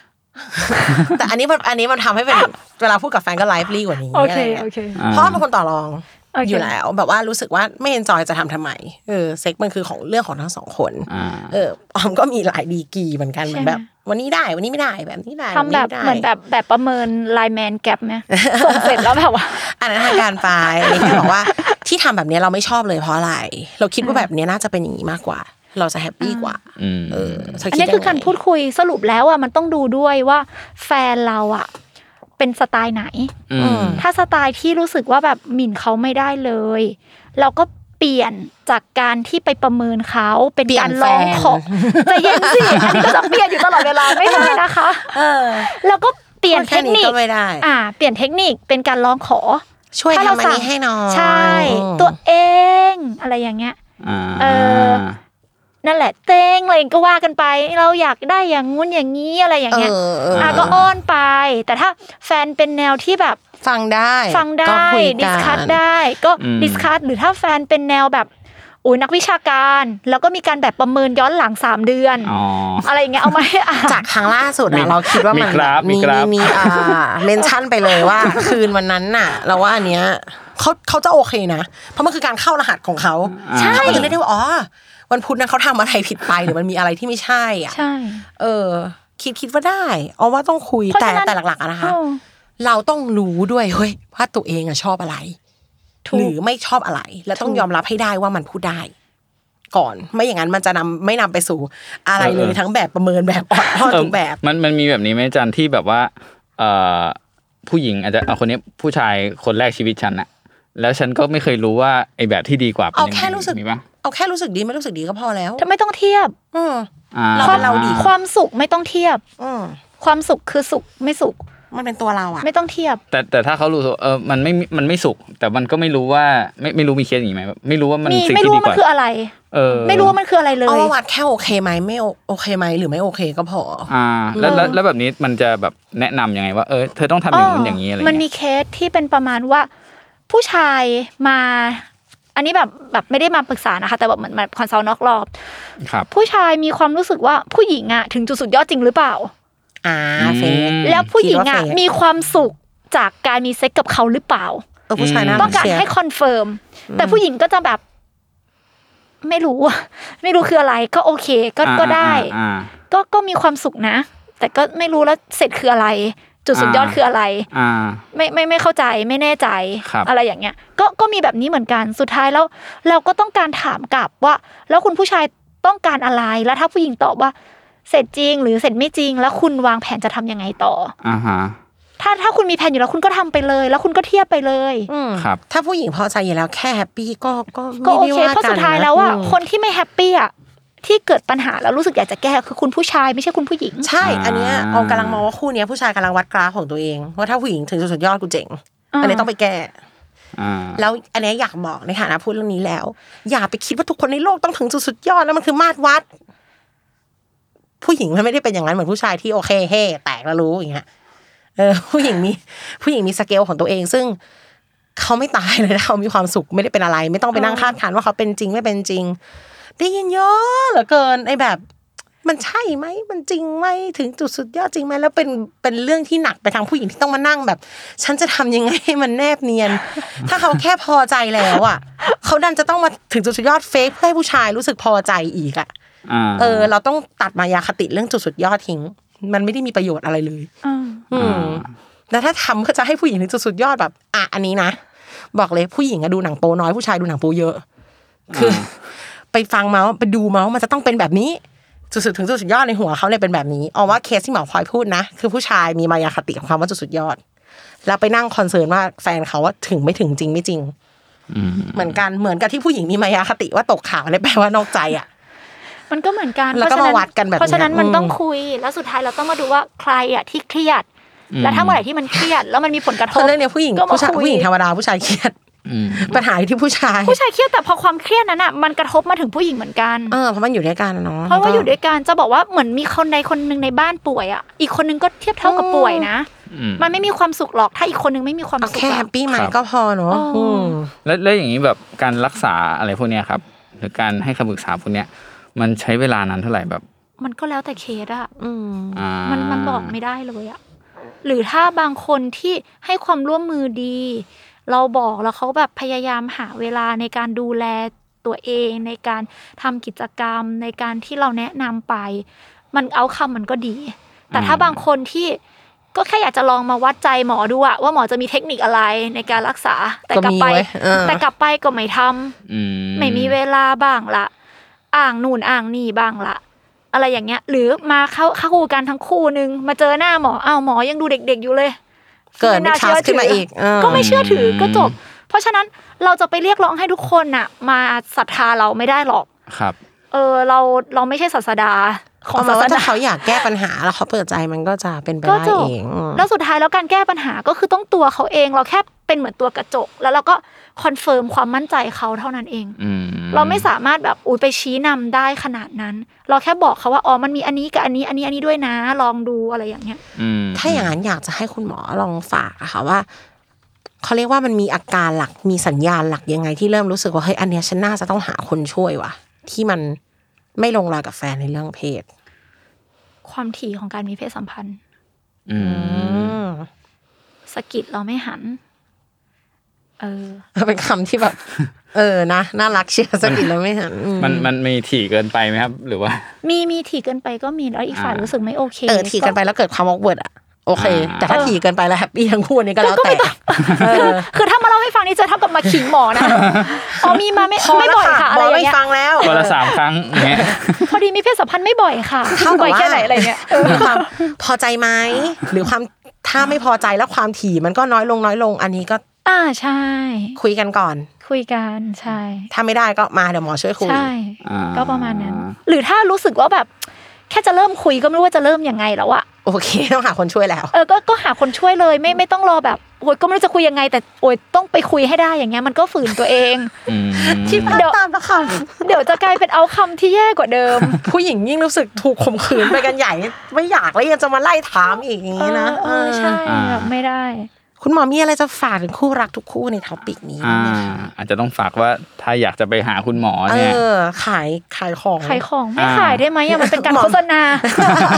[SPEAKER 3] แต่อันนี้มันอันนี้มันทำให้เป็นเวลาพูดกับแฟนก็ไลฟ์ลี่กว่านี้อะไรอย่างเงี้ย
[SPEAKER 2] อ่า
[SPEAKER 3] เพราะเป็นคนต่อรอง
[SPEAKER 4] โอเค
[SPEAKER 3] อยู่แล้ว แบบว่ารู้สึกว่าไม่เอนจอยจะทำทำไมเออเซ็กมันคือของเรื่องของทั้งสองคน
[SPEAKER 2] อ่า
[SPEAKER 3] เออ ออมก็มีหลายดีกรีเหมือนกันเหมือนแบบ
[SPEAKER 4] ใช่ไหม
[SPEAKER 3] วันนี้ได้วันนี้ไม่ได้แบบนี้ได้
[SPEAKER 4] ทำแบบ
[SPEAKER 3] วั
[SPEAKER 4] เหมือนแบบแบบประเมินไลแมนแก็บ ไหมส่งเสร็จแล้วแบบว่า
[SPEAKER 3] อันนั้นทางการ ไปอันนี้แค่บอกว่าที่ทำแบบเนี้ยเราไม่ชอบเลยเพราะอะไร เราคิดว่าแบบเนี้ยน่าจะเป็นอย่างนี้มากกว่า เราจะแฮปปี้กว่า
[SPEAKER 2] อืม
[SPEAKER 3] เออเธอ
[SPEAKER 4] อั
[SPEAKER 3] คิ
[SPEAKER 4] น
[SPEAKER 3] ด
[SPEAKER 4] นี้
[SPEAKER 3] ยังไง
[SPEAKER 4] คือการพูดคุยสรุปแล้วอ่ะมันต้องดูด้วยว่าแฟนเราอ่ะเป็นสไตล์ไหน
[SPEAKER 2] อืม
[SPEAKER 4] ถ้าสไตล์ที่รู้สึกว่าแบบหมิ่นเขาไม่ได้เลย เราก็เปลี่ยนจากการที่ไปประเมินเขาเป็นการร้องขอใจเย็นสิอันนี้ก็จะเปลี่ยนอยู่ตลอดเวลาไม่ได้นะคะ
[SPEAKER 3] เออ
[SPEAKER 4] แล้วก็เปลี่ยน
[SPEAKER 3] พูด
[SPEAKER 4] เท
[SPEAKER 3] แค่
[SPEAKER 4] ค
[SPEAKER 3] นี้
[SPEAKER 4] นิค
[SPEAKER 3] ก็ไม่ได้
[SPEAKER 4] อ่า เปลี่ยนเทคนิคเป็นการร้องขอ
[SPEAKER 3] ช่วย
[SPEAKER 4] ถ้า
[SPEAKER 3] ทำ
[SPEAKER 4] เรา
[SPEAKER 3] อัน
[SPEAKER 4] สั่ง
[SPEAKER 3] นี้ให้หน้อย
[SPEAKER 4] ใช่ ตัวเอง อะไรอย่างเงี้ย
[SPEAKER 2] อ่า
[SPEAKER 4] เออ นั่นแหละเต้งอะไรก็ว่ากันไป เราอยากได้อย่างงู้นอย่างนี้อะไรอย่าง
[SPEAKER 3] เอ
[SPEAKER 4] เงี้ย
[SPEAKER 3] อเออ
[SPEAKER 4] อ่ะก็อ้อนไป แต่ถ้าแฟนเป็นแนวที่แบบ
[SPEAKER 3] ฟังได้
[SPEAKER 4] ฟัง
[SPEAKER 3] ก็
[SPEAKER 4] ได้
[SPEAKER 3] คุย
[SPEAKER 4] ดิ
[SPEAKER 3] กั
[SPEAKER 4] สคัส
[SPEAKER 3] น
[SPEAKER 4] ได้ก็ดิสคัสหรือถ้าแฟนเป็นแนวแบบอุ้ยนักวิชาการ แล้วก็มีการแบบประเมินย้อนหลัง 3 เดือน
[SPEAKER 2] อ๋อ
[SPEAKER 4] อะไรอย่างเงี้ยเอามาให้อ่าน
[SPEAKER 3] จากครั้งล่าสุด
[SPEAKER 2] มี
[SPEAKER 3] อะเราคิดว่ามัน
[SPEAKER 2] มีกราฟมี
[SPEAKER 3] มี
[SPEAKER 2] กราฟ
[SPEAKER 3] มีอ่าเมนชั่นไปเลยว่า คืนวันนั้นน่ะ เราว่าอันเนี้ยเขาเขาจะโอเคนะ เพราะมันคือการเข้ารหัสของเขา
[SPEAKER 2] ใช่
[SPEAKER 3] เขาก็จะได้ได้ว่าอ๋อวันพุธนั้นเขาทำอะไรผิดไปหรือมันมีอะไรที่ไม่ใช่อ่ะ
[SPEAKER 4] ใช่
[SPEAKER 3] เออ คิดคิดว่าได้เอาว่าต้องคุยแต่แต่หลักๆอะนะคะ
[SPEAKER 4] เออ
[SPEAKER 3] เราต้องรู้ด้วยเฮ้ยว่าตัวเองอะชอบอะไร
[SPEAKER 4] ถูก
[SPEAKER 3] หรือไม่ชอบอะไร และต้อง
[SPEAKER 4] ถูก
[SPEAKER 3] ยอมรับให้ได้ว่ามันพูดได้ ก่อนไม่อย่างนั้นมันจะนำไม่นำไปสู่อะไร
[SPEAKER 2] เออ
[SPEAKER 3] เล
[SPEAKER 2] เออ
[SPEAKER 3] ยทั้งแบบประเมินแบบ อ่อนข้อทุกแบบ
[SPEAKER 2] มันมันมีแบบนี้ไหมอาจันที่แบบว่าเอ่อผู้หญิงอาจจะเอาคนนี้ผู้ชายคนแรกชีวิตฉันอะแล้วฉันก็ไม่เคยรู้ว่าไอ้แบบที่ดีกว่าป็น
[SPEAKER 3] เอา
[SPEAKER 2] ยังไง
[SPEAKER 3] แค่รู้สึก
[SPEAKER 2] มีปะ
[SPEAKER 3] เอาแค่รู้สึกดีไม่รู้สึกดีก็พอแล้ว
[SPEAKER 4] ถ้าไม่ต้องเทียบ
[SPEAKER 3] อืม
[SPEAKER 2] อ่า
[SPEAKER 3] เราเป็นเราดี
[SPEAKER 4] ความสุขไม่ต้องเทียบ
[SPEAKER 3] อืม
[SPEAKER 4] ความสุขคือสุขไม่สุข
[SPEAKER 3] มันเป็นตัวเราอะ
[SPEAKER 4] ไม่ต้องเทียบ
[SPEAKER 2] แต่แต่ถ้าเขารู้สึกว่าเออมันไม่มันไม่สุกแต่มันก็ไม่รู้ว่าไม่ไม่รู้มีเคสอย่างนี้ไหมแบบไม่รู้ว่ามัน
[SPEAKER 4] มี
[SPEAKER 2] สิ่ง
[SPEAKER 4] ไม่
[SPEAKER 2] ที่
[SPEAKER 4] รู้
[SPEAKER 2] ดี
[SPEAKER 4] ว่า
[SPEAKER 2] ก
[SPEAKER 4] มัน
[SPEAKER 2] ว่า
[SPEAKER 4] คืออะไร
[SPEAKER 2] เออ
[SPEAKER 4] ไม่รู้ว่ามันคืออะไรเล
[SPEAKER 3] เอา
[SPEAKER 4] ย
[SPEAKER 3] ว่าวัดแค่โอเคไหมไม่โอโอเคไหมหรือไม่โอเคก็พออ
[SPEAKER 2] อ่าแล้วแล้วแล้วแบบนี้มันจะแบบแนะนำยังไงว่าเออเธอต้องทำอย่างนู้นอย่างนี้อะไร
[SPEAKER 4] มัน
[SPEAKER 2] เงี้ย
[SPEAKER 4] มีเคสที่เป็นประมาณว่า ผู้ชายมา อันนี้แบบแบบไม่ได้มาปรึกษานะคะ แต่แบบเหมือนแบบคอนซัลท์นอกรอบ
[SPEAKER 2] ครับ
[SPEAKER 4] ผู้ชายมีความรู้สึกว่าผู้หญิงอะถึงจุดสุดยอดจริงหรือเปล่า
[SPEAKER 3] อ่า
[SPEAKER 2] อืม
[SPEAKER 3] เฟก
[SPEAKER 2] ม
[SPEAKER 4] แล้วผู้หญิงอะ
[SPEAKER 3] คิดว่าเฟค
[SPEAKER 4] มีความสุขจากการมีเซ็กกับเขาหรือเปล่า
[SPEAKER 3] เออผู้ชายน่า
[SPEAKER 2] อืม
[SPEAKER 4] ต้องการ
[SPEAKER 3] เชียร์
[SPEAKER 4] ให้คอนเฟิร์มแต่ผู้หญิงก็จะแบบ ไม่รู้อะไม่รู้คืออะไร ก็โอเคก็
[SPEAKER 2] อ่า
[SPEAKER 4] ก็ได้
[SPEAKER 2] อ่า
[SPEAKER 4] ก็ก็มีความสุขนะ แต่ก็ไม่รู้แล้วเสร็จคืออะไร จุดสุดยอด
[SPEAKER 2] อ่า
[SPEAKER 4] คืออะไร
[SPEAKER 2] อ่า
[SPEAKER 4] ไม่ไม่ไม่เข้าใจไม่แน่ใจ
[SPEAKER 2] ครับ
[SPEAKER 4] อะไรอย่างเงี้ย ก็ก็มีแบบนี้เหมือนกันสุดท้ายแล้ว เราก็ต้องการถามกลับว่า แล้วคุณผู้ชายต้องการอะไรแล้วถ้าผู้หญิงตอบว่า เสร็จจริง หรือเสร็จไม่จริง แล้วคุณวางแผนจะทำยังไงต่อ
[SPEAKER 2] อ่าฮะ
[SPEAKER 4] ถ้าถ้าคุณมีแผนอยู่แล้วคุณก็ทำไปเลย แล้วคุณก็เทียบไปเลย
[SPEAKER 3] อืม
[SPEAKER 2] ครับ
[SPEAKER 3] ถ้าผู้หญิงพอใจอยู่แล้วแค่แฮปปี้ก็ก็
[SPEAKER 4] ก็
[SPEAKER 3] ไม่
[SPEAKER 4] โอ
[SPEAKER 3] ได้
[SPEAKER 4] เค
[SPEAKER 3] ว่ากัน
[SPEAKER 4] เพราะสุดท้ายแล้วอ่ะ
[SPEAKER 3] ม
[SPEAKER 4] คนที่ไม่แฮปปี้อ่ะที่เกิดปัญหาแล้วรู้สึกอยากจะแก้คือคุณผู้ชายไม่ใช่คุณผู้หญิง
[SPEAKER 3] ใช่ อันเนี้ยเอากำลังมองว่าคู่เนี้ยผู้ชายกำลังวัดกราฟของตัวเองว่าถ้าผู้หญิงถึงจุดสุดยอดกูเจ๋งอันนี้ต้องไปแก้
[SPEAKER 2] อ่า
[SPEAKER 3] แล้วอันเนี้ยอยากบอกในฐานะพูดเรื่องนี้แล้ว อย่าไปคิดว่าทุกคนในโลกต้องถึงจุดสุดยอดแล้วมันคือมาตรวัด ผู้หญิงมันไม่ได้เป็นอย่างนั้นเหมือนผู้ชายที่โอเคเฮ่แตกแล้วรู้อย่างเงี้ยเออ ผู้หญิงมีผู้หญิงมีสเกลของตัวเอง ซึ่งเขาไม่ตายเลยนะเขามีความสุขไม่ได้เป็นอะไร ไม่ต้องไปนั่งคาดการณ์ว่าเขาเป็นจริงไม่เป็นจริง ได้ยินเยอะเหลือเกินไอ้แบบ มันใช่ไหมมันจริงไหมถึงจุดสุดยอดจริงไหมแล้วเป็นเป็นเรื่องที่หนักไปทางผู้หญิงที่ต้องมานั่งแบบ ฉันจะทำยังไงให้มันแนบเนียน ถ้าเขาแค่พอใจแล้วอ่ะเขาดันจะต้องมาถึงจุดสุดยอดเฟกเพื่อให้ผู้ชายรู้สึกพอใจอีกอ่ะ
[SPEAKER 2] อ่า
[SPEAKER 3] เออ เราต้องตัดมายาคติเรื่องจุดสุดยอดทิ้ง มันไม่ได้มีประโยชน์อะไรเลย อืมแล้วถ้าทำก็จะให้ผู้หญิงถึงจุดสุดยอดแบบ อ่ะอันนี้นะบอกเลยผู้หญิงอะดูหนังโปน้อยผู้ชายดูหนังโปเยอะ คืออไปฟังมาว่าไปดูมาว่ามันจะต้องเป็นแบบนี้จุดสุดถึงจุดสุดยอดในหัวเขาเลยเป็นแบบนี้เอาว่าเคสที่หมอพลอยพูดนะคือผู้ชายมีมายาคติของความว่าจุดสุดยอด แล้วไปนั่งคอนเซิร์นว่าแฟนเขาว่าถึงไม่ถึงจริงไม่จริง
[SPEAKER 2] อืม
[SPEAKER 3] เหมือนกันเหมือนกับที่ผู้หญิงมีมายาคติว่าตกข่าวเนี่ยแปลว่านอกใจอ่ะ
[SPEAKER 4] มันก็เหมือนกัน
[SPEAKER 3] แล้วก็
[SPEAKER 4] เพระฉะ
[SPEAKER 3] มาวัดกันแบบ
[SPEAKER 4] เพราะฉะนั้น
[SPEAKER 3] เนี้ย
[SPEAKER 4] มัน
[SPEAKER 3] อืม
[SPEAKER 4] ต้องคุยแล้วสุดท้ายเราต้องมาดูว่าใครอ่ะที่เครียด แล้วถ้าเมื่อไหร่ที่มันเครียด แล้วมันมีผลกระท
[SPEAKER 3] เพ
[SPEAKER 4] บ
[SPEAKER 3] ราะเรื่องเนี้ยผู้หญิง
[SPEAKER 4] ก็ม
[SPEAKER 3] ผู้ชาย
[SPEAKER 4] คุ
[SPEAKER 3] ผู้หญิงธรรมดาผู้ชายเครียด
[SPEAKER 2] อืม
[SPEAKER 3] ปัญหาอยู่ที่ผู้ชาย
[SPEAKER 4] ผู้ชายเครียดแต่พอความเครียดนั้นอ่ะมันกระทบมาถึงผู้หญิงเหมือนกัน
[SPEAKER 3] เออเพราะมันอยู่ด้วยกันอะเนาะ
[SPEAKER 4] เพราะว่าอยู่ด้วยกันจะบอกว่าเหมือนมีคนใดคนหนึ่งในบ้านป่วยอ่ะอีกคนนึงก็เทียบเท่ากับป่วยนะ
[SPEAKER 2] อืม
[SPEAKER 4] มันไม่มีความสุขหรอกถ้าอีกคนนึงไม่มีความ
[SPEAKER 3] เอา
[SPEAKER 4] สุข
[SPEAKER 3] แค่
[SPEAKER 4] อะ
[SPEAKER 3] แฮปปี้ไหม
[SPEAKER 2] ครับ
[SPEAKER 3] ก็พอเนาะ
[SPEAKER 4] อ๋ออื
[SPEAKER 3] ม
[SPEAKER 2] แล้วแล้วอย่างนี้แบบการรักษาอะไรพวกเนี้ยครับ หรือการให้คำปรึกษาพวกเนี้ย มันใช้เวลานานเท่าไหร่แบบ
[SPEAKER 4] มันก็แล้วแต่เคสอ่ะ
[SPEAKER 3] อืม
[SPEAKER 2] อ่า
[SPEAKER 4] มันมันบอกไม่ได้เลยอะหรือถ้าบางคนที่ให้ความร่วมมือดี เราบอกแล้วเขาแบบพยายามหาเวลาในการดูแลตัวเอง ในการทำกิจกรรม ในการที่เราแนะนำไป มันเอาคำมันก็ดี แต่ถ้าบางคนที่ก็แค่อยากจะลองมาวัดใจหมอดูอะว่าหมอจะมีเทคนิคอะไรในการรักษาแต่
[SPEAKER 3] ก็
[SPEAKER 4] กลับ
[SPEAKER 3] มี
[SPEAKER 4] ไป
[SPEAKER 3] ไว้เออ
[SPEAKER 4] แต่กลับไปก็ไม่ทำ
[SPEAKER 2] อืม
[SPEAKER 4] ไม่มีเวลาบ้างละอ่างนู่นอ่างนี่บ้างละอะไรอย่างเงี้ย หรือมาเข้าเข้าคู่กันทั้งคู่นึง มาเจอหน้าหมออ้าวหมอยังดูเด็กๆอยู่เลย
[SPEAKER 3] เกิดไม่
[SPEAKER 4] น่
[SPEAKER 3] ทา
[SPEAKER 4] ชื่
[SPEAKER 3] สขึ้นมา
[SPEAKER 4] ถื
[SPEAKER 3] อีกเออ
[SPEAKER 4] ก็ไม่เชื่อถือก็จบ เพราะฉะนั้นเราจะไปเรียกร้องให้ทุกคนน่ะ มาศรัทธาเราไม่ได้หรอก
[SPEAKER 2] ครับ
[SPEAKER 4] เออเราเราไม่ใช่ศาสดาของ
[SPEAKER 3] เอามา
[SPEAKER 4] ศาส
[SPEAKER 3] ว่า
[SPEAKER 4] นา
[SPEAKER 3] ถ้าเขาอยากแก้ปัญหาแล้วเขาเปิดใจมันก็จะเป็นไป
[SPEAKER 4] ก็
[SPEAKER 3] ได้
[SPEAKER 4] จบ
[SPEAKER 3] เองอืม
[SPEAKER 4] แล้วสุดท้ายแล้วการแก้ปัญหาก็คือต้องตัวเขาเองเราแค่เป็นเหมือนตัวกระจก แล้วเราก็คอนเฟิร์มความมั่นใจเขาเท่านั้นเอง
[SPEAKER 2] อืม
[SPEAKER 4] เราไม่สามารถแบบอุ้ยไปชี้นำได้ขนาดนั้น เราแค่บอกเขาว่าอ๋อมันมีอันนี้กับอันนี้อันนี้อันนี้ด้วยนะ ลองดูอะไรอย่างเงี้ย
[SPEAKER 2] อืม
[SPEAKER 3] ถ้าอย่างนั้นอยากจะให้คุณหมอลองฝากอะค่ะว่าเขาเรียกว่ามันมีอาการหลักมีสัญญาณหลักยังไงที่เริ่มรู้สึกว่าเฮ้ยอันเนี้ยฉันน่าจะต้องหาคนช่วยว่ะ ที่มันไม่ลงรอยกับแฟนในเรื่องเพศ
[SPEAKER 4] ความถี่ของการมีเพศสัมพันธ์
[SPEAKER 2] อืม
[SPEAKER 4] สะกิดเราไม่หัน เออ
[SPEAKER 3] เป็นคำที่ แบบ เออนะน่ารักเชียร์สกิลแล้วไม่หันอืม
[SPEAKER 2] มันมันมีถี่เกินไปไหมครับ หรือ ว่า
[SPEAKER 4] มีมีถี่เกินไปก็มีแล้วอีกฝ่าย
[SPEAKER 2] อ่ารู้
[SPEAKER 4] รู้สึกไม่โอเค
[SPEAKER 3] เออถี่เกินไปแล้วเกิดความวอกเวิร์ดอ่ะโอเค
[SPEAKER 2] อ่า
[SPEAKER 3] แต่ถ้าถี่เกินไปแล้วแฮปปี้ทั้งคู่อันนี่ก็แล้วแต่
[SPEAKER 4] คือคือถ้ามาเล่าให้ฟังนี่จะเท่ากับมาขิงหมอนะ อ๋อมีมาไม่ไม่บ่อยค่ะ
[SPEAKER 3] พ
[SPEAKER 4] อะไร
[SPEAKER 3] อ
[SPEAKER 4] อ
[SPEAKER 3] ไม่
[SPEAKER 4] ย่างเงี้ย
[SPEAKER 3] ฟังแล้ว
[SPEAKER 2] วันละสามครั้งอย่างเงี้ย
[SPEAKER 4] พอดีมีเพศสัมพันธ์ไม่บ่อยค่ะบ่อยแค่ไหนอะไรเงี้ย
[SPEAKER 3] ความพอใจไหมหรือความถ้าไม่พอใจแล้วความถี่มันก็น้อยลงน้อยลง อันนี้ก็
[SPEAKER 4] อ่าใช่
[SPEAKER 3] คุยกันก่อน
[SPEAKER 4] คุยกันใช่
[SPEAKER 3] ถ้าไม่ได้ก็มาเดี๋ยวหมอช่วยคุย
[SPEAKER 4] ใช่
[SPEAKER 2] อ่า
[SPEAKER 4] ก็ประมาณนั้น หรือถ้ารู้สึกว่าแบบ แค่จะเริ่มคุยก็ไม่รู้ว่าจะเริ่มยังไงแล้วอะ
[SPEAKER 3] โอเคต้องหาคนช่วยแล้ว
[SPEAKER 4] เออก็ก็หาคนช่วยเลยไม่ไม่ต้องรอแบบโอยก็ไม่รู้จะคุยยังไง แต่โอยต้องไปคุยให้ได้อย่างเงี้ยมันก็ฝืนตัวเอง
[SPEAKER 2] อืม
[SPEAKER 4] ที่เดี๋ยว
[SPEAKER 3] ตามละค่ะ
[SPEAKER 4] เดี๋ยวจะกลายเป็นเอาคำที่แย่กว่าเดิม
[SPEAKER 3] ผู้หญิงยิ่งรู้สึกถูกข่มขืนไปกันใหญ่ ไม่อยากแล้วยังจะมาไล่ถามอีกอย่างนี้นะ
[SPEAKER 4] เออเออใช่แบบไม่ได้
[SPEAKER 3] คุณหมอมีอะไรจะฝากถึงคู่รักทุกคู่ในท็อปิกนี้
[SPEAKER 2] อ่า
[SPEAKER 3] บ้างไหมคะ
[SPEAKER 2] อาจจะต้องฝากว่าถ้าอยากจะไปหาคุณหมอ
[SPEAKER 3] เอ
[SPEAKER 2] เนี่ย
[SPEAKER 3] อ ขายขายของ
[SPEAKER 4] ขายของไม่
[SPEAKER 2] อ่า
[SPEAKER 4] ขายได้ไหมอะมันเป็นการ
[SPEAKER 3] หมอ
[SPEAKER 4] โฆษ ณา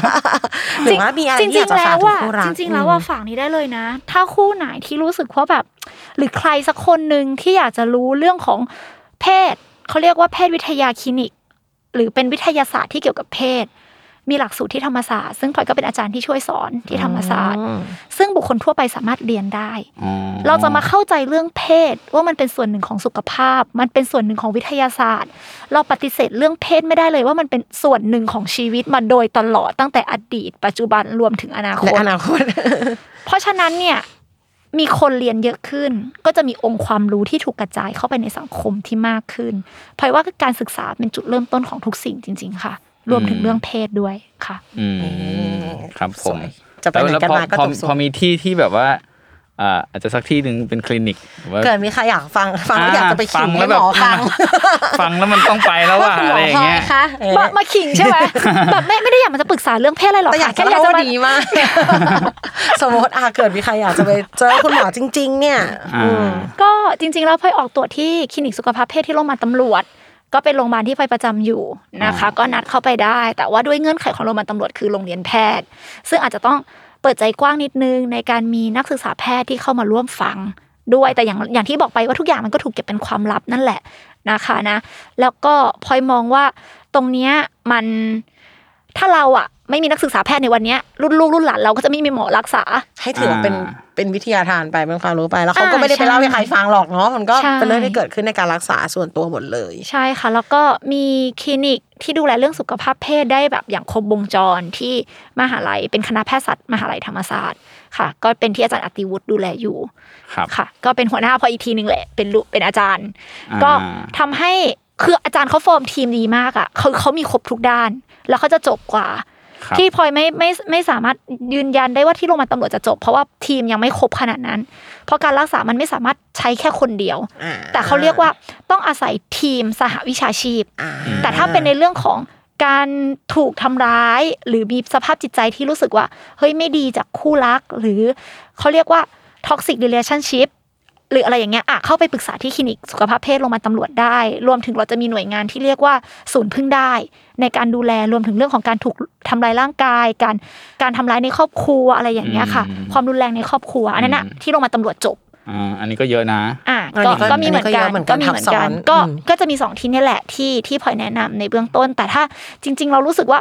[SPEAKER 3] หรือว่ามีอะไร
[SPEAKER 4] จริง
[SPEAKER 3] ที่อยาก
[SPEAKER 4] ๆ
[SPEAKER 3] จะ
[SPEAKER 4] แล้
[SPEAKER 3] ฝากถึง
[SPEAKER 4] วว่า
[SPEAKER 3] คู่รั
[SPEAKER 4] จ
[SPEAKER 3] ก
[SPEAKER 4] ริง ๆ แล้วว่าฝากนี้ได้เลยนะ ถ้าคู่ไหนที่รู้สึกว่าแบบ หรือใครสักคนหนึ่งที่อยากจะรู้เรื่องของเพศเขาเรียกว่าเพศวิทยาคลินิก หรือเป็นวิทยาศาสตร์ที่เกี่ยวกับเพศ มีหลักสูตรที่ธรรมศาสตร์ซึ่งพลอยก็เป็นอาจารย์ที่ช่วยสอนที่ธรรมศาสตร์
[SPEAKER 3] อืม
[SPEAKER 4] ซึ่งบุคคลทั่วไปสามารถเรียนได้
[SPEAKER 2] อ๋อ
[SPEAKER 4] เราจะมาเข้าใจเรื่องเพศว่ามันเป็นส่วนหนึ่งของสุขภาพ มันเป็นส่วนหนึ่งของวิทยาศาสตร์ เราปฏิเสธเรื่องเพศไม่ได้เลยว่ามันเป็นส่วนหนึ่งของชีวิตมาโดยตลอดตั้งแต่อดีต ปัจจุบันรวมถึงอนาค
[SPEAKER 3] และ
[SPEAKER 4] ต
[SPEAKER 3] อนาคต
[SPEAKER 4] เพราะฉะนั้นเนี่ยมีคนเรียนเยอะขึ้น ก็จะมีองค์ความรู้ที่ถูกกระจายเข้าไปในสังคมที่มากขึ้นพลอยว่าการศึกษาเป็นจุดเริ่มต้นของทุกสิ่งจริง ๆ ค่ะ รวมถึงเรื่องเพศด้วยค่ะ
[SPEAKER 2] อืมครับผม
[SPEAKER 3] จะไปไหนกันมาก็
[SPEAKER 2] แล้วพอ
[SPEAKER 3] จบ
[SPEAKER 2] พ
[SPEAKER 3] สุด
[SPEAKER 2] อพอมีที่ที่แบบว่าอ่าอาจจะสักที่หนึ่งเป็นคลินิกหรือว่า
[SPEAKER 3] เกิดมีใครอยากฟังฟังแล้วอยากจะไปขิง
[SPEAKER 2] อ่า
[SPEAKER 3] ให้หมอ
[SPEAKER 2] ฟั
[SPEAKER 3] ฟั
[SPEAKER 2] ง
[SPEAKER 3] ง
[SPEAKER 2] แล้วแบบ ฟังแล้วมันต้องไปแล้วว่า
[SPEAKER 3] คุณห
[SPEAKER 2] อะ
[SPEAKER 3] ม
[SPEAKER 2] ไร
[SPEAKER 3] อ
[SPEAKER 2] อย่า
[SPEAKER 3] พ
[SPEAKER 2] ง
[SPEAKER 3] ลอ
[SPEAKER 2] เงี้
[SPEAKER 3] ย
[SPEAKER 2] ย
[SPEAKER 3] คะเออ
[SPEAKER 4] มามาขิงใช่ไหม แบบไม่ไม่ได้อยากมันจะปรึกษาเรื่องเพศอะไรหรอ ก
[SPEAKER 3] แต่อยา
[SPEAKER 4] ค่ะ
[SPEAKER 3] กจะ
[SPEAKER 4] แค่อยาก
[SPEAKER 3] เล่า
[SPEAKER 4] จะ
[SPEAKER 3] ว่า
[SPEAKER 4] มา
[SPEAKER 3] ดีมาก สมมติอ่ะเกิดมีใครอยากจะไปเจอคุณหมอจริง ๆ เนี่ย
[SPEAKER 2] อ่า
[SPEAKER 3] อืม
[SPEAKER 4] ก็จริงๆ แล้วพลอยออกตรวจที่คลินิกสุขภาพเพศที่โรงพยาบาลตำรวจ ก็เป็นโรงพยาบาลที่พลอยประจำอยู่นะคะ ก็นัดเข้าไปได้ แต่ว่าด้วยเงื่อนไขของโรงพยาบาลตำรวจคือโรงเรียนแพทย์ ซึ่งอาจจะต้องเปิดใจกว้างนิดนึงในการมีนักศึกษาแพทย์ที่เข้ามาร่วมฟังด้วยแต่อย่างอย่างที่บอกไปว่าทุกอย่างมันก็ถูกเก็บเป็นความลับนั่นแหละนะคะนะแล้วก็พลอยมองว่าตรงเนี้ยมันถ้าเราอะไม่มีนักศึกษาแพทย์ในวันเนี้ยรุ่นลูกรุ่นหลานเราก็จะไม่มีหมอรักษา
[SPEAKER 3] ให้ถือว่าเป็น
[SPEAKER 2] อ่า
[SPEAKER 3] เป็นวิทยาทานไปเป็นความรู้ไปแล้วเขาก็
[SPEAKER 4] อ่า
[SPEAKER 3] ไม่ได้ไปเล่า
[SPEAKER 4] ใช่
[SPEAKER 3] ให้ใครฟังหรอกเนาะมันก็
[SPEAKER 4] ใช่
[SPEAKER 3] เป็นเรื่องที่เกิดขึ้นในการรักษาส่วนตัวหมดเลย
[SPEAKER 4] ใช่ค่ะ แล้วก็มีคลินิกที่ดูแลเรื่องสุขภาพเพศได้แบบอย่างครบวงจรที่มหาลัยเป็นคณะแพทยศาสตร์มหาลัยธรรมศาสตร์ค่ะ ก็เป็นที่อาจารย์อติวุฒิดูแลอยู่
[SPEAKER 2] ครับ
[SPEAKER 4] ค่ะ ก็เป็นหัวหน้าพออีกทีหนึ่งแหละเป็นลูกเป็นอาจารย์
[SPEAKER 2] อ่า
[SPEAKER 4] ก็ทำให้คืออาจารย์เขาฟอร์มทีมดีมากอ่ะเขาเขามีครบทุกด้าน แล้วเขาจะจบกว่า
[SPEAKER 2] ครับ
[SPEAKER 4] ที่พลอยไม่ไม่ไม่สามารถยืนยันได้ว่าที่โรงพยาบาลตำรวจจะจบ เพราะว่าทีมยังไม่ครบขนาดนั้น เพราะการรักษามันไม่สามารถใช้แค่คนเดียว
[SPEAKER 3] อ่
[SPEAKER 4] แต่เขาเรียกว่าต้องอาศัยทีมสหวิชาชีพ
[SPEAKER 3] อ่า
[SPEAKER 4] แต่ถ้าเป็นในเรื่องของการถูกทำร้าย หรือมีสภาพจิตใจที่รู้สึกว่า เฮ้ยไม่ดีจากคู่รัก หรือเขาเรียกว่า toxic relationship หรืออะไรอย่างเงี้ยอ่ะเข้าไปปรึกษาที่คลินิกสุขภาพเพศโรงพยาบาลตำรวจได้ รวมถึงเราจะมีหน่วยงานที่เรียกว่าศูนย์พึ่งได้ ในการดูแลรวมถึงเรื่องของการถูกทำร้ายร่างกาย การการทำร้ายในครอบครัวอะไรอย่างเงี้ยค่ะ
[SPEAKER 2] อืม
[SPEAKER 4] ความรุนแรงในครอบครัวอันนั้นน่ะที่โรงพยาบาลตำรวจจบ
[SPEAKER 2] อ่าอันนี้ก็เยอะนะ
[SPEAKER 4] อ่ะ
[SPEAKER 3] อัน
[SPEAKER 4] ก็
[SPEAKER 3] นี้
[SPEAKER 4] ก็มีเหมือนกัน
[SPEAKER 3] ยะ
[SPEAKER 4] ก็มีเหมือนกัน
[SPEAKER 3] ทับซ้
[SPEAKER 4] ก็
[SPEAKER 3] อืม
[SPEAKER 4] ก็จะมีสองที่เนี่ยแหละที่ที่พลอยแนะนำในเบื้องต้น แต่ถ้าจริง ๆ เรารู้สึกว่า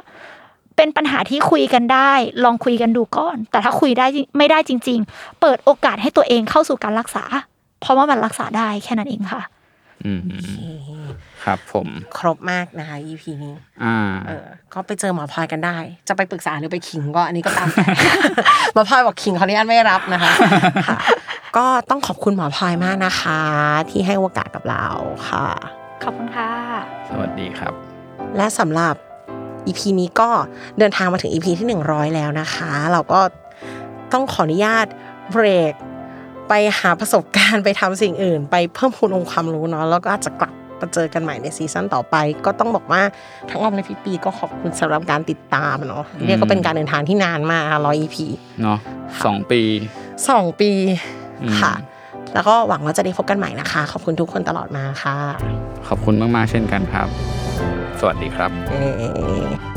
[SPEAKER 4] เป็นปัญหาที่คุยกันได้ ลองคุยกันดูก่อน แต่ถ้าคุยได้จริงไม่ได้จริง ๆ เปิดโอกาสให้ตัวเองเข้าสู่การรักษา เพราะว่ามันรักษาได้แค่นั้นเองค่ะ
[SPEAKER 2] อืมครับผม
[SPEAKER 3] ครบมากนะคะ EP นี้
[SPEAKER 2] อ่า
[SPEAKER 3] เออ ก็ไปเจอหมอพลอยกันได้ จะไปปรึกษาหรือไปขิงก็อันนี้ก็ตาม แต่ หมอพลอยบอกขิงขออนุญาตไม่รับ นะคะค่ะก็ต้องขอบคุณหมอพลอยมากนะคะ ที่ให้โอกาสกับเราค่ะ
[SPEAKER 4] ขอบคุณค่ะ
[SPEAKER 2] สวัสดีครับ
[SPEAKER 3] และสำหรับ EP นี้ก็เดินทางมาถึง EP ที่ 100 แล้วนะคะ เราก็ต้องขออนุญาตเบรก ไปหาประสบการณ์ไป ทำสิ่งอื่น ไปเพิ่มพูนองค์ความรู้เนาะแล้วก็อาจจะกลับมาเจอกันใหม่ในซีซั่นต่อไป ก็ต้องบอกว่าทั้งออมและพี่ปีก็ขอบคุณสำหรับการติดตามเนาะเรียกก็เป็นการเดินทางที่นานมาก100 EP
[SPEAKER 2] เนาะสองปี
[SPEAKER 3] สองปี
[SPEAKER 2] อืม
[SPEAKER 3] ค่ะ แล้วก็หวังว่าจะได้พบกันใหม่นะคะ ขอบคุณทุกคนตลอดมาค่ะ
[SPEAKER 2] ขอบคุณมาก ๆ เช่นกันครับ สวัสดีครับ
[SPEAKER 3] เอ่อ